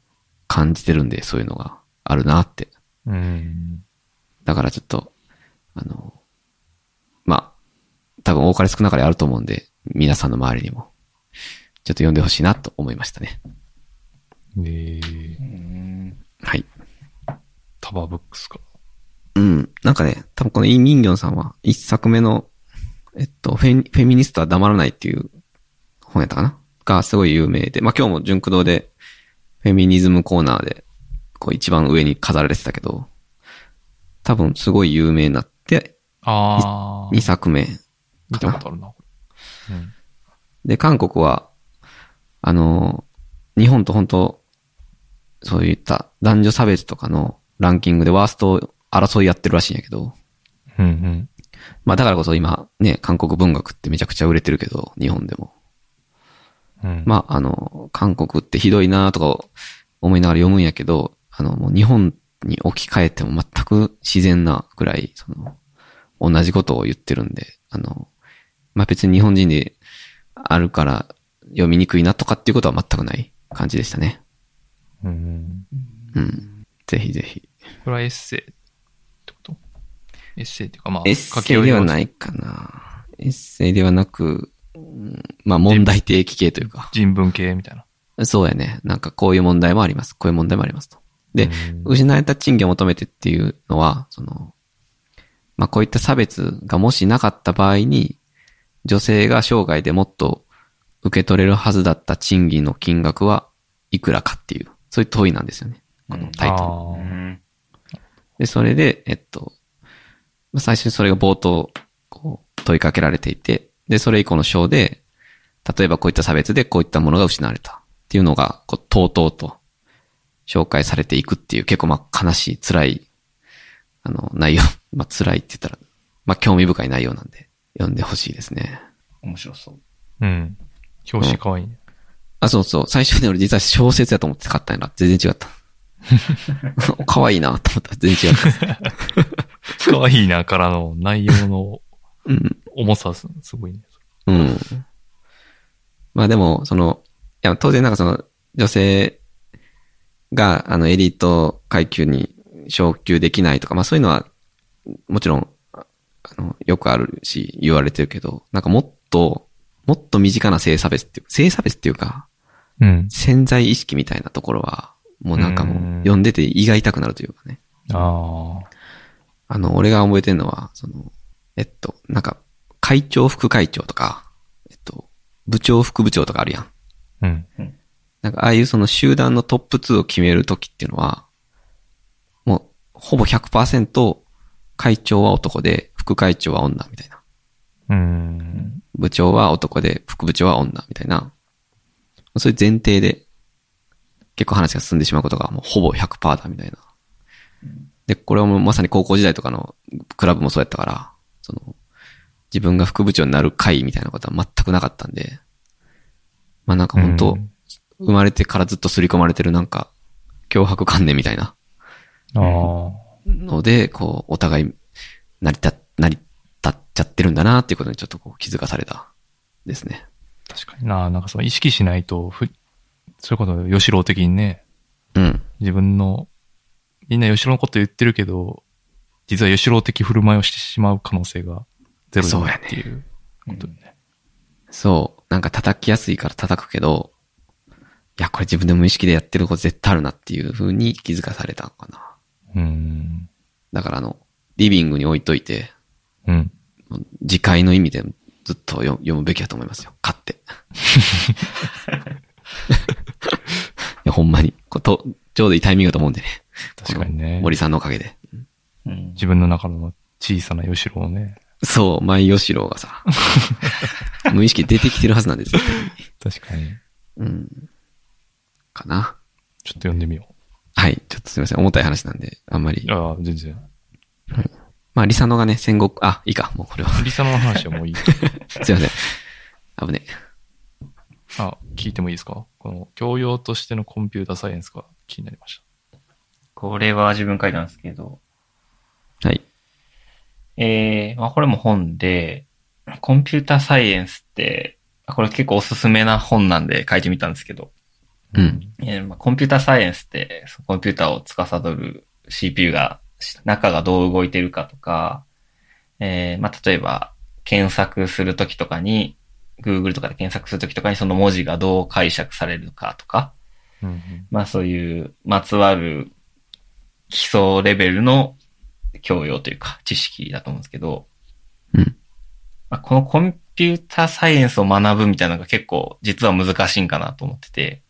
[SPEAKER 2] 感じてるんで、そういうのがあるなって。
[SPEAKER 1] うん。
[SPEAKER 2] だからちょっと、あの、まあ、多分多かれ少なかれあると思うんで、皆さんの周りにも、ちょっと読んでほしいなと思いましたね。
[SPEAKER 1] えー、
[SPEAKER 3] うん。
[SPEAKER 2] はい。
[SPEAKER 1] タバーブックスか。
[SPEAKER 2] うん。なんかね、多分このイ・ミンギョンさんは、一作目の、えっと、フェミフェミニストは黙らないっていう本やったかながすごい有名で、まあ今日も純駆堂で、フェミニズムコーナーで、こう一番上に飾られてたけど、多分すごい有名になって、
[SPEAKER 1] あ
[SPEAKER 2] 二
[SPEAKER 1] ー、
[SPEAKER 2] 作目
[SPEAKER 1] 見
[SPEAKER 2] か
[SPEAKER 1] たこ
[SPEAKER 2] な
[SPEAKER 1] と。あるな、これ。うん。
[SPEAKER 2] で、韓国は、あの、日本と本当、そういった男女差別とかのランキングでワースト争いやってるらしいんやけど、
[SPEAKER 1] うん
[SPEAKER 2] まあだからこそ今ね、韓国文学ってめちゃくちゃ売れてるけど、日本でも。
[SPEAKER 1] うん。うん、
[SPEAKER 2] まああの、韓国ってひどいなとか思いながら読むんやけど、あのもう日本に置き換えても全く自然なぐらい、その、同じことを言ってるんで、あの、まあ別に日本人であるから読みにくいなとかっていうことは全くない感じでしたね。
[SPEAKER 1] うん。
[SPEAKER 2] うん。ぜひぜひ。
[SPEAKER 1] これはエッセイってことエッセイっていうか、まあ、。
[SPEAKER 2] エッセイではいないかな。エッセイではなく、うんまあ問題提起系というか。
[SPEAKER 1] 人文系みたいな。
[SPEAKER 2] そうやね。なんかこういう問題もあります。こういう問題もありますと。で、
[SPEAKER 1] うん
[SPEAKER 2] 失われた賃金を求めてっていうのは、その、まあ、こういった差別がもしなかった場合に、女性が生涯でもっと受け取れるはずだった賃金の金額はいくらかっていう、そういう問いなんですよね。このタイトル。
[SPEAKER 1] あ
[SPEAKER 3] う
[SPEAKER 1] ー
[SPEAKER 3] ん。
[SPEAKER 2] で、それで、えっと、まあ最初にそれが冒頭、こう、問いかけられていて、で、それ以降の章で、例えばこういった差別でこういったものが失われたっていうのが、こう、とうとうと紹介されていくっていう、結構まあ悲しい、辛い、あの、内容、 まあ辛いって言ったら、まあ興味深い内容なんで、読んでほしいですね。
[SPEAKER 3] 面白そう。
[SPEAKER 1] うん。表紙かわいいね。
[SPEAKER 2] あ、そうそう。最初ね、俺実は小説やと思って買ったんやな。全然違った。可愛いなと思ったら全然違った。
[SPEAKER 1] かわいいなからの内容の
[SPEAKER 2] うん。
[SPEAKER 1] 重さす、すごいね。
[SPEAKER 2] うん。まあでも、その、いや、当然なんかその、女性が、あの、エリート階級に昇級できないとか、まあそういうのは、もちろん、あの、よくあるし、言われてるけど、なんかもっと、もっと身近な性差別っていう、性差別っていうか、
[SPEAKER 1] うん。
[SPEAKER 2] 潜在意識みたいなところは、もうなんかもう
[SPEAKER 1] うん、
[SPEAKER 2] 読んでて胃が痛くなるというかね。
[SPEAKER 1] ああ。
[SPEAKER 2] あの、俺が覚えてるのは、その、えっと、なんか、会長、副会長とか、えっと、部長、副部長とかあるやん。
[SPEAKER 1] うん。
[SPEAKER 2] なんか、ああいうその集団のトップ2を決めるときっていうのは、もう、ほぼ100%会長は男で、副会長は女みたいな。
[SPEAKER 1] うん。
[SPEAKER 2] 部長は男で、副部長は女みたいな。そういう前提で、結構話が進んでしまうことがもうほぼ100%だみたいな。で、これはもうまさに高校時代とかのクラブもそうやったから、その、自分が副部長になる会みたいなことは全くなかったんで、まあなんか本当、
[SPEAKER 1] うん
[SPEAKER 2] 生まれてからずっと刷り込まれてるなんか、脅迫観念みたいな
[SPEAKER 1] ああ。
[SPEAKER 2] ので、こう、お互い、成り立、成り立っちゃってるんだなっていうことにちょっとこう気づかされたですね。
[SPEAKER 1] 確かにな。なんかその意識しないと、ふそれこそ吉郎的にね、
[SPEAKER 2] うん。
[SPEAKER 1] 自分の、みんな吉郎のこと言ってるけど、実は吉郎的振る舞いをしてしまう可能性がゼロじゃないっていうことね。
[SPEAKER 2] そう。なんか叩きやすいから叩くけど、いや、これ自分で無意識でやってること絶対あるなっていう風に気づかされたのかな。
[SPEAKER 1] うん。
[SPEAKER 2] だからあの、リビングに置いといて、
[SPEAKER 1] うん。
[SPEAKER 2] もう次回の意味でずっと読読むべきだと思いますよ。買って。いや、ほんまに。こと、ちょうどいいタイミングだと思うんでね。
[SPEAKER 1] 確かにね
[SPEAKER 2] この。森さんのおかげで。
[SPEAKER 3] うん
[SPEAKER 1] 自分の中の小さな吉郎をね。
[SPEAKER 2] そう、前吉郎がさ、無意識で出てきてるはずなんですよ。
[SPEAKER 1] 確かに。
[SPEAKER 2] うん。かな。
[SPEAKER 1] ちょっと読んでみよ
[SPEAKER 2] はい。ちょっとすいません。重たい話なんで、あんまり
[SPEAKER 1] う。。ああ、全然。
[SPEAKER 2] まあ、リサノがね、戦国、あ、いいか、もうこれ は。
[SPEAKER 1] リサの話はもう いい。
[SPEAKER 2] すいません。危ねえ。
[SPEAKER 1] あ、聞いてもいいですかこの教養としてのコンピュータサイエンスが気になりまし
[SPEAKER 3] これは自分書いたんですけど、
[SPEAKER 2] はい。
[SPEAKER 3] えー、まあこれも本で、コンピューターサイエンスって、あこれ結構おすすめな本なんで書いてみたんですけど、
[SPEAKER 1] た。
[SPEAKER 2] うん。
[SPEAKER 3] えーまあ、コンピューターサイエンスって、そのコンピューターを司る CPU が、し中がどう動いてるかとか、えーまあ、例えば、検索するときとかに、Google とかで検索するときとかにその文字がどう解釈されるかとか、
[SPEAKER 1] うんうん
[SPEAKER 3] まあそういう、まつわる基礎レベルの教養というか、知識だと思うんですけど、
[SPEAKER 2] うん
[SPEAKER 3] まあ、このコンピューターサイエンスを学ぶみたいなのが結構実は難しいんかなと思ってて、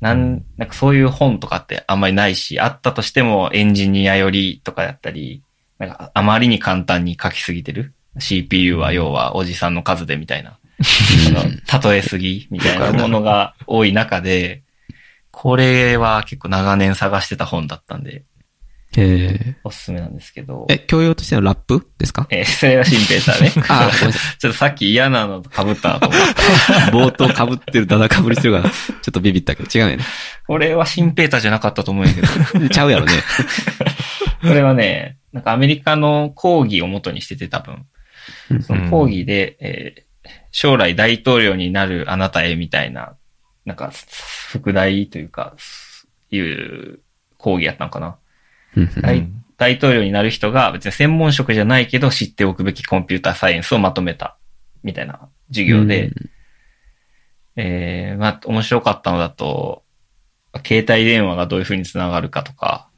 [SPEAKER 3] な
[SPEAKER 1] うんん、
[SPEAKER 3] なんかそういう本とかってあんまりないし、あったとしてもエンジニア寄りとかだったり、なんかあまりに簡単に書きすぎてる。CPU は要はおじさんの数でみたいな。あの例えすぎみたいなものが多い中で、これは結構長年探してた本だったんで、
[SPEAKER 2] え
[SPEAKER 3] おすすめなんですけど
[SPEAKER 2] ー、。え、教養としてのラップですか
[SPEAKER 3] えー、それはシンペーターね。
[SPEAKER 2] あー、ごめんなさ
[SPEAKER 3] ちょっとさっき嫌なのと被ったなと思った。
[SPEAKER 2] い。冒頭被ってる、ダダ被りしてるから、ちょっとビビったけど、違うよね。
[SPEAKER 3] これはシンペーターじゃなかったと思うんやけど、
[SPEAKER 2] ちゃうやろね。
[SPEAKER 3] これはね、なんかアメリカの講義を元にしてて多分
[SPEAKER 2] う。ん
[SPEAKER 3] その講義で、えー将来大統領になるあなたへみたいな、なんか、副題というか、いう講義やったのかな。
[SPEAKER 2] うん
[SPEAKER 1] うん
[SPEAKER 3] はい大統領になる人が別に専門職じゃないけど知っておくべきコンピューターサイエンスをまとめたみたいな授業で、えー、まあ、面白かったのだと、携帯電話がどういう風につながるかとか、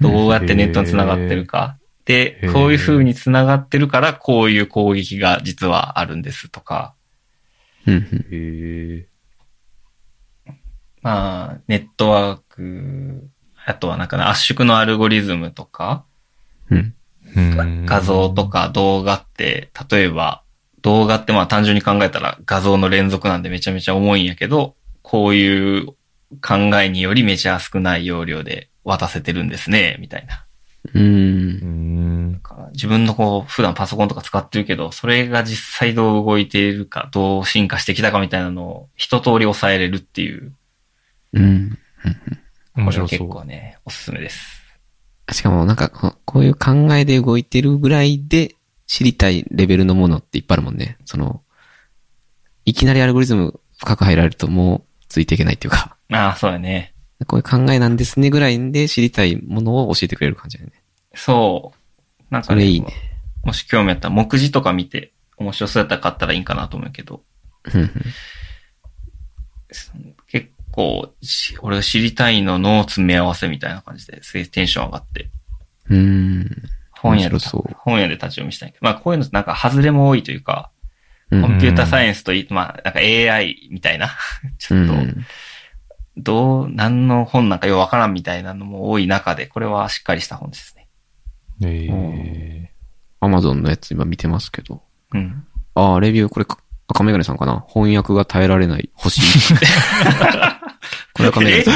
[SPEAKER 3] どうやってネットにつながってるか、で
[SPEAKER 1] へー、
[SPEAKER 3] こういう風につながってるからこういう攻撃が実はあるんですとか、
[SPEAKER 2] うんうん
[SPEAKER 1] へえ。
[SPEAKER 3] まあ、ネットワーク、あとはなんかな圧縮のアルゴリズムとか、
[SPEAKER 2] うん
[SPEAKER 1] うん
[SPEAKER 3] 画像と。か動画って、例えば、動画ってまあ単純に考えたら画像の連続なんでめちゃめちゃ重いんやけど、こういう考えによりめちゃ少ない容量で渡せてるんですね、みたいな。
[SPEAKER 2] う。
[SPEAKER 1] うんん
[SPEAKER 3] だ。から自分のこう普段パソコンとか使ってるけど、それが実際どう動いているか、どう進化してきたかみたいなのを一通り抑えれるっていう。
[SPEAKER 2] うん。
[SPEAKER 1] 面白
[SPEAKER 3] これ
[SPEAKER 1] そ
[SPEAKER 3] は結
[SPEAKER 1] う。
[SPEAKER 3] 構ね、おすすめです。
[SPEAKER 2] しかも、なんか、ここういう考えで動いてるぐらいで知りたいレベルのものっていっぱいあるもんね。その、いきなりアルゴリズム深く入られるともうついていけないっていうか。
[SPEAKER 3] ああ、そうだね。
[SPEAKER 2] こういう考えなんですねぐらいで知りたいものを教えてくれる感じだよね。
[SPEAKER 3] そう。なんか
[SPEAKER 2] それいいね
[SPEAKER 3] もし興味あったら、目次とか見て、面白そうやったら買ったらいいんかなと思うけど、結構、し俺が知りたいのの詰め合わせみたいな感じですげえテンション上がって、
[SPEAKER 2] うん。うん。
[SPEAKER 3] 本屋で
[SPEAKER 2] 面白そう、
[SPEAKER 3] 本屋で立ち読みしたいけど、まあこういうのってなんか外れも多いというか、
[SPEAKER 2] う
[SPEAKER 3] コン
[SPEAKER 2] ん。
[SPEAKER 3] ピューターサイエンスといい、まあなんか AI みたいな、 ち
[SPEAKER 2] う
[SPEAKER 3] ょっ
[SPEAKER 2] ん
[SPEAKER 3] と、どう、何の本なんかようわからんみたいなのも多い中で、これはしっかりした本ですね。
[SPEAKER 1] ええ。
[SPEAKER 2] アマゾンのやつ今見てますけど。
[SPEAKER 3] うん。
[SPEAKER 2] ああ、レビュー、これ、赤メガネさんかな翻訳が耐えられない。欲し い。これ赤メガネ さん。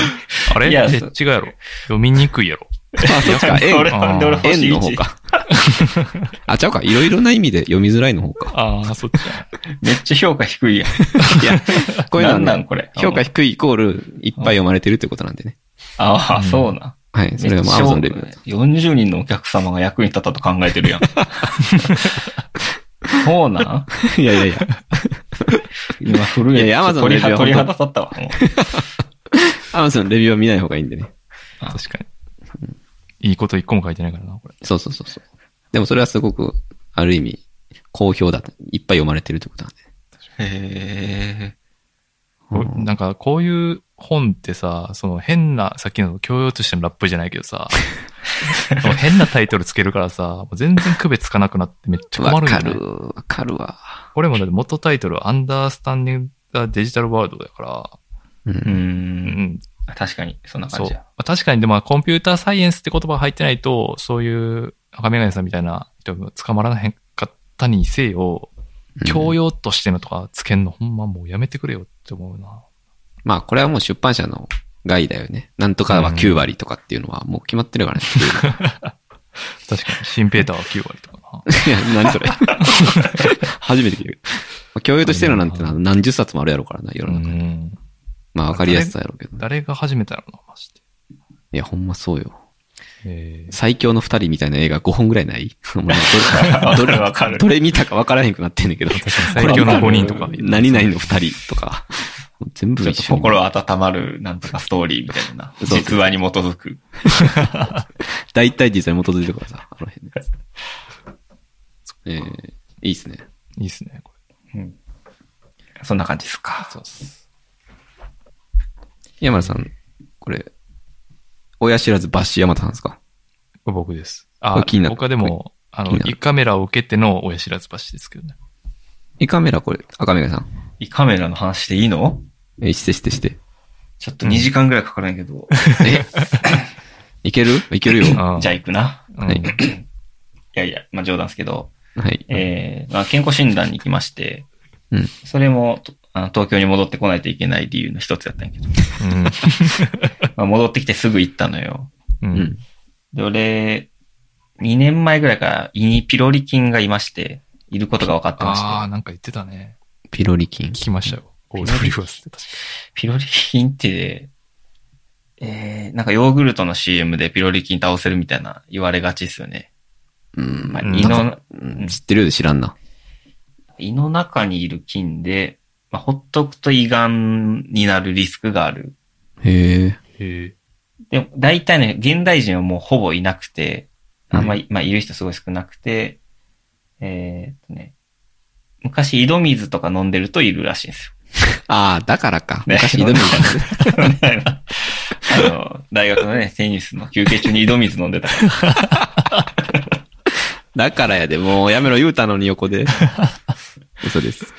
[SPEAKER 1] あれ
[SPEAKER 3] い
[SPEAKER 1] い
[SPEAKER 3] や
[SPEAKER 1] や、え違うやろ。読みにくいやろ。
[SPEAKER 2] あ、そっか、
[SPEAKER 3] え俺、
[SPEAKER 2] 円、
[SPEAKER 3] なんで俺欲し
[SPEAKER 2] 円
[SPEAKER 3] い
[SPEAKER 2] の方 か。あ、ちゃうか。いろいろな意味で読みづらいの方か。
[SPEAKER 1] ああ、そっちだ。
[SPEAKER 3] めっちゃ評価低いやん。
[SPEAKER 2] いや、こういうのは
[SPEAKER 3] なんな
[SPEAKER 2] ね
[SPEAKER 3] んこれ。
[SPEAKER 2] 評価低いイコール、いっぱい読まれてるってことなんでね。
[SPEAKER 3] ああ、
[SPEAKER 1] うん
[SPEAKER 3] そうな。
[SPEAKER 2] はい、それがもう Amazon レビューだと。
[SPEAKER 3] 40人のお客様が役に立ったと考えて るやん。そうなん
[SPEAKER 2] いやいやいや。
[SPEAKER 3] 今古い。
[SPEAKER 2] いやいや Amazon の
[SPEAKER 3] 鳥
[SPEAKER 2] レビュー
[SPEAKER 3] 肌
[SPEAKER 2] は
[SPEAKER 3] 鳥肌
[SPEAKER 2] 本
[SPEAKER 3] 立ったわ。もう
[SPEAKER 2] アマゾンレビューは見ない方がいいんでね。
[SPEAKER 3] あ
[SPEAKER 1] 確かに。いいこと一個も書いてないからな、これ。
[SPEAKER 2] そうそうそうそう。でもそれはすごく、ある意味、好評だと。いっぱい読まれてるってことなんで。
[SPEAKER 3] へえ。
[SPEAKER 1] こ
[SPEAKER 2] うん
[SPEAKER 1] なんか、こういう本ってさ、その変な、さっきの教養としてのラップじゃないけどさ、その変なタイトルつけるからさ、もう全然区別つかなくなってめっちゃ困
[SPEAKER 2] わ
[SPEAKER 1] るん
[SPEAKER 2] か
[SPEAKER 1] だよ、
[SPEAKER 2] る
[SPEAKER 1] ね。、
[SPEAKER 2] わかるわ。
[SPEAKER 1] これもだって元タイトル、アンダースタンディング・デジタル・ワールドだから、
[SPEAKER 2] う。
[SPEAKER 3] うん。
[SPEAKER 1] うんん、
[SPEAKER 3] 確かに、そんな
[SPEAKER 1] そ
[SPEAKER 3] 感
[SPEAKER 1] う。
[SPEAKER 3] じ
[SPEAKER 1] ま
[SPEAKER 3] や。
[SPEAKER 1] あ確かに、でもまあコンピューターサイエンスって言葉が入ってないと、そういう赤メガネさんみたいな人も捕まらへんかったにせよ、教養としてのとかつけんの、ほんまもうやめてくれよって思うな。
[SPEAKER 2] まあ、これはもう出版社の害だよね。なんとかは9割とかっていうのはもう決まってるからね。
[SPEAKER 1] 確かに、シンペーターは9割とかな。
[SPEAKER 2] いや、何それ。 初めて聞いたけどまあ。共有としてるなんてのは何十冊もあるやろうからな、世の
[SPEAKER 1] う
[SPEAKER 2] 中に。
[SPEAKER 1] ん。
[SPEAKER 2] まあ、わかりやすさやろうけどね。
[SPEAKER 1] 誰が始めたのな、マジで。
[SPEAKER 2] いや、ほんまそうよ。
[SPEAKER 1] えー
[SPEAKER 2] 最強の二人みたいな映画5本ぐらいないもうなんかどれ、
[SPEAKER 3] わか
[SPEAKER 2] ど
[SPEAKER 3] る
[SPEAKER 2] れ、どれ見たかわからへんくなってんだけど。
[SPEAKER 1] 最強の5人と
[SPEAKER 3] こ
[SPEAKER 1] か。
[SPEAKER 2] 何々の二人とか。もう全部
[SPEAKER 3] ちょっ
[SPEAKER 2] 一
[SPEAKER 3] と
[SPEAKER 2] 緒に。
[SPEAKER 3] 心温まる、なんとかストーリーみたいな。
[SPEAKER 2] そう
[SPEAKER 3] 実話に基づく。
[SPEAKER 2] 大体実際に基づいてるからさ、あの辺のやつ。ええいいっすね。
[SPEAKER 1] いいっすね、これ。
[SPEAKER 3] うんそんな感じですか。
[SPEAKER 1] そうっす。
[SPEAKER 2] 山田さん、これ、親知らずバッシュ山田さんですか
[SPEAKER 1] これ僕です。
[SPEAKER 2] こ
[SPEAKER 1] あ
[SPEAKER 2] れ気に、なる
[SPEAKER 1] 僕はでも、あ
[SPEAKER 2] 気
[SPEAKER 1] の、
[SPEAKER 2] になる
[SPEAKER 1] 胃カメラを受けての親知らず橋ですけどね。
[SPEAKER 2] 胃カメラこれ、赤目がさん。
[SPEAKER 3] 胃カメラの話でいいの
[SPEAKER 2] え、してしてして。
[SPEAKER 3] ちょっと2時間ぐらいかかるんやけど。
[SPEAKER 2] えいけるいけるよ。は
[SPEAKER 1] うん
[SPEAKER 3] じゃあ行くな。
[SPEAKER 1] うん
[SPEAKER 2] はい
[SPEAKER 3] いやいや、まあ冗談ですけど。
[SPEAKER 2] い。
[SPEAKER 3] えーまあ健康診断に行きまして。
[SPEAKER 2] うん
[SPEAKER 3] それも、とあの東京に戻ってこないといけない理由の一つだったん やけど。まあ戻ってきてすぐ行ったのよ。
[SPEAKER 1] うん。
[SPEAKER 2] う
[SPEAKER 1] うん。
[SPEAKER 2] ん。
[SPEAKER 3] で、俺、2年前ぐらいから胃にピロリ菌がいまして、いることが分かってまし
[SPEAKER 1] ああ、
[SPEAKER 3] て。
[SPEAKER 1] なんか言ってたね。
[SPEAKER 2] ピロリ菌
[SPEAKER 1] 聞。きましたよ。オードリー・ファスって確か
[SPEAKER 3] ピロリ菌って、えー、なんかヨーグルトの CM でピロリ菌倒せるみたいな言われがちですよね。
[SPEAKER 2] うん
[SPEAKER 3] まあ、
[SPEAKER 1] うん
[SPEAKER 3] 胃
[SPEAKER 2] なん
[SPEAKER 3] の
[SPEAKER 2] か、うん知ってるようで知らんな。
[SPEAKER 3] 胃の中にいる菌で、まあ、ほっとくと胃がんになるリスクがある。
[SPEAKER 2] へえ。
[SPEAKER 1] へえ。
[SPEAKER 3] でも、大体ね、現代人はもうほぼいなくて、あんまり、まあ、いる人すごい少なくて、えーっとね、昔井戸水とか飲んでるといるらしいんですよ。
[SPEAKER 2] ああ、だからか。
[SPEAKER 3] ね
[SPEAKER 2] 昔井戸水だった。
[SPEAKER 3] あの、大学のね、テニスの休憩中に井戸水飲んでたから。
[SPEAKER 2] だからやで、もうやめろ言うたのに横 で。嘘です。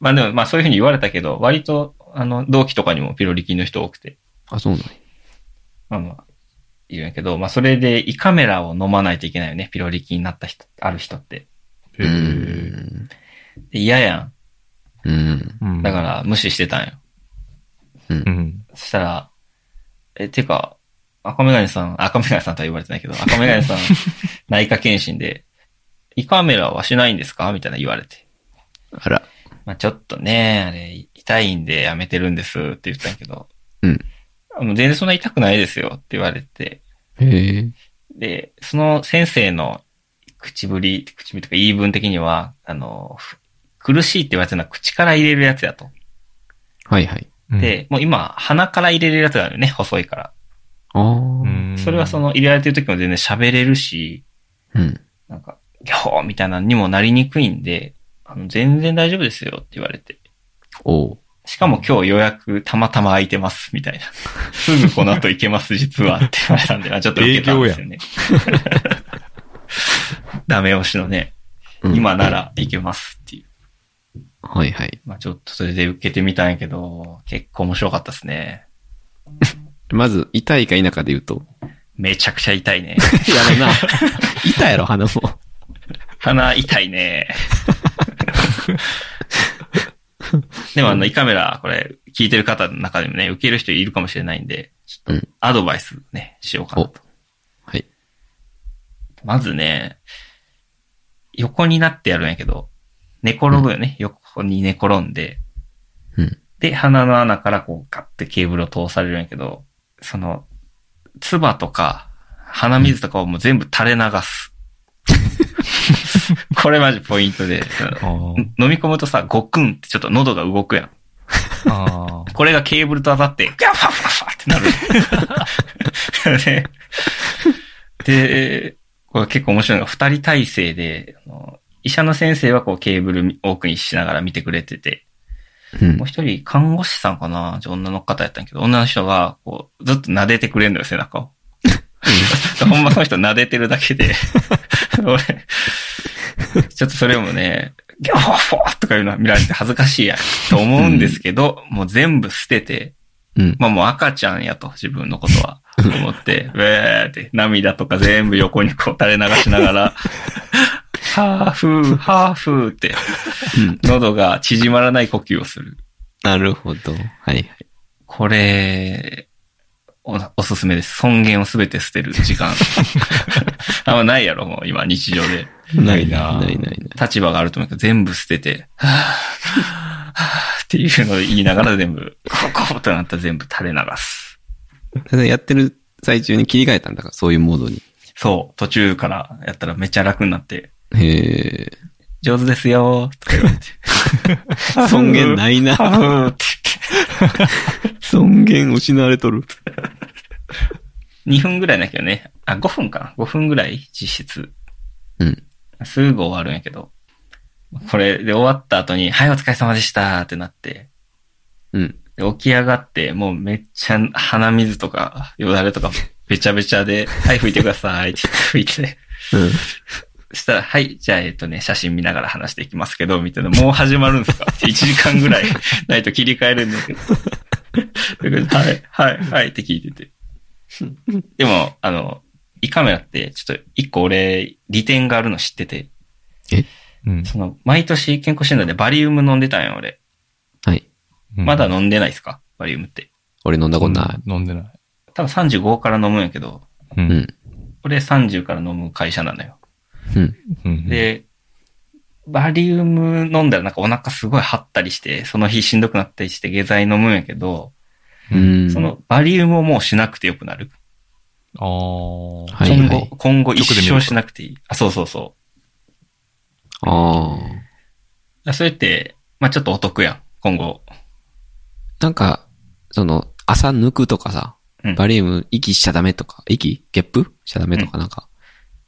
[SPEAKER 3] まあでも、まあそういうふうに言われたけど、割と、あの、同期とかにもピロリ菌の人多くて、
[SPEAKER 2] あ、そうなの
[SPEAKER 3] まあまあ、いるんやけど、まあそれで胃カメラを飲まないといけないよね、ピロリ菌になった人、ある人って。
[SPEAKER 1] へ
[SPEAKER 2] う
[SPEAKER 1] え。
[SPEAKER 2] ん。
[SPEAKER 3] で嫌や
[SPEAKER 2] うん。
[SPEAKER 1] うん
[SPEAKER 3] ん。だから無視してたんよ。
[SPEAKER 1] うん。
[SPEAKER 3] そしたら、え、てか、赤メガネさん、赤メガネさんとは言われてないけど、赤メガネさん、内科検診で、胃カメラはしないんですかみたいな言われて。
[SPEAKER 2] あら。
[SPEAKER 3] まあちょっとね、あれ、痛いんでやめてるんですって言ったんやけど、
[SPEAKER 2] うん
[SPEAKER 3] あもう全然そんな痛くないですよって言われて、
[SPEAKER 2] へえ。
[SPEAKER 3] で、その先生の口ぶり、口ぶりとか言い分的には、あの、ふ苦しいって言われてるのは口から入れるやつやと。
[SPEAKER 2] はいはい。
[SPEAKER 1] うん、
[SPEAKER 3] で、もう今、鼻から入れれるやつがあるよね、細いから。
[SPEAKER 2] ああ。
[SPEAKER 1] うん、
[SPEAKER 3] それはその入れられてる時も全然喋れるし、
[SPEAKER 2] うん。
[SPEAKER 3] なんか、ギョーみたいなのにもなりにくいんで、あの、全然大丈夫ですよって言われて。
[SPEAKER 2] おう。
[SPEAKER 3] しかも今日予約たまたま空いてます、みたいな。すぐこの後行けます、実は、って言われたんで、あちょっと受けたんですよね。 ダメ押しのね、
[SPEAKER 2] うん
[SPEAKER 3] 今な。ら行けますっていう。
[SPEAKER 2] はいはい。
[SPEAKER 3] まあちょっとそれで受けてみたんやけど、結構面白かったですね。
[SPEAKER 2] まず、痛いか否か で言うと。
[SPEAKER 3] めちゃくちゃ痛いね。
[SPEAKER 2] やろな。痛いやろ、鼻も。
[SPEAKER 3] 鼻痛いね。でもあの、胃カメラ、これ、聞いてる方の中でもね、受ける人いるかもしれないんで、ちょ
[SPEAKER 2] う
[SPEAKER 3] っと
[SPEAKER 2] ん、
[SPEAKER 3] アドバイスね、しようかなと。
[SPEAKER 2] はい。
[SPEAKER 3] まずね、横になってやるんやけど、寝転ぶよね。横に寝転んで、
[SPEAKER 2] うん。
[SPEAKER 3] で、鼻の穴からこうガッてケーブルを通されるんやけど、その、唾とか、鼻水とかをもう全部垂れ流 す。これマジポイントで、その
[SPEAKER 1] あー
[SPEAKER 3] 飲み込むとさ、ゴクンってちょっと喉が動くやん。
[SPEAKER 1] あー。
[SPEAKER 3] これがケーブルと当たって、ガファファファってなる。で で、これ結構面白いのが、二人体制で、あの医者の先生はこうケーブル奥にしながら見てくれてて、
[SPEAKER 2] うん
[SPEAKER 3] もう。一人看護師さんかな女の方やったんやけど、女の人がこうずっと撫でてくれるのよ、背 中を。ほんまその人撫でてるだけで、俺、ちょっとそれもね、ギャーフォーとかいうのは見られて恥ずかしいやんと思うんですけど、もう全部捨てて、
[SPEAKER 2] うん。
[SPEAKER 3] まあもう赤ちゃんやと、自分のことは。思って、ウェーって涙とか全部横にこう垂れ流しな がら、ハーフー、ハーフーって、
[SPEAKER 2] うん
[SPEAKER 3] 喉が縮まらない呼吸をする。
[SPEAKER 2] なるほど。はいはい。
[SPEAKER 3] これ、おおすすめです。尊厳をすべて捨てる時間。あんまないやろ、もう今、日常で。
[SPEAKER 1] ないな
[SPEAKER 2] ないないな
[SPEAKER 3] 立場があると思うけど、全部捨てて、はぁ、はぁっていうのを言いながら全部、ここことなったら全部垂れ流す。
[SPEAKER 2] い。ただやってる最中に切り替えたんだから、そういうモードに。
[SPEAKER 3] そう、途中からやったらめっちゃ楽になって、
[SPEAKER 2] へえ。。
[SPEAKER 3] 上手ですよーとか言われ て。
[SPEAKER 2] 尊厳ないいな。
[SPEAKER 3] はぁって
[SPEAKER 2] 尊厳失われとる。
[SPEAKER 3] 言って。2分ぐらいだけどね。あ、5分かな。5分ぐらい実質。
[SPEAKER 2] うん。
[SPEAKER 3] すぐ終わるんやけど。これで終わった後に、はい、お疲れ様でしたーってなって、
[SPEAKER 2] うん。
[SPEAKER 3] で起き上がって、もうめっちゃ鼻水とか、よだ れとか、べちゃべちゃで、はい、拭いてくださいって拭いて。
[SPEAKER 2] うん。
[SPEAKER 3] したら、はい、じゃあ、えっとね、写真見ながら話していきますけど、みたいな、もう始まるんですかって1時間 ぐらいないと切り替えるんだけど。はい、はい、はいって聞いてて。でも、あの、胃カメラって、ちょっと一個俺、利点があるの知ってて、
[SPEAKER 1] うん。
[SPEAKER 3] その、毎年健康診断でバリウム飲んでたんや、俺。
[SPEAKER 2] はい。
[SPEAKER 1] うん
[SPEAKER 3] まだ飲んでないですかバリウムって。
[SPEAKER 2] 俺飲んだことない。
[SPEAKER 1] 飲んでない。
[SPEAKER 3] 多分35から飲むんやけど、
[SPEAKER 1] う。
[SPEAKER 2] うんん。
[SPEAKER 3] 俺30から飲む会社なのよ。
[SPEAKER 2] うん。
[SPEAKER 1] うん、
[SPEAKER 3] で、バリウム飲んだらなんかお腹すごい張ったりして、その日しんどくなったりして下剤飲むんやけど、
[SPEAKER 2] うん。
[SPEAKER 3] そのバリウムをもうしなくてよくなる。
[SPEAKER 1] ああ。
[SPEAKER 2] はい
[SPEAKER 3] 今後、今後一
[SPEAKER 1] 直で見る
[SPEAKER 3] 生
[SPEAKER 1] の
[SPEAKER 3] しなくていい。あ、そうそうそ
[SPEAKER 2] ああ。
[SPEAKER 3] う。それって、まあちょっとお得やん。今後。
[SPEAKER 2] なんか、その、朝抜くとかさ、
[SPEAKER 3] うん
[SPEAKER 2] バリウム、息しちゃダメとか、息ゲップしちゃダメとかなんか、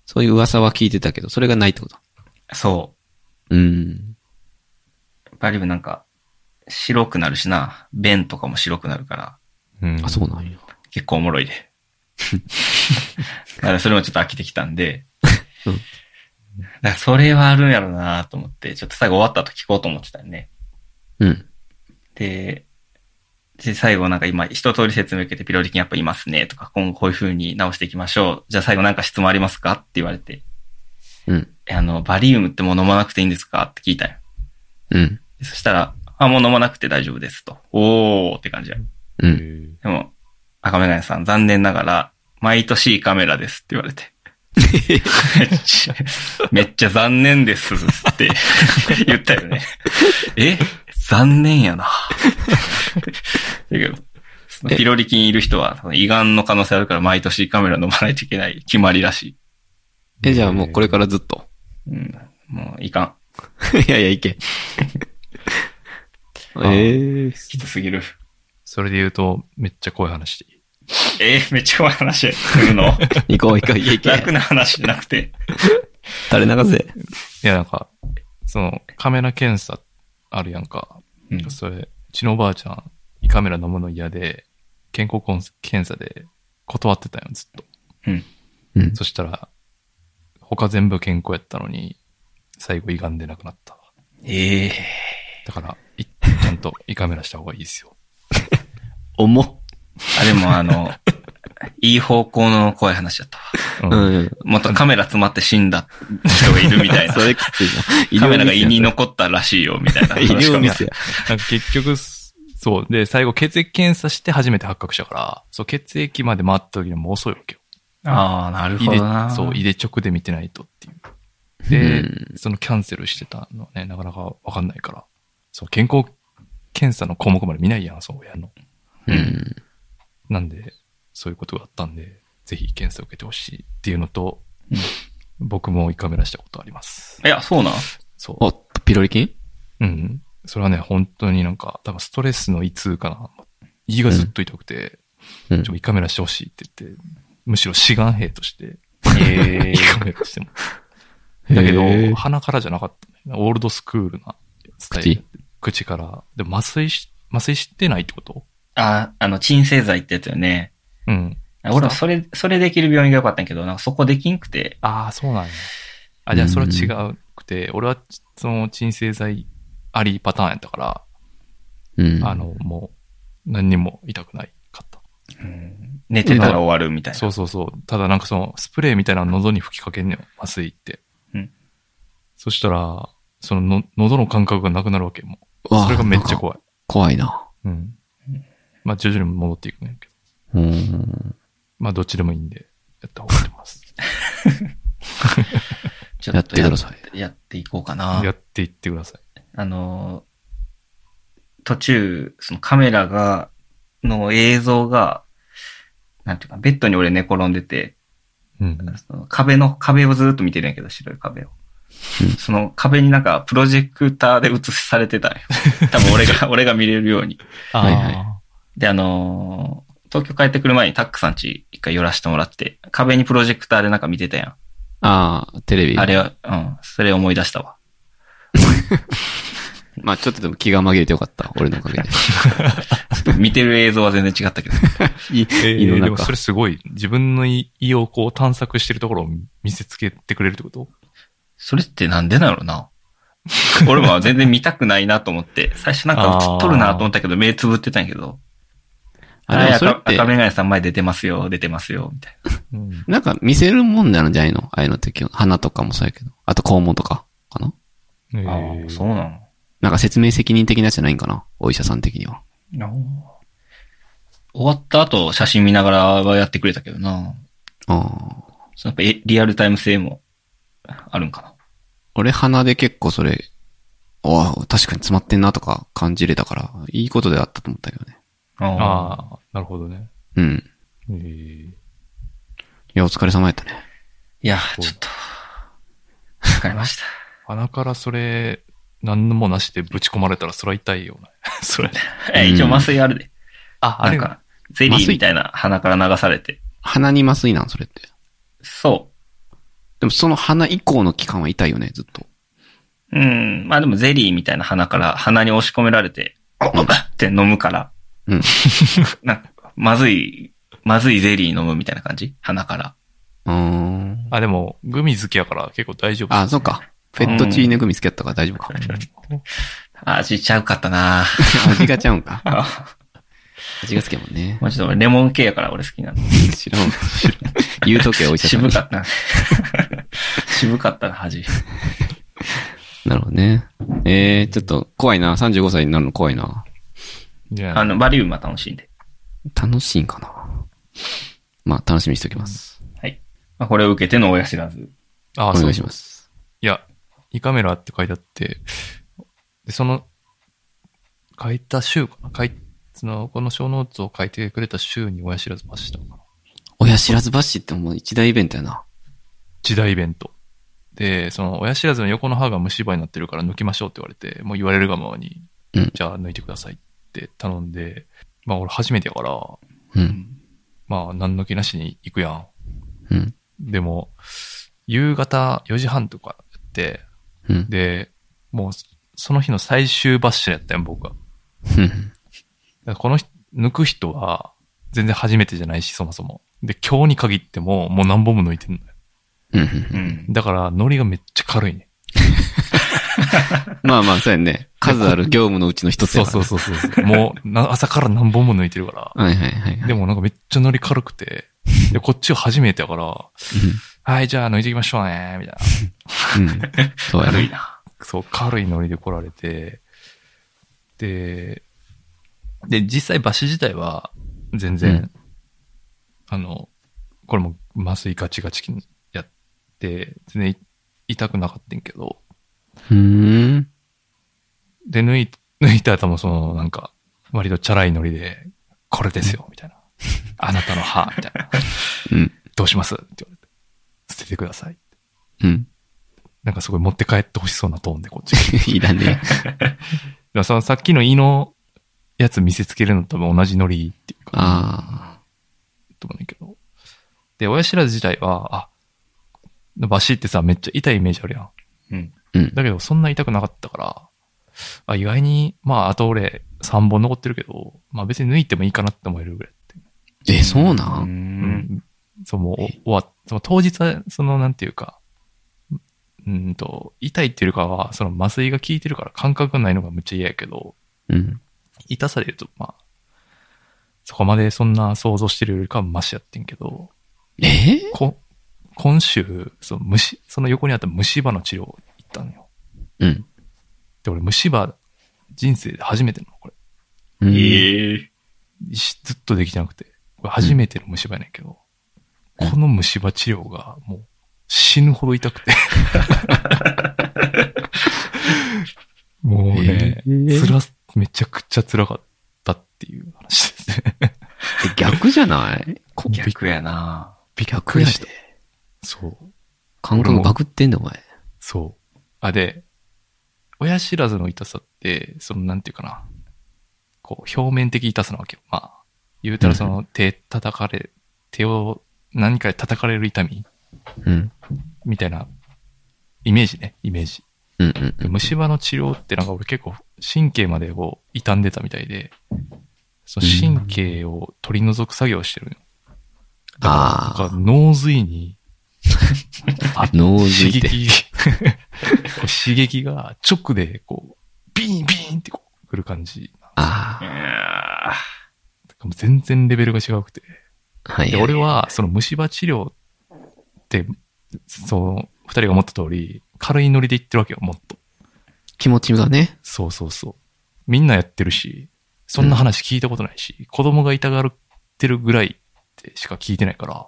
[SPEAKER 2] そういう噂は聞いてたけど、それがないってこと。
[SPEAKER 3] そ
[SPEAKER 2] うん。
[SPEAKER 3] う。バリウムなんか、白くなるしな。便とかも白くなるから、
[SPEAKER 1] うん、
[SPEAKER 2] あ、そうなんや。
[SPEAKER 3] 結構おもろい で。だからそれもちょっと飽きてきたんで。
[SPEAKER 2] うん
[SPEAKER 3] だからそれはあるんやろなと思って、ちょっと最後終わった後聞こうと思ってたよね。
[SPEAKER 2] うん。
[SPEAKER 3] で、で、最後なんか今一通り説明受けてピロリ菌やっぱいますねとか、今後こういう風に直していきましょう。じゃあ最後なんか質問ありますかって言われて、
[SPEAKER 2] うん。
[SPEAKER 3] えあの、バリウムってもう飲まなくていいんですかって聞いたよ。
[SPEAKER 2] うん。
[SPEAKER 3] でそしたら、あ、もう飲まなくて大丈夫ですと。おーって感じや。
[SPEAKER 2] う。
[SPEAKER 1] うんん。
[SPEAKER 3] でも、赤メガネさん残念ながら、毎年いいカメラですって言 われて。めっちゃ、めっちゃ残念ですって言ったよね。え残念やな。だけど、そのピロリ菌いる人は、その胃がんの可能性あるから毎年カメラ飲まないといけない決まりらし
[SPEAKER 2] え、じゃあもうこれからずっと。
[SPEAKER 3] い。うん、もういかん。
[SPEAKER 2] いやいや、いけ。
[SPEAKER 1] あー
[SPEAKER 2] ええ
[SPEAKER 3] きつすぎる。
[SPEAKER 1] それで言うと、めっちゃ怖い話していい。
[SPEAKER 3] えーめっちゃ怖い話するの
[SPEAKER 2] 行こう行こう、いけいけ。
[SPEAKER 3] 楽な話じゃなくて。
[SPEAKER 2] 垂れ流せ。
[SPEAKER 1] いや、なんか、その、カメラ検査あるやんか。
[SPEAKER 3] うん
[SPEAKER 1] それ、うちのおばあちゃん、胃カメラ飲むの嫌で、健康コン検査で断ってたよ、ずっと。
[SPEAKER 3] うん。
[SPEAKER 2] うん。
[SPEAKER 1] そしたら、他全部健康やったのに、最後胃がんでなくなったわ。
[SPEAKER 3] ええ
[SPEAKER 1] だから、いちゃんと胃カメラした方がいいですよ。
[SPEAKER 2] 重っ。
[SPEAKER 3] あ、でもあの、 いい方向の怖い話だったわ。
[SPEAKER 1] うん
[SPEAKER 2] うん。
[SPEAKER 3] またカメラ詰まって死んだ人がいるみたいな。
[SPEAKER 2] それきついな。
[SPEAKER 3] カメラが胃に
[SPEAKER 2] の。
[SPEAKER 3] 残ったらしいよ、みたいな 話
[SPEAKER 2] 医
[SPEAKER 3] が。
[SPEAKER 2] 療ミスや。
[SPEAKER 1] なんか結局、そう。で、最後血液検査して初めて発覚したから、そう、血液まで回った時にはもう遅いわけよ。
[SPEAKER 3] ああ、なるほどな。
[SPEAKER 1] で、そう、胃で直で見てないとっていう。
[SPEAKER 2] う
[SPEAKER 1] で、
[SPEAKER 2] ん
[SPEAKER 1] そのキャンセルしてたのはね、なかなかわかんないから。そう、健康検査の項目まで見ないやん、そう、親の。
[SPEAKER 2] うん。
[SPEAKER 1] なんで、そういうことがあったんで、ぜひ検査を受けてほしいっていうのと、
[SPEAKER 3] うん
[SPEAKER 1] 僕も胃カメラしたことあります。
[SPEAKER 3] いや、そうなん。
[SPEAKER 1] そう。
[SPEAKER 2] お、ピロリ菌
[SPEAKER 1] うん。それはね、本当になんか、多分ストレスの胃痛かな。胃がずっと痛くて、
[SPEAKER 2] うん
[SPEAKER 1] ちょ、。胃カメラしてほしいって言って、むしろ志願兵として、
[SPEAKER 3] ええ
[SPEAKER 1] 胃カメラしても。だけ
[SPEAKER 2] へー
[SPEAKER 1] ど、鼻からじゃなかった、ね。オールドスクールなスタイルだって。口から。でも麻酔し、麻酔してないってこと
[SPEAKER 3] あ、あの、鎮静剤ってやつよね。
[SPEAKER 1] うん。
[SPEAKER 3] 俺もそれ、それできる病院が良かったんやけど、なんかそこできんくて。
[SPEAKER 1] ああ、そうなんや。あ、じゃあそれは違うくて、俺はその鎮静剤ありパターンやったから、
[SPEAKER 2] うん。
[SPEAKER 1] あの、もう何にも痛くないかった。
[SPEAKER 3] うん寝てたら終わるみたいな。
[SPEAKER 1] そうそうそう。ただなんかそのスプレーみたいなの喉に吹きかけんねん、麻酔って。
[SPEAKER 3] うん
[SPEAKER 1] そしたら、そのの喉の感覚がなくなるわけもう。
[SPEAKER 2] うわ、
[SPEAKER 1] それがめっちゃ
[SPEAKER 2] なんか
[SPEAKER 1] 怖い。
[SPEAKER 2] 怖いな。
[SPEAKER 1] うん
[SPEAKER 3] うん。
[SPEAKER 1] まあ徐々に戻っていくねんけど。
[SPEAKER 2] うん。
[SPEAKER 1] まあどっちでもいいんで、やった方がいいと思い ます。
[SPEAKER 3] ち
[SPEAKER 2] やってください。
[SPEAKER 3] やっていこうかな
[SPEAKER 1] や。っていってください。
[SPEAKER 3] あの、途中、そのカメラが、の映像が、なんていうか、ベッドに俺寝転んでて、
[SPEAKER 1] うん。
[SPEAKER 3] その壁の、壁をずっと見てるんやけど、白い壁を。その壁になんかプロジェクターで映されてたんよ。多分俺が、俺が見れるように。
[SPEAKER 1] あ
[SPEAKER 2] はいはい
[SPEAKER 1] あ
[SPEAKER 3] で、あのー東京帰ってくる前にタックさんち一回寄らせてもらって、壁にプロジェクターでなんか見てたや
[SPEAKER 2] ああ、テレビ。
[SPEAKER 3] ん。あれは、うん、それ思い出したわ。
[SPEAKER 2] まあちょっとでも気が紛れてよかった。俺のおかげで。
[SPEAKER 3] 見てる映像は全然違ったけど。
[SPEAKER 2] いい、
[SPEAKER 1] え
[SPEAKER 2] 胃の
[SPEAKER 1] ー、
[SPEAKER 2] 中
[SPEAKER 1] でもそれすごい、自分の胃胃をこう探索してるところを見せつけてくれるってこと
[SPEAKER 3] それってなんでなのな俺も全然見たくないなと思って、最初なんか映っとるなと思ったけど、目つぶってたんやけど。
[SPEAKER 2] あ、でもそれ
[SPEAKER 3] 赤赤
[SPEAKER 2] って、
[SPEAKER 3] メガネさん前出てますよ、出てますよ、みたいな。
[SPEAKER 1] うん。
[SPEAKER 2] なんか見せるもんなんじゃないのああいうのって基本花とかもそうやけど。あと肛門とか、かな
[SPEAKER 1] えー
[SPEAKER 3] ああ、そうなの
[SPEAKER 2] なんか説明責任的なやつじゃないんかなお医者さん的には。
[SPEAKER 3] 終わった後、写真見ながらはやってくれたけどな。
[SPEAKER 2] ああ。
[SPEAKER 3] そのやっぱえリアルタイム性もあるんかな。
[SPEAKER 2] 俺鼻で結構それ、ああ、確かに詰まってんなとか感じれたから、いいことであったと思ったけどね。
[SPEAKER 3] ああ。
[SPEAKER 1] ああ、なるほどね。
[SPEAKER 2] うん。
[SPEAKER 1] えー
[SPEAKER 2] いや、お疲れ様やったね。
[SPEAKER 3] いや、ちょっと、わかりました。
[SPEAKER 1] 鼻からそれ、何もなしでぶち込まれたらそら痛いよね。 それ。
[SPEAKER 3] え、一応麻酔あるで。
[SPEAKER 1] あ、あ
[SPEAKER 3] な
[SPEAKER 1] れ
[SPEAKER 3] ん
[SPEAKER 1] が。
[SPEAKER 3] か、ゼリーみたいな鼻から流されて。
[SPEAKER 2] 鼻に麻酔なん、それって。
[SPEAKER 3] そ
[SPEAKER 2] でもその鼻以降の期間は痛いよね、ずっと。
[SPEAKER 3] う。うん。まあでもゼリーみたいな鼻から鼻に押し込められて、おっって飲むから、
[SPEAKER 2] うん。
[SPEAKER 3] なんか、まずい、まずいゼリー飲むみたいな感じ鼻から。
[SPEAKER 2] うーん。
[SPEAKER 1] あ、でも、グミ好きやから結構大丈夫。
[SPEAKER 2] あ、そうか。フェットチーネ組つけたから大丈夫か。
[SPEAKER 1] うん
[SPEAKER 3] 味ちゃうかっ たな
[SPEAKER 2] 味がちゃうんか。
[SPEAKER 3] あ
[SPEAKER 2] 味が好きやもん ね。
[SPEAKER 3] もうちょっと俺レモン系やから俺好きなの。
[SPEAKER 2] 知らん。言うとけよ、お医者さん
[SPEAKER 3] 渋
[SPEAKER 2] に。
[SPEAKER 3] かったな。 渋かったな、恥。
[SPEAKER 2] なるほどね。えー、ちょっと怖いな。35歳になるの怖いな。
[SPEAKER 1] じゃ
[SPEAKER 3] あ
[SPEAKER 1] あ、
[SPEAKER 3] の、バリウムは楽しいんで。
[SPEAKER 2] 楽しいんかな。まあ、楽しみにしておきます。
[SPEAKER 3] はい。まあ、これを受けての親知らず。
[SPEAKER 1] あ
[SPEAKER 2] お
[SPEAKER 1] そうい
[SPEAKER 2] 願いします。
[SPEAKER 1] や、胃カメラって書いてあって、でその、書いた週かな書い、その、この小ノーツを書いてくれた週に親知らずましたかな。
[SPEAKER 2] 親知らず橋ってもう一大イベントやな。
[SPEAKER 1] 時代イベント。で、その、親知らずの横の歯が虫歯になってるから抜きましょうって言われて、もう言われるがままに、
[SPEAKER 2] うん
[SPEAKER 1] じゃあ抜いてくださいって頼んで、まあ俺初めてやから、
[SPEAKER 2] うん。
[SPEAKER 1] まあ何の気なしに行くやん。
[SPEAKER 2] うん。
[SPEAKER 1] でも、夕方4時半とかやって、
[SPEAKER 2] うん。
[SPEAKER 1] で、もうその日の最終バッシュやったやん、僕は。だか
[SPEAKER 2] うん
[SPEAKER 1] らこの人抜く人は全然初めてじゃないし、そもそも。で、今日に限ってももう何本も抜いてんのよ。
[SPEAKER 2] うん。
[SPEAKER 3] ん。
[SPEAKER 1] だから、ノリがめっちゃ軽いね。
[SPEAKER 2] まあまあ、そうやんね。数ある業務のうちの一つ
[SPEAKER 1] そ
[SPEAKER 2] や
[SPEAKER 1] う
[SPEAKER 2] から
[SPEAKER 1] そうそうそうそう。もうな、朝から何本も抜いてるか
[SPEAKER 2] はいはいはいはい。
[SPEAKER 1] ら。でもなんかめっちゃノリ軽くて。で、こっちは初めてやから、はい、じゃあ抜いていきましょうね、みたいな。
[SPEAKER 2] うん。うん。そうや
[SPEAKER 3] 悪い
[SPEAKER 2] ね。
[SPEAKER 3] な。
[SPEAKER 1] そう、軽いノリで来られて、で、で、実際、バシ自体は、全然、
[SPEAKER 2] うん
[SPEAKER 1] あの、これも麻酔ガチガチにやって、全然い痛くなかったんけど、
[SPEAKER 2] うーん。
[SPEAKER 1] で、抜い、抜いた後もその、なんか、割とチャラいノリで、これですよ、みた いな。あなたの歯、みたいな。
[SPEAKER 2] うん。
[SPEAKER 1] どうしますって言われて。捨ててください。
[SPEAKER 2] うん。
[SPEAKER 1] なんかすごい持って帰ってほしそうなトーンで、こっちが。
[SPEAKER 2] いらね
[SPEAKER 1] だからそのさっきの胃のやつ見せつけるのと同じノリっていうか、
[SPEAKER 2] あ
[SPEAKER 1] と思うんだけど。で、親知らず自体は、あ、バシってさ、めっちゃ痛いイメージあるやん。
[SPEAKER 3] うん。
[SPEAKER 2] あ。うん。
[SPEAKER 1] だけど、そんな痛くなかったから、あ意外に、まあ、あと俺、3本残ってるけど、まあ別に抜いてもいいかなって思えるぐらいって。
[SPEAKER 2] え、そうな
[SPEAKER 3] うんん。
[SPEAKER 1] そう、もう、お終わっその当日は、その、なんていうか、うんと、痛いっていうよりかは、その麻酔が効いてるから感覚がないのがむっちゃ嫌やけど、
[SPEAKER 2] うん。
[SPEAKER 1] 痛さで言うと、まあ、そこまでそんな想像してるよりかはマシやってんけど、
[SPEAKER 2] え
[SPEAKER 1] こ今週、その虫、その横にあった虫歯の治療行ったのよ。
[SPEAKER 2] うん。
[SPEAKER 1] で、俺虫歯、人生で初めての、これ。
[SPEAKER 2] うん
[SPEAKER 3] ええ。
[SPEAKER 1] しずっとできてなくて。これ初めての虫歯やねんけど、
[SPEAKER 2] うん
[SPEAKER 1] この虫歯治療がもう死ぬほど痛くて。 もうね、
[SPEAKER 2] えー
[SPEAKER 1] つらす、めちゃくちゃ辛かったっていう話ですね。
[SPEAKER 2] え逆じゃない
[SPEAKER 1] こ
[SPEAKER 3] 逆やな。
[SPEAKER 1] びっ
[SPEAKER 2] 逆
[SPEAKER 1] くり
[SPEAKER 2] や
[SPEAKER 1] した
[SPEAKER 2] で。。
[SPEAKER 1] そう。
[SPEAKER 2] 感覚バグってんだ、お前。
[SPEAKER 1] そう。あ、で、親知らずの痛さって、その、なんていうかな。こう、表面的痛さなわけよ。まあ、言うたらその、手叩かれ、手を何かで叩かれる痛み
[SPEAKER 2] うん。
[SPEAKER 1] みたいな、イメージね、イメージ。
[SPEAKER 2] うんうん
[SPEAKER 1] で虫歯の治療ってなんか俺結構神経までこう、傷んでたみたいで、その神経を取り除く作業をしてるのよ。だ
[SPEAKER 2] あ
[SPEAKER 1] から、なんか脳髄に、あ
[SPEAKER 2] 脳
[SPEAKER 1] 刺
[SPEAKER 2] 髄って。
[SPEAKER 1] 激、 こう刺激が直でこう、ビーンビーンってこう来る感じ。
[SPEAKER 2] あ
[SPEAKER 3] いや
[SPEAKER 1] もう全然レベルが違くて。
[SPEAKER 2] あ。はい。
[SPEAKER 1] で、俺はその虫歯治療って、その二人が思った通り、軽いノリで言ってるわけよ、もっと。
[SPEAKER 2] 気持ちがね。
[SPEAKER 1] そうそうそう。みんなやってるし、そんな話聞いたことないし、子供が痛がってるぐらいってしか聞いてないから、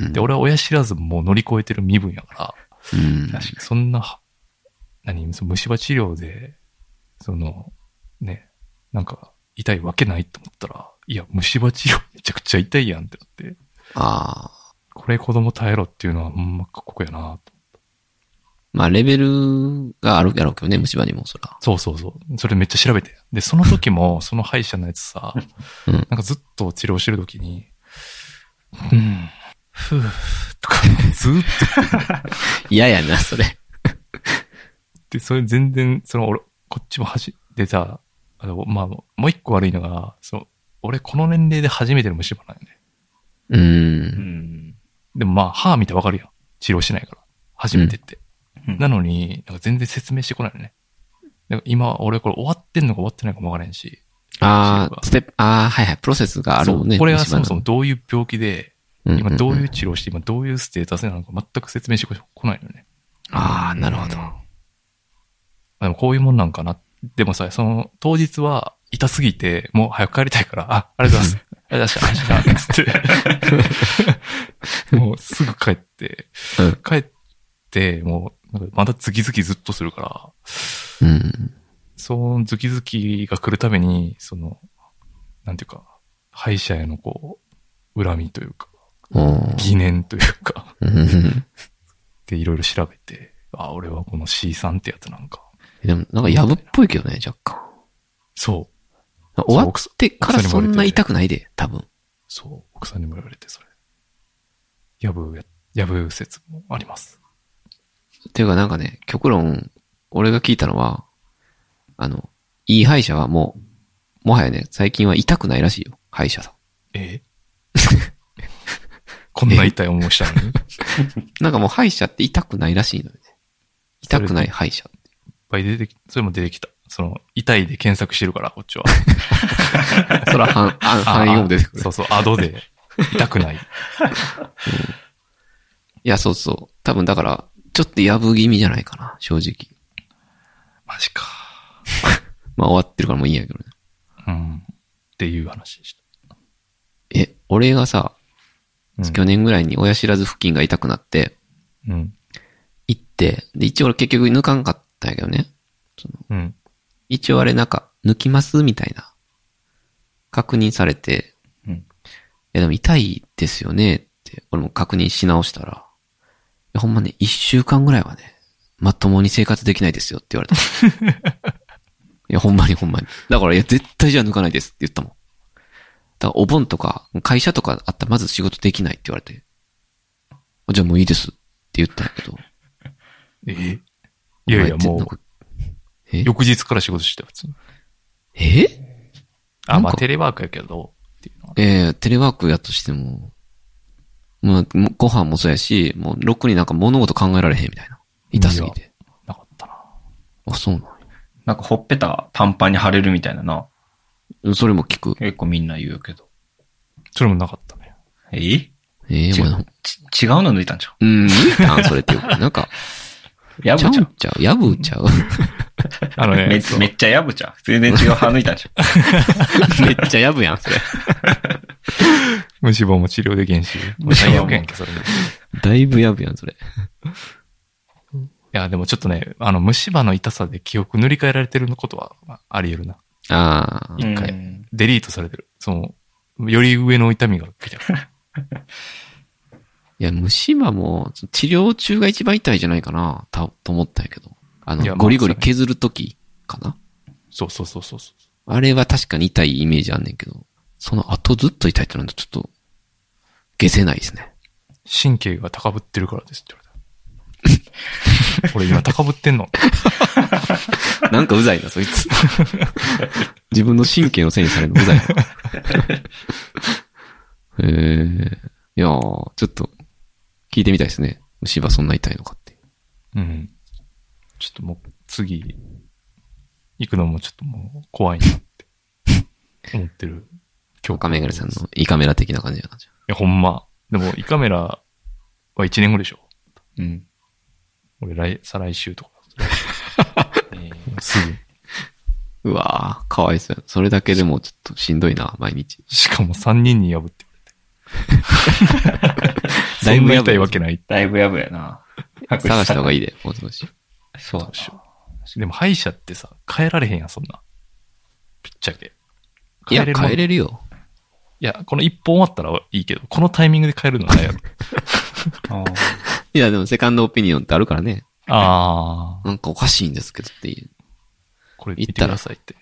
[SPEAKER 2] うん
[SPEAKER 1] で、俺は親知らずも乗り越えてる身分やから、
[SPEAKER 2] うん。
[SPEAKER 3] 確
[SPEAKER 1] そんな、何、その虫歯治療で、その、ね、なんか、痛いわけないと思ったら、いや、虫歯治療 めちゃくちゃ痛いやんってなって、
[SPEAKER 2] ああ。
[SPEAKER 1] これ子供耐えろっていうのは、ほんまここやなと。
[SPEAKER 2] まあ、レベルがあるやろうけどね、虫歯にも、そら。
[SPEAKER 1] そうそうそう。それめっちゃ調べて。で、その時 も、その歯医者のやつさ、
[SPEAKER 2] うん
[SPEAKER 1] なんかずっと治療してる時に、うん、ふぅ、とか、ずーっと
[SPEAKER 2] 嫌やな、それ。
[SPEAKER 1] で、それ全然、その、俺、こっちも初でさ、あの、まあ、もう一個悪いのが、その、俺、この年齢で初めての虫歯なんよね。
[SPEAKER 2] う。
[SPEAKER 3] ーうんん。
[SPEAKER 1] でもまあ、歯見てわかるやん。治療しないから。初めてって。
[SPEAKER 3] うん
[SPEAKER 1] なのに、なんか全然説明してこないのね。だから今、俺、これ終わってんのか終わってないのかもわからへんし。
[SPEAKER 2] ああ、ステップ、ああ、はいはい、プロセスがあるもん
[SPEAKER 1] そ
[SPEAKER 2] ね。
[SPEAKER 1] うこれは
[SPEAKER 2] 虫
[SPEAKER 1] そ
[SPEAKER 2] 歯の
[SPEAKER 1] もそもどういう病気で、
[SPEAKER 2] うん
[SPEAKER 1] 今どうい
[SPEAKER 2] ん
[SPEAKER 1] う治療して、今どういうステータスなのか全く説明してこないのよね。
[SPEAKER 2] ああ、なるほど。
[SPEAKER 1] あでもこういうもんなんかな。でもさ、その当日は痛すぎて、もう早く帰りたいから、あ、ありがとうございます。ありがとうございました。ありがとうございました。つ って。もうすぐ帰って、
[SPEAKER 2] うん
[SPEAKER 1] 帰って、もう、なんかまたズキズキずっとするから、
[SPEAKER 2] うん。
[SPEAKER 1] そのズキズキが来るために、その、なんていうか、敗者へのこう、恨みというか、
[SPEAKER 2] おー
[SPEAKER 1] 疑念というか、
[SPEAKER 2] うん
[SPEAKER 1] でいろいろ調べて、あ、俺はこの C さんってやつなんか。
[SPEAKER 2] でも、なんか、やぶっぽいけどね、若干。
[SPEAKER 1] そう。
[SPEAKER 2] 終わってからそんな痛くないで、多分。
[SPEAKER 1] そう、奥さんにも言われて、それ。やぶや、やぶ説もあります。
[SPEAKER 2] っていうかなんかね、極論、俺が聞いたのは、あの、いい歯医者はもう、もはやね、最近は痛くないらしいよ、歯医者さん。
[SPEAKER 1] え こんな痛い思いしたのに。
[SPEAKER 2] なんかもう歯医者って痛くないらしいのよね。痛くない歯医者。
[SPEAKER 1] ぱい出てき、それも出てきた。その、痛いで検索してるから、こっちは。
[SPEAKER 2] そら、はん、あ、
[SPEAKER 1] あ
[SPEAKER 2] 範囲語も出てくる
[SPEAKER 1] そ。うそう、アドで。痛くない。
[SPEAKER 2] いや、そうそう。多分だから、ちょっとやぶ気味じゃないかな、正直。
[SPEAKER 1] マジか。
[SPEAKER 2] まあ終わってるからもういいんやけどね。
[SPEAKER 1] うん。っていう話でし
[SPEAKER 2] え、俺がさ、
[SPEAKER 1] た。
[SPEAKER 2] 去年ぐらいに親知らず付近が痛くなって、
[SPEAKER 1] うん。うん。
[SPEAKER 2] 行って、で、一応俺結局抜かんかったんやけどね。その
[SPEAKER 1] うん。
[SPEAKER 2] 一応あれなんか、抜きますみたいな。確認されて、
[SPEAKER 1] うん
[SPEAKER 2] いやでも痛いですよねって、俺も確認し直したら、いやほんまね、一週間ぐらいはね、まともに生活できないですよって言われた。い や、ほんまにほんまに。だから、いや、絶対じゃあ抜かないですって言ったもん。だから、お盆とか、会社とかあったらまず仕事できないって言われて、じゃあもういいですって言ったんやけど。
[SPEAKER 1] えいやいや、
[SPEAKER 2] お前って
[SPEAKER 1] も
[SPEAKER 2] な、
[SPEAKER 1] うん
[SPEAKER 2] かえ
[SPEAKER 1] 翌日から仕事してた、普通に。
[SPEAKER 2] えな
[SPEAKER 1] あ、
[SPEAKER 2] んか
[SPEAKER 1] まあ、テレワークやけど、っていうのは。
[SPEAKER 2] ええテレワークやとしても、まあ、もうご飯もそうやし、もう、ろくになんか物事考えられへんみたいな。痛すぎて。
[SPEAKER 1] なかったな。
[SPEAKER 2] あ、そうなんや
[SPEAKER 3] なんかほっぺたパンパンに腫れるみたいなな。
[SPEAKER 2] うんそれも聞く。
[SPEAKER 3] 結構みんな言うけど。
[SPEAKER 1] それもなかったね。
[SPEAKER 3] え
[SPEAKER 2] ええ
[SPEAKER 3] 違
[SPEAKER 2] ま
[SPEAKER 3] う
[SPEAKER 2] あ、
[SPEAKER 3] ち違うの抜いたんちゃ
[SPEAKER 2] うん、抜いたんそれってよく。 なんか、
[SPEAKER 3] うや
[SPEAKER 2] ちゃ
[SPEAKER 3] ぶちゃ
[SPEAKER 2] う
[SPEAKER 3] う
[SPEAKER 2] ちゃう。やぶちゃう。
[SPEAKER 1] あ のね
[SPEAKER 3] め、めっちゃやぶちゃう全然違う歯抜いたんちゃ う
[SPEAKER 2] めっちゃやぶやん、それ。
[SPEAKER 1] 無脂肪も治療できんし、もう
[SPEAKER 3] 脂肪
[SPEAKER 1] 最
[SPEAKER 3] も
[SPEAKER 1] 悪やんけ、それも。い
[SPEAKER 2] だいぶやぶやん、それ。
[SPEAKER 1] や、でもちょっとね、あの、虫歯の痛さで記憶塗り替えられてることは、まあ、あり得るな。
[SPEAKER 2] ああ、
[SPEAKER 1] 一回
[SPEAKER 3] うん
[SPEAKER 1] デリートされてる。その、より上の痛みが来てる。
[SPEAKER 2] いや、虫歯も、治療中が一番痛いじゃないかな、た、と思ったんやけど。あ
[SPEAKER 1] いや
[SPEAKER 2] の、
[SPEAKER 1] まあ
[SPEAKER 2] ゴリゴリ削るときかな。
[SPEAKER 1] そうそうそうそうそ
[SPEAKER 2] あれは確かに痛いイメージあんねんけど、その後ずっと痛いってなんだちょっと、消せないですね。
[SPEAKER 1] う。神経が高ぶってるからですって言われた。俺今高ぶってんの
[SPEAKER 2] なんかうざいな、そいつ。 自分の神経のせいにされるのうざいな。 えー、いやー、ちょっと、聞いてみたいですね。虫歯そんな痛いのかって。
[SPEAKER 1] うん。ちょっともう、次、行くのもちょっともう、怖いなって、思ってる。今
[SPEAKER 2] カメガレさんの胃カメラ的な感じやな。じゃ
[SPEAKER 1] いや、ほんま。でも、胃カメラは1年後でしょ。
[SPEAKER 3] うん。
[SPEAKER 1] 俺来、再来週と か。
[SPEAKER 3] えー
[SPEAKER 1] すぐ。
[SPEAKER 2] あうわー、かわいそうや。それだけでもちょっとしんどいな、毎日。
[SPEAKER 1] しかも3人に破って 言われて。
[SPEAKER 2] だいぶ
[SPEAKER 1] そんな
[SPEAKER 2] やば
[SPEAKER 1] 痛
[SPEAKER 2] い
[SPEAKER 1] いわけない。
[SPEAKER 3] だいぶやぶやな。
[SPEAKER 2] 探した方が
[SPEAKER 3] い
[SPEAKER 2] いいで、もう少し。
[SPEAKER 3] い。そうだ
[SPEAKER 1] どうしよでも、歯医者ってさ、変えられへんやん、そんな。ぶっちゃけ。
[SPEAKER 2] いや、
[SPEAKER 1] るもん
[SPEAKER 2] 帰れるよ。
[SPEAKER 1] いや、この一本終わったらいいけど、このタイミングで変えるのはないやろ。
[SPEAKER 3] な。あー
[SPEAKER 2] いや、でもセカンドオピニオン ってあるからね。
[SPEAKER 1] ああ、
[SPEAKER 2] なんかおかしいんですけどっていう。
[SPEAKER 1] これ見てくださいって。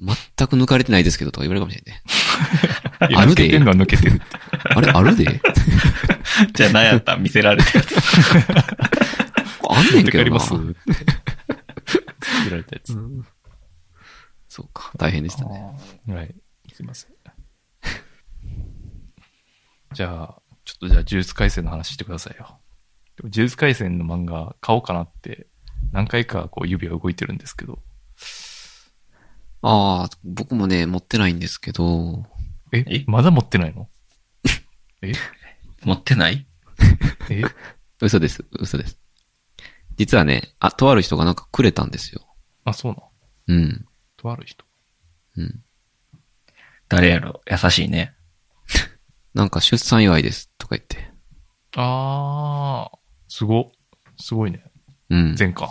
[SPEAKER 2] 全く抜かれてないですけどとか言われるかもしれない
[SPEAKER 1] い
[SPEAKER 2] ね。
[SPEAKER 1] や
[SPEAKER 2] あ
[SPEAKER 1] 抜
[SPEAKER 2] るで
[SPEAKER 1] けてんのは抜けてるって。
[SPEAKER 2] あれ、あるで
[SPEAKER 3] じゃあ何やったん見せられてる。
[SPEAKER 2] あんね
[SPEAKER 1] 抜
[SPEAKER 2] んけ
[SPEAKER 1] け
[SPEAKER 2] ど
[SPEAKER 1] り
[SPEAKER 2] な。
[SPEAKER 1] ますって 作られたやつ。
[SPEAKER 2] そうか、大変でしたね。
[SPEAKER 1] はい。すいません。 じゃあ、ちょっとじゃあ、呪術廻戦の話してくださいよ。でも呪術廻戦の漫画買おうかなって、何回かこう指が動いてるんですけど。
[SPEAKER 2] ああ、僕もね、持ってないんですけど、
[SPEAKER 1] え
[SPEAKER 3] え
[SPEAKER 1] まだ持ってない のえ
[SPEAKER 3] 持ってない
[SPEAKER 1] え
[SPEAKER 2] 嘘です、嘘です。実はね、あ、とある人がなんかくれたんですよ。
[SPEAKER 1] あ、そうなの
[SPEAKER 2] うん。
[SPEAKER 1] とある人。
[SPEAKER 2] うん。
[SPEAKER 3] 誰やろ優しいね。
[SPEAKER 2] なんか出産祝いです、とか言って。
[SPEAKER 1] あー、すご。すごいね。
[SPEAKER 2] うん。
[SPEAKER 1] 全巻。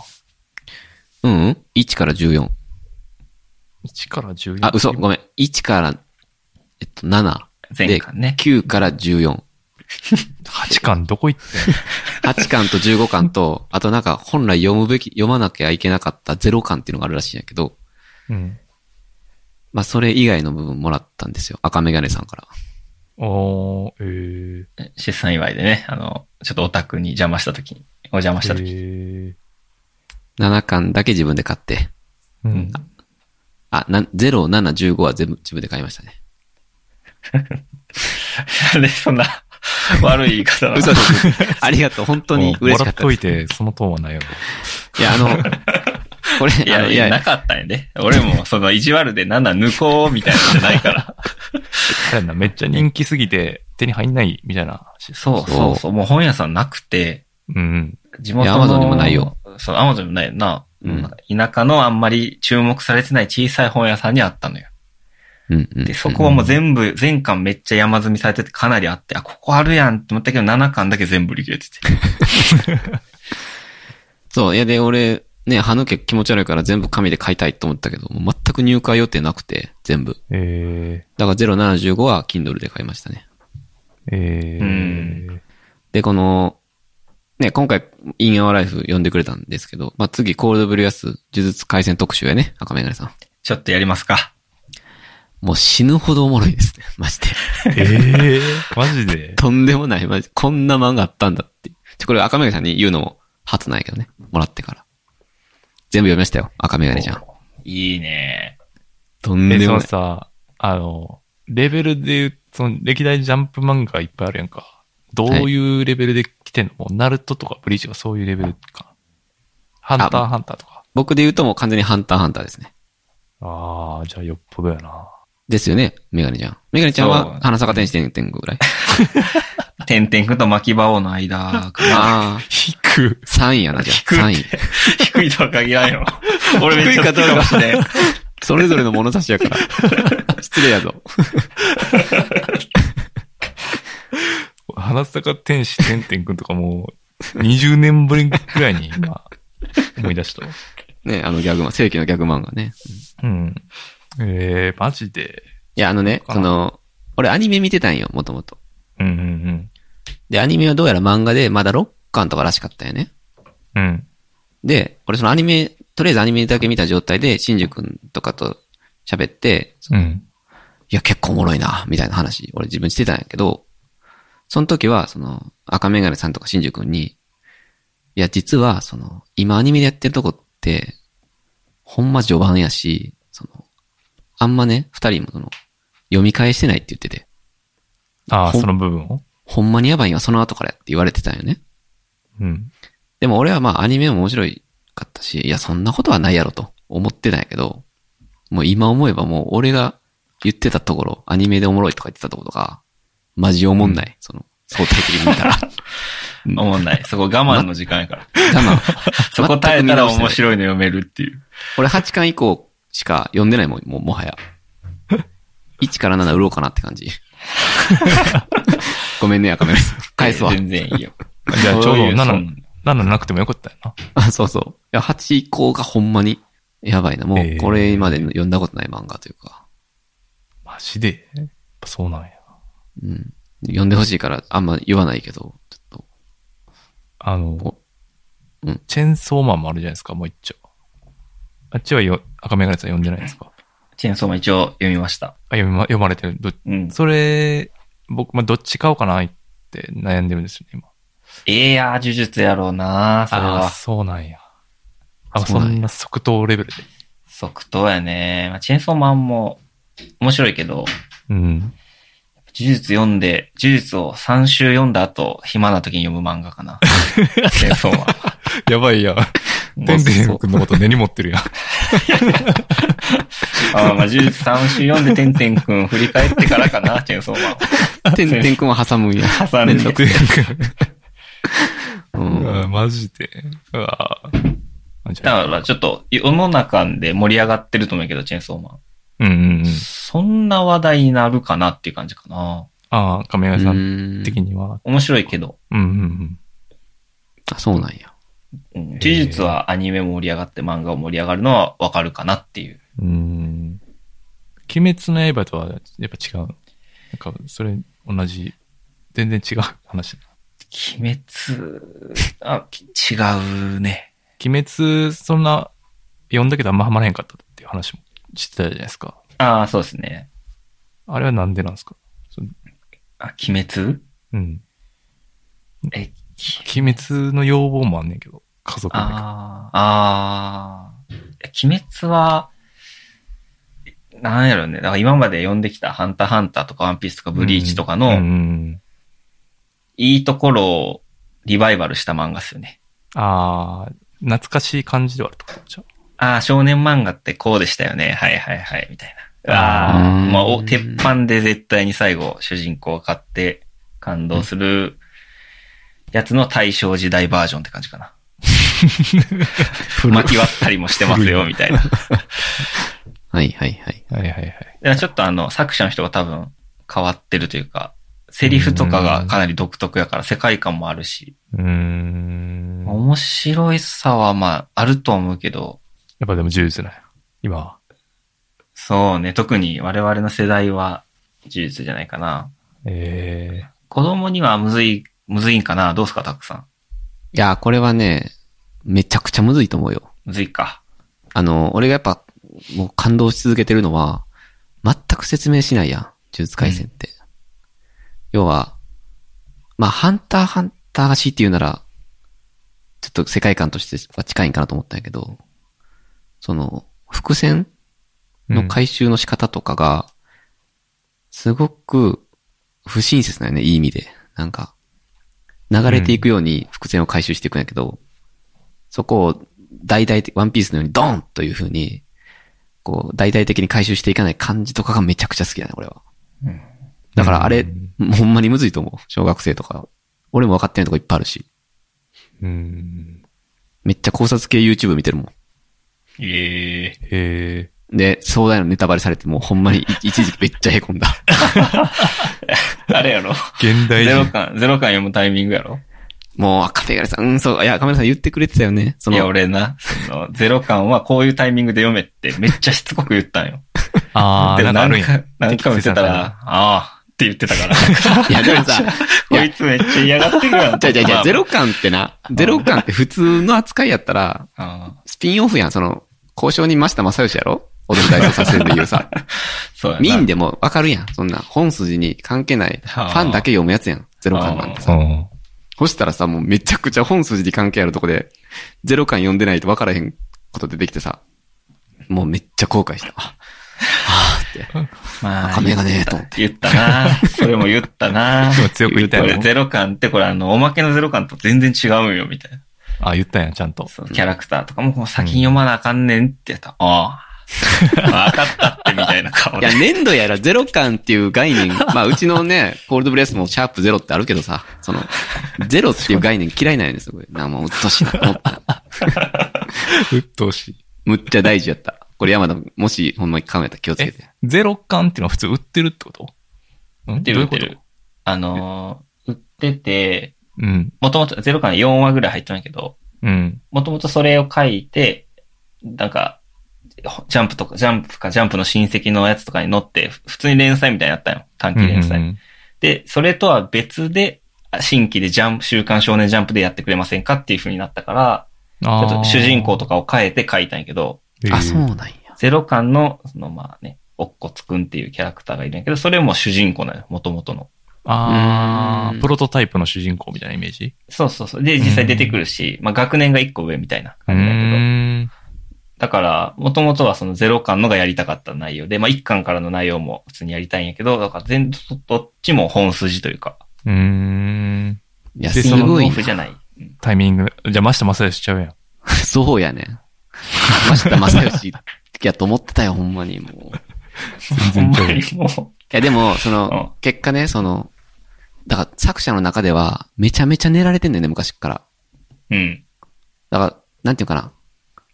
[SPEAKER 2] うん、うん、1から14。
[SPEAKER 1] 1から14。
[SPEAKER 2] あ、嘘、ごめん。1から、えっと、7。
[SPEAKER 3] 前回ね。
[SPEAKER 2] 9から14。
[SPEAKER 1] 8巻どこ行ってんの
[SPEAKER 2] 8巻と15巻と、あとなんか本来読むべき、読まなきゃいけなかった0巻っていうのがあるらしいんやけど、
[SPEAKER 1] うん。
[SPEAKER 2] まあそれ以外の部分もらったんですよ。赤メガネさんから。
[SPEAKER 1] おー、えー。
[SPEAKER 3] 出産祝いでね、あの、ちょっとオタクに邪魔した時に、お邪魔した時
[SPEAKER 1] えー
[SPEAKER 2] 7巻だけ自分で買って。
[SPEAKER 1] う
[SPEAKER 3] うん
[SPEAKER 1] ん。
[SPEAKER 2] あ、な、0、7、15は全部自分で買いましたね。
[SPEAKER 3] なんでそんな 悪い言い方なの
[SPEAKER 2] 嘘です。ありがとう。本当に嬉しかった
[SPEAKER 1] もうもらっと
[SPEAKER 2] で
[SPEAKER 1] い
[SPEAKER 2] す。
[SPEAKER 1] て、そのトーンはないよね。
[SPEAKER 2] いや、あの、これ、
[SPEAKER 3] い
[SPEAKER 2] あ
[SPEAKER 3] や、
[SPEAKER 2] の
[SPEAKER 3] いや、なかったんやで。俺も、その、意地悪で7抜こうみたいなのじゃないから。
[SPEAKER 1] だよなめっちゃ人気すぎて手に入んないみたいな話です。
[SPEAKER 3] そう
[SPEAKER 2] そ
[SPEAKER 3] そううそう。もう本屋さんなくて、
[SPEAKER 1] うん。
[SPEAKER 3] 地元
[SPEAKER 2] い
[SPEAKER 3] の。
[SPEAKER 2] や Amazon にもないよ。
[SPEAKER 3] そう、アマゾンにもないよな。
[SPEAKER 2] うん
[SPEAKER 3] なんか田舎のあんまり注目されてない小さい本屋さんにあったのよ。
[SPEAKER 2] うんうん
[SPEAKER 3] で、そこはもう全部、全巻めっちゃ山積みされててかなりあって、あ、ここあるやんって思ったけど、7巻だけ全部売り切れてて。
[SPEAKER 2] そう、いやで、俺、ね、歯抜け気持ち悪いから全部紙で買いたいと思ったけど、もう全く入荷予定なくて、全部。
[SPEAKER 1] え
[SPEAKER 2] だから075は Kindle で買いましたね。
[SPEAKER 1] ー、えー、
[SPEAKER 3] うん
[SPEAKER 2] で、この、ね、今回、インアワーライフ読んでくれたんですけど、まあ、次、コールドブリュアス、呪術回戦特集やね、赤メガネさん。
[SPEAKER 3] ちょっとやりますか。
[SPEAKER 2] もう死ぬほどおもろいですね、 マジで。
[SPEAKER 1] えー、 マジで
[SPEAKER 2] とんでもない、マジ。こんな漫画あったんだって。ちょ、これ赤メガネさんに言うのも初なんやけどね、もらってから。全部読みましたよ、赤メガネちゃん。
[SPEAKER 3] いいね。
[SPEAKER 2] とんで
[SPEAKER 1] え、そ
[SPEAKER 2] もな
[SPEAKER 1] の
[SPEAKER 2] い。
[SPEAKER 1] さ、あの、レベルで言う、その歴代ジャンプ漫画いっぱいあるやんか。どういうレベルで来てんの、もうナルトとかブリーチはそういうレベルか。ハンタ
[SPEAKER 2] あ
[SPEAKER 1] ーハンターとか。
[SPEAKER 2] 僕で言うともう完全にハンターハンターですね。
[SPEAKER 1] ああ、じゃあよっぽどやな。
[SPEAKER 2] ですよね、メガネちゃん。メガネちゃん
[SPEAKER 3] そ
[SPEAKER 2] は
[SPEAKER 3] う
[SPEAKER 2] 花坂天使天天狗 ぐらい。
[SPEAKER 3] 天々くんと巻き場王の間 かな。
[SPEAKER 2] ああ、
[SPEAKER 1] 引く。
[SPEAKER 2] 3位やな、じゃあ。
[SPEAKER 3] 低い
[SPEAKER 2] 3位。
[SPEAKER 3] 低いとは限らんよ。俺めっちゃ好きかもしれん。
[SPEAKER 2] それぞれの物差しや から。失礼やぞ。
[SPEAKER 1] 花坂天使てんてんくんとかもう、20年ぶりぐらいに今、思い出したわ。
[SPEAKER 2] ね、あのギャグマン、正規のギャグマンがね。
[SPEAKER 1] うん。えー、マジで。
[SPEAKER 2] いや、あのね、
[SPEAKER 1] か
[SPEAKER 2] その、俺アニメ見てたんよ、もともと。
[SPEAKER 1] うんうん
[SPEAKER 2] で、アニメはどうやら漫画で、まだ6巻とからしかったよね。
[SPEAKER 1] うん。うん。
[SPEAKER 2] で、俺そのアニメ、とりあえずアニメだけ見た状態で、シンジ君とかと喋って、
[SPEAKER 1] うん。
[SPEAKER 2] いや、結構おもろいな、みたいな話、俺自分してたんやけど、その時は、その、赤メガネさんとか新宿に、いや、実は、その、今アニメでやってるとこって、ほんま序盤やし、その、あんまね、二人もその、読み返してないって言ってて、
[SPEAKER 1] ああ、
[SPEAKER 2] ほん
[SPEAKER 1] その部分を
[SPEAKER 2] ほんまにやばいんはその後からやって言われてたんよね。
[SPEAKER 1] うん。
[SPEAKER 2] でも俺はまあアニメも面白かったし、いや、そんなことはないやろと思ってたんやけど、もう今思えばもう俺が言ってたところ、アニメでおもろいとか言ってたところが、マジおもんない。その、相対的に見た ら。
[SPEAKER 3] おもんない。そこ我慢の時間やから。
[SPEAKER 2] 我慢。
[SPEAKER 3] そこ耐えたら面
[SPEAKER 2] い。
[SPEAKER 3] 白いの読めるっていう。
[SPEAKER 2] 俺8巻以降しか読んでないもん、もうもは や。1から7売ろうかなって感 じ。ごめんね、赤目です。返すわ。
[SPEAKER 3] 全然い いよ。
[SPEAKER 1] じゃあちょうど
[SPEAKER 3] そいそ
[SPEAKER 1] 7
[SPEAKER 3] ん、
[SPEAKER 1] 7なくてもよかったよな。
[SPEAKER 2] あ、 そうそう。いや、8以降がほんまに、やばいな。もう、これまで読んだことない漫画というか。
[SPEAKER 1] マジで。やっぱそうなんや。
[SPEAKER 2] うん。呼んでほしいから、あんま言わないけど、ちょっと。
[SPEAKER 1] あの
[SPEAKER 2] お、うん
[SPEAKER 1] チェンソーマンもあるじゃないですか、もう一丁。あっちはよ赤メガネさん読んでないですか
[SPEAKER 3] チェーンソーマン一応読みました。
[SPEAKER 1] あ読ま、読まれてる。ど
[SPEAKER 3] うん。
[SPEAKER 1] それ、僕、まあ、どっち買おうかなって悩んでるんですよね、今。
[SPEAKER 3] ええや、呪術やろうなそれ
[SPEAKER 1] ああー、
[SPEAKER 3] は。
[SPEAKER 1] そうなんや。あ、
[SPEAKER 2] そ
[SPEAKER 1] そ
[SPEAKER 2] うなんや
[SPEAKER 1] んな即答レベルで。
[SPEAKER 3] 即答やね。まあ、チェーンソーマンも面白いけど、
[SPEAKER 1] うん。
[SPEAKER 3] 呪術読んで、呪術を3週読んだ後、暇な時に読む漫画 かな。チェーンソーマ
[SPEAKER 1] やばいや。
[SPEAKER 3] ン。
[SPEAKER 1] てんて
[SPEAKER 3] も
[SPEAKER 1] ん
[SPEAKER 3] う
[SPEAKER 1] くんのこと根に持ってるやん。
[SPEAKER 3] そうあーまあ、呪術3週読んで、てんてんくん振り返ってからかな、チェーンソーマ ン。
[SPEAKER 2] てんてんくんは挟むんや。
[SPEAKER 3] 挟んで
[SPEAKER 2] めんどくう。
[SPEAKER 1] うんわマジで。うわあじゃあ
[SPEAKER 3] だから、ちょっと、世の中で盛り上がってると思うけど、チェーンソーマン。
[SPEAKER 1] うんうんうん。
[SPEAKER 3] そんな話題になるかなっていう感じかな。
[SPEAKER 1] ああ、亀
[SPEAKER 2] う
[SPEAKER 1] 谷さん
[SPEAKER 2] ん
[SPEAKER 1] 的には。
[SPEAKER 3] 面白いけど、
[SPEAKER 1] うんうんうん。
[SPEAKER 2] あ、そうなんや。
[SPEAKER 3] うん、呪術はアニメも盛り上がって漫画も盛り上がるのはわかるかなっていう。
[SPEAKER 1] うーん。鬼滅の刃とはやっぱ違う。なんか、それ同じ、全然違う話。
[SPEAKER 3] 鬼滅、あ、き違うね。
[SPEAKER 1] 鬼滅、そんな、読んだけどあんまハマらへんかったっていう話もしてたじゃないですか。
[SPEAKER 3] ああ、そうですね。
[SPEAKER 1] あれはなんでなんですか
[SPEAKER 3] あ、鬼滅
[SPEAKER 1] うん。
[SPEAKER 3] え、
[SPEAKER 1] 鬼滅の要望もあんねんけど、家族で。
[SPEAKER 3] ああ、ああ。え鬼滅は、なんやろね。だから今まで読んできたハンターハンターとかワンピースとかブリーチとか
[SPEAKER 1] うんう
[SPEAKER 3] の
[SPEAKER 1] ん。
[SPEAKER 3] いいところをリバイバルした漫画っすよね。
[SPEAKER 1] ああ、懐かしい感じではあるってことかじゃあ
[SPEAKER 3] あああ、少年漫画ってこうでしたよね。はいはいはい、みたいな。ああ、
[SPEAKER 2] うん
[SPEAKER 3] まあ、お鉄板で絶対に最後、主人公を買って感動するやつの大正時代バージョンって感じかな。巻き割ったりもしてますよ、みたいな。だか
[SPEAKER 2] はいはいはい。
[SPEAKER 1] はいはいはい。
[SPEAKER 3] らちょっとあの、作者の人が多分変わってるというか、セリフとかがかなり独特やから世界観もあるし、
[SPEAKER 1] うーん。やっ
[SPEAKER 3] 面白いさはまあ、あると思うけど、
[SPEAKER 1] ぱでも呪術なんや。今は。
[SPEAKER 3] そうね、特に我々の世代は事実じゃないかな。
[SPEAKER 1] え
[SPEAKER 3] 子供にはむずい、むずいんかなどうすか、たくさん。
[SPEAKER 2] いやー、これはね、めちゃくちゃむずいと思うよ。
[SPEAKER 3] むずいか。
[SPEAKER 2] あの、俺がやっぱ、もう感動し続けてるのは、全く説明しないやん。呪術回戦って。要は、まあ、ハンターハンターらしいって言うなら、ちょっと世界観としては近いんかなと思ったんやけど、その、伏線
[SPEAKER 1] ー。
[SPEAKER 2] の回収の仕方とかが、すごく不親切なよね、いい意味で。なんか、流れていくように伏線を回収していくんやけど、そこを大々的、ワンピースのようにドーンという風に、こう、大々的に回収していかない感じとかがめちゃくちゃ好きだね、俺は。
[SPEAKER 3] うん
[SPEAKER 2] だからあれ、
[SPEAKER 1] う
[SPEAKER 2] ほんまにむずいと思う、小学生とか。俺も分かってないとこいっぱいあるし。
[SPEAKER 1] うん。うん。
[SPEAKER 2] めっちゃ考察系 YouTube 見てるもん。
[SPEAKER 3] ええ
[SPEAKER 1] え
[SPEAKER 2] で、壮大なネタバレされて、もうほんまにい一時期めっちゃ凹んだ。
[SPEAKER 3] あれやろ
[SPEAKER 1] ー。現代
[SPEAKER 3] ゼロ
[SPEAKER 1] 人。
[SPEAKER 3] 感、ゼロ感読むタイミングやろ
[SPEAKER 2] もう、カメラさん、うん、そう、いや、カメラさん言ってくれてたよね。そ
[SPEAKER 3] いや、
[SPEAKER 2] の、
[SPEAKER 3] 俺な、その、ゼロ感はこういうタイミングで読めってめっちゃしつこく言ったんよ。
[SPEAKER 1] あー、
[SPEAKER 3] で
[SPEAKER 1] な
[SPEAKER 3] も
[SPEAKER 1] んかあるん
[SPEAKER 3] 何
[SPEAKER 1] や。
[SPEAKER 3] 回、何回も言ってた
[SPEAKER 1] 適切な
[SPEAKER 3] ら、ああ、って言ってたから。
[SPEAKER 2] いや、でも さ、い
[SPEAKER 3] こ
[SPEAKER 2] や
[SPEAKER 3] いつめっちゃ嫌がってくるやん。
[SPEAKER 2] じゃじゃじ
[SPEAKER 3] ま
[SPEAKER 2] ゃ
[SPEAKER 3] あ
[SPEAKER 2] ゼロ感ってな、ゼロ感って普通の扱いやったら、
[SPEAKER 3] ああ
[SPEAKER 2] スピンオフやん、その、交渉に増田正義やろ踊る大捜査線で言う さ。
[SPEAKER 3] そうやな。
[SPEAKER 2] 見んでもわかるやん。そんな、本筋に関係ない、フ
[SPEAKER 3] はあ
[SPEAKER 2] ァンだけ読むやつやん。ゼロ感なんて
[SPEAKER 3] あ
[SPEAKER 2] さ。
[SPEAKER 1] うん。
[SPEAKER 2] そしたらさ、もうめちゃくちゃ本筋に関係あるとこで、ゼロ感読んでないとわからへんこと出てきてさ、もうめっちゃ後悔した。あはぁって。
[SPEAKER 3] まあ、
[SPEAKER 2] 赤眼鏡ねと思っ
[SPEAKER 3] 言ったな。それも言ったな。
[SPEAKER 1] でも強く言った
[SPEAKER 3] こ
[SPEAKER 1] よ
[SPEAKER 3] れゼロ感ってこれあの、おまけのゼロ感と全然違うんよ、みたいな。
[SPEAKER 1] あ、言ったんや、ちゃんと。
[SPEAKER 3] そうキャラクターとかも、もう先に読まなあかんねんってやったら、ああ、わかったってみたいな顔
[SPEAKER 2] い
[SPEAKER 3] で
[SPEAKER 2] や、。粘土やらゼロ感っていう 概念、まあうちのね、コールドブレスもシャープゼロってあるけどさ、その、ゼロっていう概念嫌いなんですよ、これ。な、もううっとうしいなと思った。
[SPEAKER 1] うっとうしい。
[SPEAKER 2] むっちゃ大事やった。これ山田、もしほんまに考えたら気をつけ
[SPEAKER 1] え
[SPEAKER 2] て。、
[SPEAKER 1] ゼロ感っていうのは普通売ってるってことん
[SPEAKER 3] って
[SPEAKER 1] どういう
[SPEAKER 3] 売っ
[SPEAKER 1] こ
[SPEAKER 3] て
[SPEAKER 1] と
[SPEAKER 3] る。あのー、売ってて、
[SPEAKER 1] うん。
[SPEAKER 3] もともとゼロから4話ぐらい入ってないけど、
[SPEAKER 1] うん。
[SPEAKER 3] もともとそれを書いて、なんか、ジャンプとか、ジャンプかジャンプの親戚のやつとかに載って、ふ普通に連載みたいになのやったんよ。短期連載。
[SPEAKER 1] うんうん
[SPEAKER 3] で、それとは別で、あ新規でジャンプ、週刊少年ジャンプでやってくれませんかっていう風になったから、
[SPEAKER 1] うん
[SPEAKER 3] ち
[SPEAKER 1] あ
[SPEAKER 3] ょ
[SPEAKER 1] ー
[SPEAKER 3] っと主人公とかを変えて書いたんやけど、
[SPEAKER 2] あ、そう
[SPEAKER 1] へ
[SPEAKER 2] な
[SPEAKER 1] ー
[SPEAKER 2] んや。
[SPEAKER 3] ゼロ感の、そのまあね、おっこつくんっていうキャラクターがいるんやけど、それも主人公なのよ、元々の。
[SPEAKER 1] あ
[SPEAKER 2] う
[SPEAKER 1] ー
[SPEAKER 2] ん
[SPEAKER 1] プロトタイプの主人公みたいなイメージ
[SPEAKER 3] そうそうそう。で、実際出てくるし、まあ学年が一個上みたいな感じだけど、
[SPEAKER 1] ん。
[SPEAKER 3] だから、もともとはそのゼロ巻のがやりたかった内容で、まあ1巻からの内容も普通にやりたいんやけど、だから全、どどっちも本筋というか、
[SPEAKER 1] うーん。
[SPEAKER 2] いや、
[SPEAKER 1] ですその
[SPEAKER 2] ご
[SPEAKER 3] 豆
[SPEAKER 2] い
[SPEAKER 3] 腐じゃ
[SPEAKER 2] な。
[SPEAKER 3] ない。うん
[SPEAKER 1] タイミング。じゃあ、増田正義しちゃうやん。
[SPEAKER 2] そうやね。増田正義やと思ってたよ、ほんまに。もうい
[SPEAKER 3] ほ
[SPEAKER 1] 全然
[SPEAKER 3] ん
[SPEAKER 1] ちゃう
[SPEAKER 3] まにもう、
[SPEAKER 2] や、でも、そ
[SPEAKER 3] うん
[SPEAKER 2] の、結果ね、その、だから作者の中では、めちゃめちゃ練られてんだよね、昔っから。
[SPEAKER 3] うん。
[SPEAKER 2] だから、なんていうかな。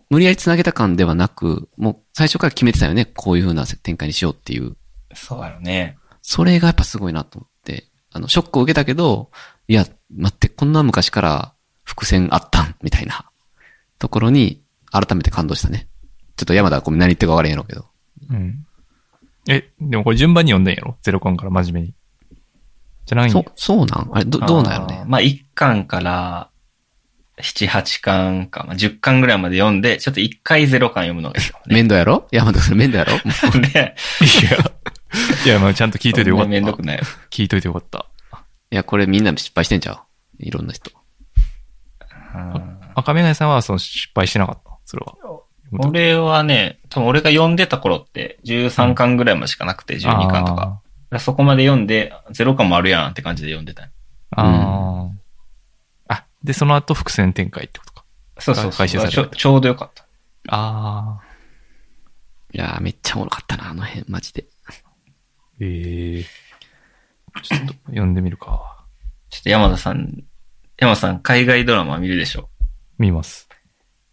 [SPEAKER 2] 無理やり繋げた感ではなく、もう最初から決めてたよね。こういう風な展開にしようっていう。
[SPEAKER 3] そうやろね。
[SPEAKER 2] それがやっぱすごいなと思って。あの、ショックを受けたけど、いや、待って、こんな昔から伏線あったんみたいなところに改めて感動したね。ちょっと山田はごめん何言ってるか分からんやろうけど。
[SPEAKER 1] うん。え、でもこれ順番に読んでんやろゼロ感から真面目に。じゃないん
[SPEAKER 2] そ
[SPEAKER 1] や
[SPEAKER 2] う、。そうなんあれ、ど、どうなんやろう
[SPEAKER 3] あ
[SPEAKER 2] ね
[SPEAKER 3] ー。まあ1巻から、7、8巻か、まあ、10巻ぐらいまで読んで、ちょっと1回ゼロ巻読むのがいいよね。
[SPEAKER 2] 面倒やろ山田それ面倒やろ
[SPEAKER 3] で、
[SPEAKER 1] いや、まあちゃんと聞いといてよかっ
[SPEAKER 3] めんど
[SPEAKER 1] た。
[SPEAKER 3] くないよ。
[SPEAKER 1] 聞いといてよかった。
[SPEAKER 2] いや、これみんな失敗してんちゃういろんな人。
[SPEAKER 3] うん
[SPEAKER 1] 赤目内さんはその失敗してなかった。それは。
[SPEAKER 3] 俺はね、多分俺が読んでた頃って13巻ぐらいまでしかなくて、12巻とか。だからそこまで読んで、ゼロ感もあるやんって感じで読んでた。
[SPEAKER 1] あー。あーあ。で、その後伏線展開ってことか。
[SPEAKER 3] そうそうそう。
[SPEAKER 1] 回収された
[SPEAKER 3] ちょちょうどよかった。
[SPEAKER 1] ああ。
[SPEAKER 2] いやー、めっちゃおもろかったな、あの辺、マジで。
[SPEAKER 1] ええちょっと読んでみるか。
[SPEAKER 3] ちょっと山田さん、山田さん海外ドラマ見るでしょ
[SPEAKER 1] 見ます。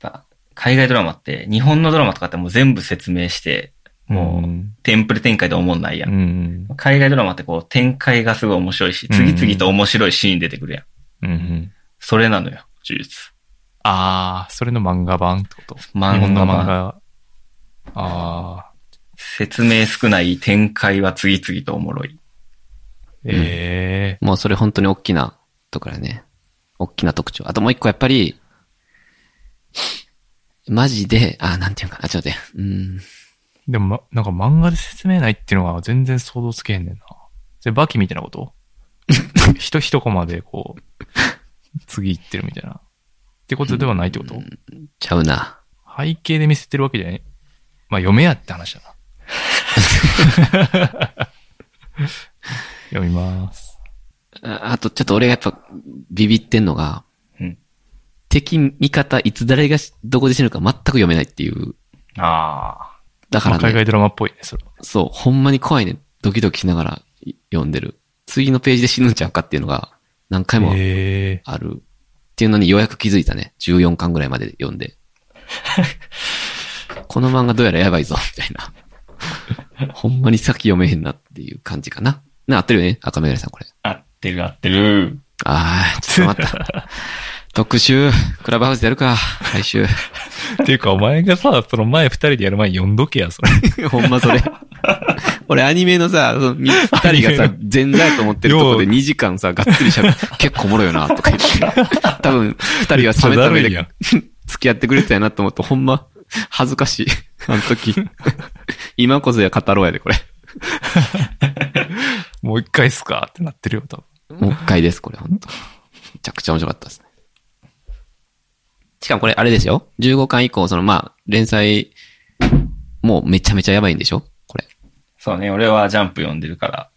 [SPEAKER 3] やっぱ海外ドラマって、日本のドラマとかってもう全部説明して、もう、
[SPEAKER 1] ん
[SPEAKER 3] テンプレ展開で思んないや。
[SPEAKER 1] うんん。
[SPEAKER 3] 海外ドラマってこう、展開がすごい面白いし、
[SPEAKER 1] うん
[SPEAKER 3] 次々と面白いシーン出てくるやん。
[SPEAKER 1] うんうん。
[SPEAKER 3] それなのよ、呪術。
[SPEAKER 1] ああ、それの漫画版ってこと日
[SPEAKER 3] 漫
[SPEAKER 1] 本の
[SPEAKER 3] 画
[SPEAKER 1] 漫
[SPEAKER 3] 版。
[SPEAKER 1] 画。ああ。
[SPEAKER 3] 説明少ない展開は次々とおもろい。
[SPEAKER 1] ええ
[SPEAKER 2] もうそれ本当に大きなところやね。大きな特徴。あともう一個やっぱり、マジで、あ、なんていうのかな、ちょっと待って。うん。
[SPEAKER 1] でも、ま、なんか漫画で説明ないっていうのは全然想像つけへんねんな。それバキみたいなこと ひと、ひとコマでこう、次行ってるみたいな。ってことではないってこと、
[SPEAKER 2] ちゃうな。
[SPEAKER 1] 背景で見せてるわけじゃない。まあ、読めやって話だな。 読みます。
[SPEAKER 2] ああと、ちょっと俺がやっぱ、ビビってんのが、
[SPEAKER 3] うん
[SPEAKER 2] 敵、味方、いつ誰がしどこで死ぬか全く読めないっていう。
[SPEAKER 3] あ
[SPEAKER 2] だか
[SPEAKER 1] ま
[SPEAKER 2] ら
[SPEAKER 1] あ海
[SPEAKER 2] ね、
[SPEAKER 1] 外ドラマっぽいね、それは。
[SPEAKER 2] そう、ほんまに怖いね。ドキドキしながらい読んでる。次のページで死ぬんちゃうかっていうのが何回も
[SPEAKER 1] え
[SPEAKER 2] ある。っていうのにようやく気づいたね。14巻ぐらいまで読んで。 この漫画どうやらやばいぞ、みたいな。ほんまに先読めへんなっていう感じかな。な、合ってるよね赤目ぐらいさん、これ。
[SPEAKER 3] あ。合ってる合ってる。
[SPEAKER 2] あー、ちょっと待 った。特集、クラブハウスでやるか、来週。
[SPEAKER 1] ー、っていうか、お前がさ、その前二人でやる前に読んどけや、それ。
[SPEAKER 2] ほんまそれ。俺アニメのさ、そのみ二人がさ、前座やと思ってるとこで
[SPEAKER 1] よう
[SPEAKER 2] 2時間さ、がっつり喋る。結構おもろいよな、とか言って。多分、二人は冷めた
[SPEAKER 1] めっ ちゃ
[SPEAKER 2] 目
[SPEAKER 1] だるい
[SPEAKER 2] で
[SPEAKER 1] やん
[SPEAKER 2] 付き合ってくれてたやなと思って、ほん ま、恥ずかしい。あの時。 今こそや語ろうやで、これ。
[SPEAKER 1] もう一回っすかってなってるよ、多分。
[SPEAKER 2] もう一回です、これ、ほんと。めちゃくちゃ面白かったですね。しかもこれ、あれですよ。15巻以降、その、まあ、連載、もうめちゃめちゃやばいんでしょこれ。
[SPEAKER 3] そうね、俺はジャンプ読んでるから、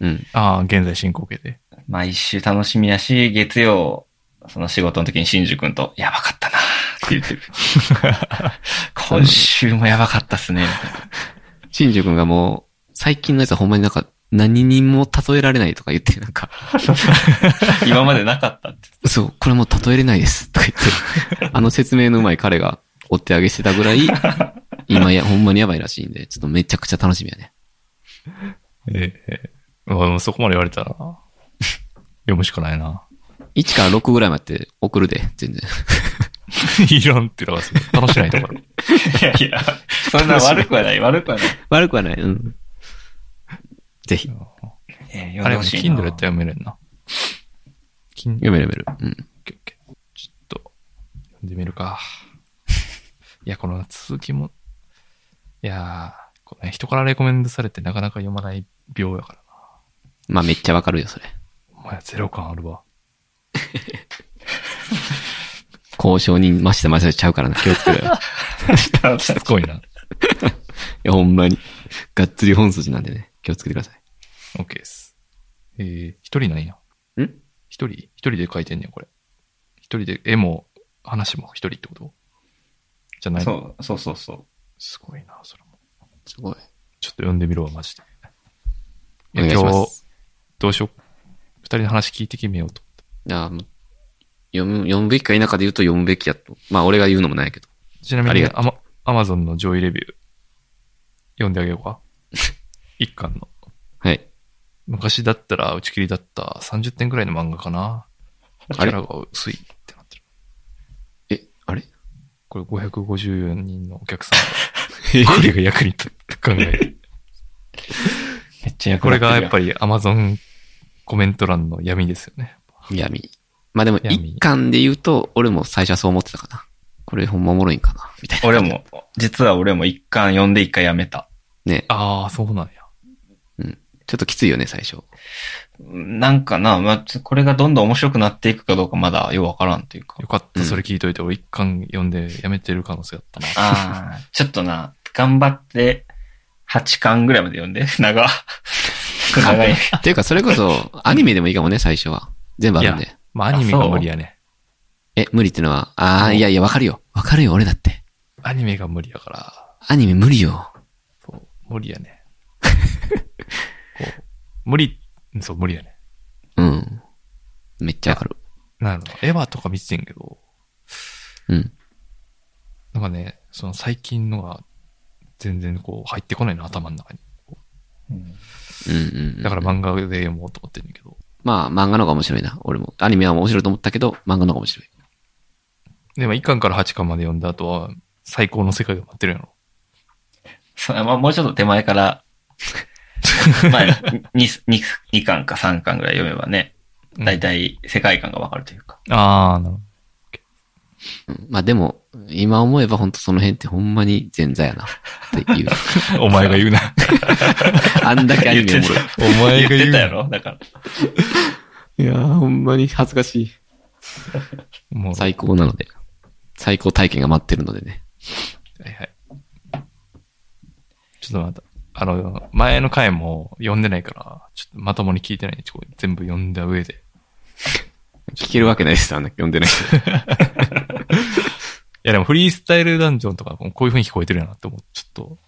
[SPEAKER 2] うん。
[SPEAKER 1] ああ、現在進行形で。
[SPEAKER 3] 毎週楽しみやし、月曜、その仕事の時に新宿君と、やばかったなーって言 ってる。今週もやばかったっすね。
[SPEAKER 2] 新宿君がもう、最近のやつはほんまになんか、何にも例えられないとか言って、なんか、
[SPEAKER 3] 今までなかったって。
[SPEAKER 2] そう、これもう例えれないです、とか言 って、あの説明のうまい彼がお手上げしてたぐらい、今や、ほんまにやばいらしいんで、ちょっとめちゃくちゃ楽しみやね。
[SPEAKER 1] ええうわもうそこまで言われたら、 読むしかない な。
[SPEAKER 2] 1から6ぐらいまで送るで、全然。
[SPEAKER 1] いらんってのがすごい楽しないところ。
[SPEAKER 3] いやいや、そんな悪くは ない、悪くはない。
[SPEAKER 2] 悪くはない、うん。ぜひ、
[SPEAKER 3] えー
[SPEAKER 1] あれ、
[SPEAKER 3] 読んでほしい
[SPEAKER 1] Kindle やった
[SPEAKER 3] な
[SPEAKER 1] ら読めるんな。Kindle
[SPEAKER 2] 読める読める。うん。
[SPEAKER 1] オッケーオッケーちょっと、読んでみるか。 いや、この続きも、いやー、こうね、人からレコメンドされてなかなか読まない病やから
[SPEAKER 2] まあめっちゃわかるよ、それ。
[SPEAKER 1] な。お前ゼロ感ある わ。
[SPEAKER 2] 交渉人、ましてましてちゃうからな、気をつけろよ。 い
[SPEAKER 1] しつこいな。
[SPEAKER 2] や、ほんまに。がっつり本筋なんでね、気をつけてください。
[SPEAKER 1] オッケーです。えー、一人なんや。
[SPEAKER 2] ん
[SPEAKER 1] 一人一人で書いてんねん、これ。一人で、絵も、話も一人ってことじゃない
[SPEAKER 3] そう、そうそうそう。
[SPEAKER 1] すごいな、それも。
[SPEAKER 2] すごい。
[SPEAKER 1] ちょっと読んでみろ、マジで。
[SPEAKER 2] お願いし
[SPEAKER 1] 今
[SPEAKER 2] ま
[SPEAKER 1] 日
[SPEAKER 2] す。
[SPEAKER 1] どうしよう。二人の話聞いて決めようと。
[SPEAKER 2] いや、もう読む、読むべきか否かで言うと読むべきやと。まあ、俺が言うのもないけど。
[SPEAKER 1] ちなみ
[SPEAKER 2] あり
[SPEAKER 1] に
[SPEAKER 2] がと
[SPEAKER 1] アマ、アマゾンの上位レビュー、読んであげよう か。一巻の。
[SPEAKER 2] はい。
[SPEAKER 1] 昔だったら打ち切りだった30点くらいの漫画かな。キ
[SPEAKER 2] あれ
[SPEAKER 1] ャラが薄いってなってる。
[SPEAKER 2] え、あれ
[SPEAKER 1] これ554人のお客さ んが、これが役に立った考える。
[SPEAKER 3] めっちゃ役
[SPEAKER 1] これがやっぱ
[SPEAKER 3] り。
[SPEAKER 1] りアマゾンコメント欄の闇ですよね。
[SPEAKER 2] 闇。まあでも、
[SPEAKER 1] 闇
[SPEAKER 2] 一巻で言うと、俺も最初はそう思ってたかな。これほんまおもろいんかな。みたいな。
[SPEAKER 3] 俺も、実は俺も一巻読んで一回やめた。
[SPEAKER 2] ね。
[SPEAKER 1] ああ、そうなんや。
[SPEAKER 2] ちょっときついよね、最初。
[SPEAKER 3] なんかな、まあ、ちょこれがどんどん面白くなっていくかどうかまだようわからんというか
[SPEAKER 1] よ。かっ
[SPEAKER 2] う
[SPEAKER 1] た、
[SPEAKER 2] ん
[SPEAKER 1] それ聞いといて、俺一巻読んでやめてる可能性あったな。
[SPEAKER 3] ああ、ちょっとな、頑張って、8巻ぐらいまで読んで、 長。長い。
[SPEAKER 2] っていうか、それこ そ、アニメでもいいかもね、最初は。全部あるん
[SPEAKER 1] い
[SPEAKER 2] で。
[SPEAKER 1] まあアニメが無理やね。
[SPEAKER 2] え、無理ってのは、あ
[SPEAKER 1] う
[SPEAKER 2] あ、
[SPEAKER 1] ん
[SPEAKER 2] いやいや、わかるよ。わかるよ、俺だって。
[SPEAKER 1] アニメが無理やから、
[SPEAKER 2] アニメ無理よ。
[SPEAKER 1] そう、無理や ね。こう、無理、うんそう、無理やね。
[SPEAKER 2] うん。めっちゃわかる。
[SPEAKER 1] なるほど。エヴァとか見ててんけど、
[SPEAKER 2] うん。
[SPEAKER 1] なんかね、その最近のが全然こう入ってこないの、頭の中に。
[SPEAKER 2] うんうん、うん。
[SPEAKER 1] だから漫画で読もうと思ってんだけど。
[SPEAKER 2] まあ、漫画の方が面白いな。俺も。アニメは面白いと思ったけど、漫画の方が面白い。
[SPEAKER 1] でも1巻から8巻まで読んだ後は、最高の世界が待ってるやろ。
[SPEAKER 3] そまあ、もうちょっと手 前から、まあ、2, 二二巻か3巻ぐらい読めばね、
[SPEAKER 1] うん
[SPEAKER 3] 大体世界観がわかるというか。
[SPEAKER 1] ああ、なるほど。
[SPEAKER 2] うん、まあでも、今思えば本当その辺ってほんまに前座やな。っ ていう。
[SPEAKER 1] お前が言うな。
[SPEAKER 2] あんだけアニメおもろい。
[SPEAKER 1] お前が
[SPEAKER 3] 言
[SPEAKER 1] 言
[SPEAKER 3] っ
[SPEAKER 1] う
[SPEAKER 3] てた
[SPEAKER 1] な
[SPEAKER 3] や。ろだから。
[SPEAKER 2] いやー、ほんまに恥ずかしい。
[SPEAKER 1] もう、はい
[SPEAKER 2] 最高なので。最高体験が待ってるのでね。
[SPEAKER 1] はい。ちょっとまた、あの、前の回も読んでないから、ちょっとまともに聞いてない。ちょっと全部読んだ上で。
[SPEAKER 2] 聞けるわけないです。あんな読んでない人。
[SPEAKER 1] いやでもフリースタイルダンジョンとか、こういう風に聞こえてるやなって思う。ちょっと、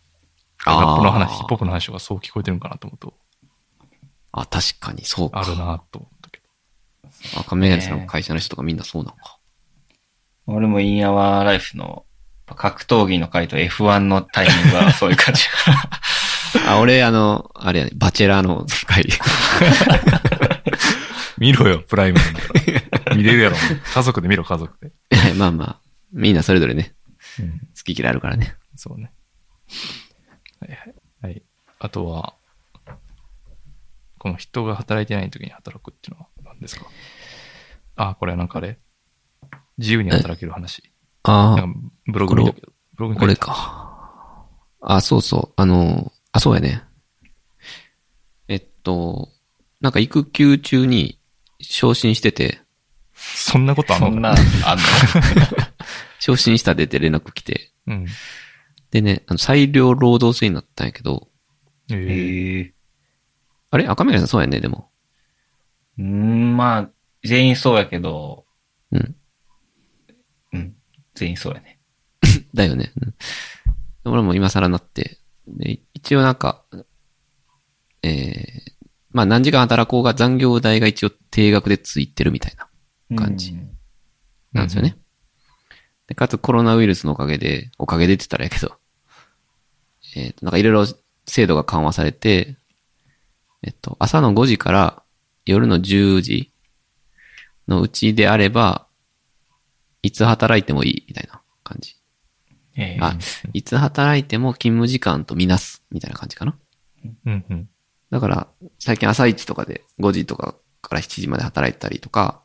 [SPEAKER 1] ラップの話、ヒップホップの話がそう聞こえてるんかなと思うと、
[SPEAKER 2] あ、確かに、そうか。
[SPEAKER 1] あるなと思ったけ
[SPEAKER 2] あ、亀谷さんの会社の人とかみんなそうなのか。
[SPEAKER 3] 俺もインアワーライフの格闘技の回と F1 のタイミングはそういう感じ。
[SPEAKER 2] あ、俺、あの、あれやね、バチェラーの会。
[SPEAKER 1] ど。見ろよ、プライムなんだから。見れ るやろ。家族で見ろ、家族で。
[SPEAKER 2] まあまあ、みんなそれぞれね、
[SPEAKER 1] うん
[SPEAKER 2] 好き嫌いあるからね。
[SPEAKER 1] そうね。はいはい。はい。あとは、この人が働いてない時に働くっていうのは何ですかあ、これはなんかあれ自由に働ける話。
[SPEAKER 2] あ
[SPEAKER 1] なんかブログ見たけど。ブログに
[SPEAKER 2] こ
[SPEAKER 1] 書い
[SPEAKER 2] れ
[SPEAKER 1] てあ
[SPEAKER 2] か。あ、そうそう。あの、あ、そうやね。えっと、なんか育休中に昇進してて、
[SPEAKER 1] るそんなことあんの
[SPEAKER 3] そんな、あん
[SPEAKER 2] 昇進したでって連絡来て、
[SPEAKER 1] うん。
[SPEAKER 2] でね、あの裁量労働制になったんやけど、
[SPEAKER 1] え
[SPEAKER 3] の
[SPEAKER 1] ー
[SPEAKER 3] へえ
[SPEAKER 2] あれ赤目さんそうやね、でも。
[SPEAKER 3] うーん、まあ、全員そうやけど、
[SPEAKER 2] うん。
[SPEAKER 3] うん、全員そうやね。
[SPEAKER 2] だよね。うん、俺も今更なって。で一応なんか、えー、まあ何時間働こうが残業代が一応定額でついてるみたいな。感じ
[SPEAKER 3] うん。
[SPEAKER 2] なんですよね。で、かつコロナウイルスのおかげで、おかげでって言ったらやけど、えっ、と、なんかいろいろ制度が緩和されて、えっと、朝の5時から夜の10時のうちであれば、いつ働いてもいいみたいな感じ。
[SPEAKER 3] ええ
[SPEAKER 2] あ、いつ働いても勤務時間とみなすみたいな感じかな。
[SPEAKER 1] うんうん。
[SPEAKER 2] だから、最近朝一とかで5時とかから7時まで働いたりとか、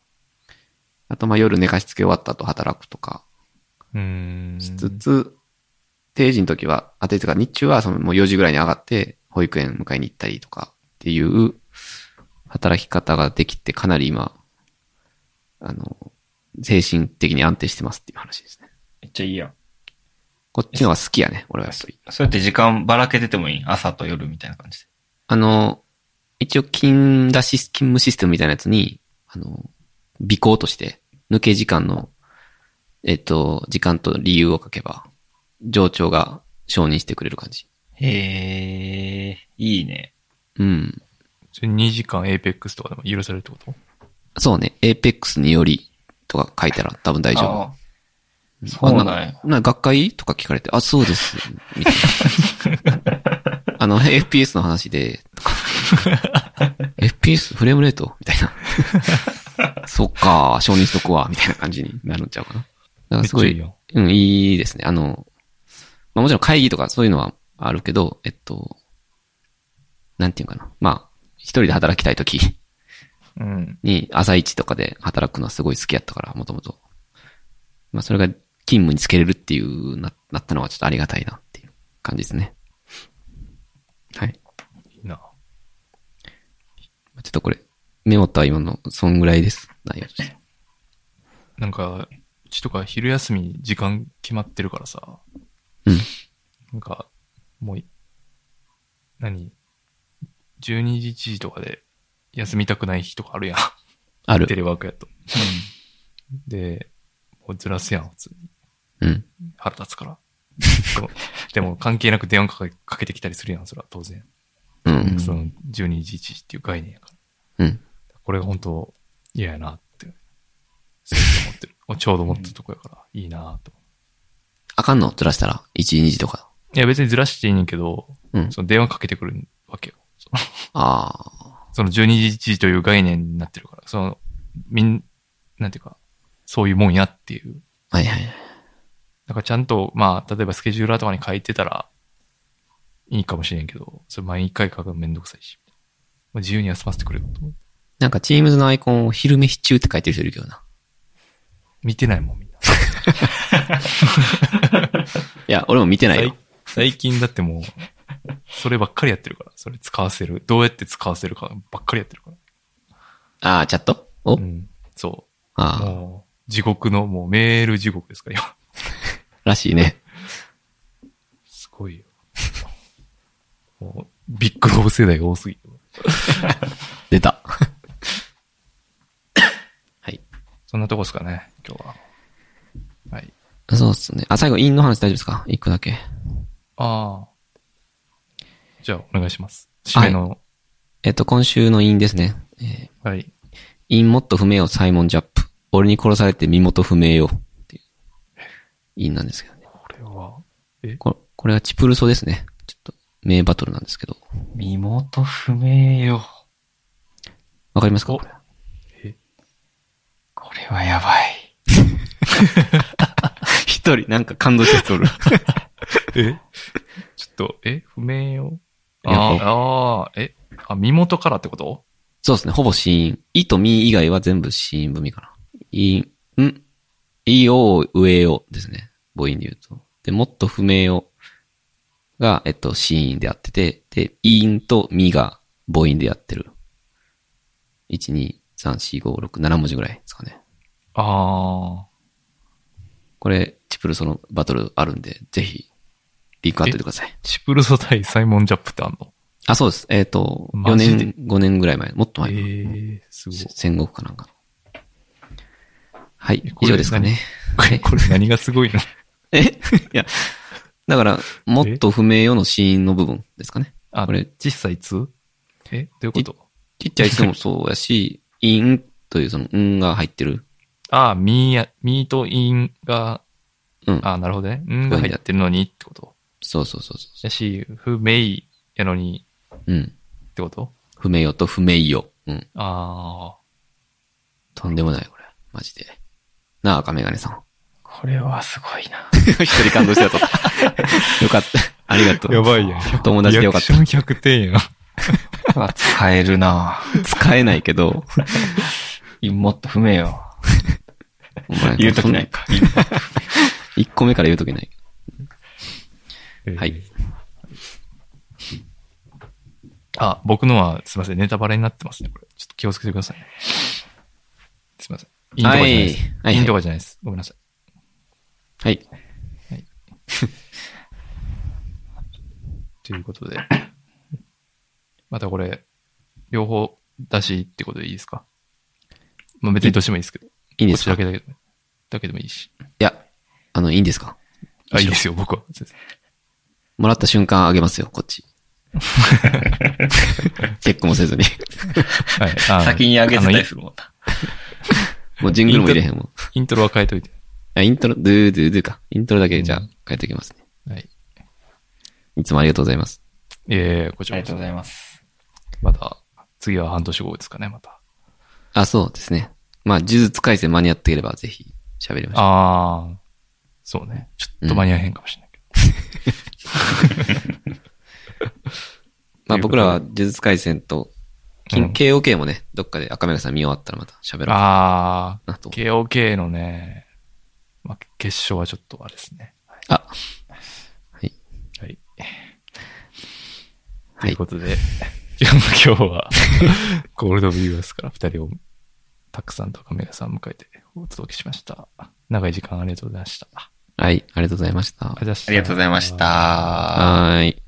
[SPEAKER 2] あとまあ夜寝かしつけ終わった後働くとか、
[SPEAKER 1] うーん。
[SPEAKER 2] しつつ、定時の時は、あ、定時とか日中はそのもう4時ぐらいに上がって、保育園迎えに行ったりとかっていう働き方ができて、かなり今、あの、精神的に安定してますっていう話ですね。
[SPEAKER 3] めっちゃいいやん。
[SPEAKER 2] こっちの方が好きやね、俺はやっぱり。
[SPEAKER 3] そうやって時間ばらけててもいい朝と夜みたいな感じで。
[SPEAKER 2] あの、一応勤だし、勤務システムみたいなやつに、あの、尾行として、抜け時間の、えっと、時間と理由を書けば、上長が承認してくれる感じ。
[SPEAKER 3] へえ、いいね。
[SPEAKER 2] うん。
[SPEAKER 1] それ2時間エイペックスとかでも許されるってこと
[SPEAKER 2] そうね、エーペックスによりとか書いたら多分大丈夫。
[SPEAKER 3] ああそうなん
[SPEAKER 2] あ
[SPEAKER 3] や
[SPEAKER 2] な。なんか学会とか聞かれて、あ、そうです。みたいな。あの、FPS の話で、とか。FPS? フレームレートみたいな。そっか、承認しとくわ、みたいな感じになるんちゃうかな。だからすご
[SPEAKER 1] めっちゃいい
[SPEAKER 2] い、
[SPEAKER 1] よ。
[SPEAKER 2] うん、いいですね。あの、まあ、もちろん会議とかそういうのはあるけど、えっと、なんていうかな。まあ、一人で働きたいとき。
[SPEAKER 1] うん。
[SPEAKER 2] に朝一とかで働くのはすごい好きやったから、もともと。まあそれが勤務につけれるっていうな、なったのはちょっとありがたいなっていう感じですね。はい。
[SPEAKER 1] いいな。
[SPEAKER 2] ちょっとこれ、メモった今の、そんぐらいです。内容として。
[SPEAKER 1] なんか、うちとか昼休み時間決まってるからさ、
[SPEAKER 2] うん。
[SPEAKER 1] なんか、もうい、何 ?12 時1時とかで休みたくない日とかあるやん。
[SPEAKER 2] あ
[SPEAKER 1] テ
[SPEAKER 2] る。
[SPEAKER 1] レワークやと。で、もうずらすやん、普通に。
[SPEAKER 2] うん。
[SPEAKER 1] 腹立つから。こうでも関係なく電話かけかけてきたりするやん、それは当然。
[SPEAKER 2] うん。
[SPEAKER 1] その1211っていう概念やから。
[SPEAKER 2] うん。
[SPEAKER 1] これが本当嫌やなって、そう思ってる。ちょうど思ったとこやから、いいなと。
[SPEAKER 2] あかんのずらしたら。1、2時とか。
[SPEAKER 1] いや別にずらしていいねんけど、
[SPEAKER 2] うん。
[SPEAKER 1] その電話かけてくるわけよ。その
[SPEAKER 2] あ
[SPEAKER 1] その12時という概念になってるから、その、みん、なんていうか、そういうもんやっていう。
[SPEAKER 2] あ。はいはい。
[SPEAKER 1] だからちゃんと、まあ、例えばスケジューラーとかに書いてたら、いいかもしれんけど、それ毎回書くのめんどくさいし。まあ、自由に休ませてくれよと思って。
[SPEAKER 2] なんか、チームズのアイコンを昼飯中って書いてる人いるけどな。
[SPEAKER 1] 見てないもん、みんな。
[SPEAKER 2] いや、俺も見てないよ。
[SPEAKER 1] 最最近だってもう、そればっかりやってるから、それ使わせる。どうやって使わせるかばっかりやってるから。
[SPEAKER 2] ああ、チャットお、
[SPEAKER 1] うん。そ
[SPEAKER 2] あ
[SPEAKER 1] う。
[SPEAKER 2] あ、
[SPEAKER 1] もう、地獄の、もうメール地獄ですから、今。
[SPEAKER 2] らしいね。
[SPEAKER 1] すごいよ。もう、ビッグロブ世代が多すぎて。
[SPEAKER 2] 出た。はい。
[SPEAKER 1] そんなとこですかね、今日は。はい。
[SPEAKER 2] そうっすね。あ、最後、インの話大丈夫ですか一個だけ。
[SPEAKER 1] ああ。じゃあ、お願いします。締めの、
[SPEAKER 2] えっと、今週のインですね。えー
[SPEAKER 1] はい。
[SPEAKER 2] インもっと不明よ、サイモン・ジャップ。俺に殺されて身元不明よ。っていう。インなんですけどね。
[SPEAKER 1] これは、
[SPEAKER 2] ここれはチプルソですね。ちょっと、名バトルなんですけど。
[SPEAKER 3] 身元不明よ。
[SPEAKER 2] わかりますか
[SPEAKER 1] お
[SPEAKER 2] これ
[SPEAKER 3] これはやば い。
[SPEAKER 2] 一人、なんか感動してとる。
[SPEAKER 1] えちょっと、え不明よ。
[SPEAKER 2] いや
[SPEAKER 1] ああ、ああ、えあ、身元からってこと
[SPEAKER 2] そうですね。ほぼ死因。イとミ以外は全部死因文かな。イン、んイを上よですね。母音で言うと。で、もっと不明よが、えっと、死因であってて、で、インとミが母音でやってる。1、2、3、4、5、6、7文字ぐらいですかね。
[SPEAKER 1] ああ。
[SPEAKER 2] これ、チプルソのバトルあるんで、ぜひ、リンク貼っといてください。
[SPEAKER 1] チプルソ対サイモンジャップってあんの
[SPEAKER 2] あ、そうです。えっ、と、4
[SPEAKER 1] マジで
[SPEAKER 2] 年、5年ぐらい前、もっと前かな。
[SPEAKER 1] ええす ごい。
[SPEAKER 2] 戦国かなんかの。はい
[SPEAKER 1] え、こ
[SPEAKER 2] 以
[SPEAKER 1] れ
[SPEAKER 2] 上ですかね。
[SPEAKER 1] これこれ何がすごいの
[SPEAKER 2] えいや、だから、もっと不明よの死因の部分ですかね。
[SPEAKER 1] あ
[SPEAKER 2] これ、
[SPEAKER 1] 小さいつえどういうこと
[SPEAKER 2] ちっちゃい人もそうやし、 インというその、んが入ってる。
[SPEAKER 1] ああ、ミーや、ミーとインが、
[SPEAKER 2] うん。
[SPEAKER 1] ああ、なるほどね。んが入ってるのにってこと。
[SPEAKER 2] そうそうそうそ
[SPEAKER 1] やし、不明やのに
[SPEAKER 2] う。うん。
[SPEAKER 1] ってこと
[SPEAKER 2] 不明よと不明よ。うん。
[SPEAKER 1] ああ、
[SPEAKER 2] とんでもない、これ。マジで。なあ、赤メガネさん。
[SPEAKER 3] これはすごいな。
[SPEAKER 2] 一人感動してたと。よかった。ありがとう。
[SPEAKER 1] やばいやん。
[SPEAKER 2] 友達でよかった
[SPEAKER 1] リアクション100点やな。
[SPEAKER 3] これは使えるな。
[SPEAKER 2] 使えないけど。
[SPEAKER 3] もっと不明よ。
[SPEAKER 2] お前
[SPEAKER 3] 言うときない。か。
[SPEAKER 2] そん一個目から言うときない。は
[SPEAKER 1] え
[SPEAKER 2] い
[SPEAKER 1] ー。。あ、僕のは、すいません。ネタバレになってますね。これ。ちょっと気をつけてくださいね。すいません。インとかじゃないです。
[SPEAKER 2] はいはい
[SPEAKER 1] インとかじゃないです。ごめんなさい。
[SPEAKER 2] はい。
[SPEAKER 1] ということで。またこれ、両方出しってことでいいですかまあ別にどっちもいいですけど。
[SPEAKER 2] いいん
[SPEAKER 1] こ
[SPEAKER 2] で
[SPEAKER 1] っ
[SPEAKER 2] す
[SPEAKER 1] ち
[SPEAKER 2] か
[SPEAKER 1] だけ
[SPEAKER 2] い
[SPEAKER 1] だけど、だけでもいいし。
[SPEAKER 2] や、あの、いいんですか
[SPEAKER 1] あ、いいですよ、僕は。全然
[SPEAKER 2] もらった瞬間あげますよ、こっ ち。チェックもせずに。
[SPEAKER 1] はい。あ
[SPEAKER 3] 先にあげてた
[SPEAKER 1] あの
[SPEAKER 3] り
[SPEAKER 1] イン
[SPEAKER 3] するもんな。
[SPEAKER 2] もうジングルも入れへんもん。
[SPEAKER 1] イントロは変えといて。
[SPEAKER 2] あ、イントロ、ドゥードゥードゥーか。イントロだけじゃあ変えておきますね。
[SPEAKER 1] はい。
[SPEAKER 2] いつもありがとうございます。
[SPEAKER 1] ええこち
[SPEAKER 3] あ
[SPEAKER 1] ら
[SPEAKER 3] り
[SPEAKER 1] こそ
[SPEAKER 3] がと
[SPEAKER 1] う
[SPEAKER 3] ございます。
[SPEAKER 1] また、次は半年後ですかね、また。
[SPEAKER 2] あ、そうですね。まあ、呪術改正間に合っていればぜひ喋りましょう。
[SPEAKER 1] ああ、そうね。ちょっと間に合えへんかもしれないけど。
[SPEAKER 2] ま
[SPEAKER 1] とい
[SPEAKER 2] あ、
[SPEAKER 1] うこと
[SPEAKER 2] 僕
[SPEAKER 1] で
[SPEAKER 2] らは呪術改正と、き
[SPEAKER 1] うん
[SPEAKER 2] KOK もね、どっかで赤目がさん見終わったらまた喋ろう
[SPEAKER 1] あ
[SPEAKER 2] なと
[SPEAKER 1] あ、。KOK のね、まあ、決勝はちょっとあれですね。
[SPEAKER 2] あ、はい。
[SPEAKER 1] はい。と。
[SPEAKER 2] はいいう
[SPEAKER 1] こと で、今日は、 ゴールドビューアスから二人を、たくさんとカメラさんを迎えてお届けしました。長い時間ありがとうございました。あ
[SPEAKER 2] はい、ありがとうございました。
[SPEAKER 1] りがとうございました
[SPEAKER 3] ありがとうございました。
[SPEAKER 2] はーい。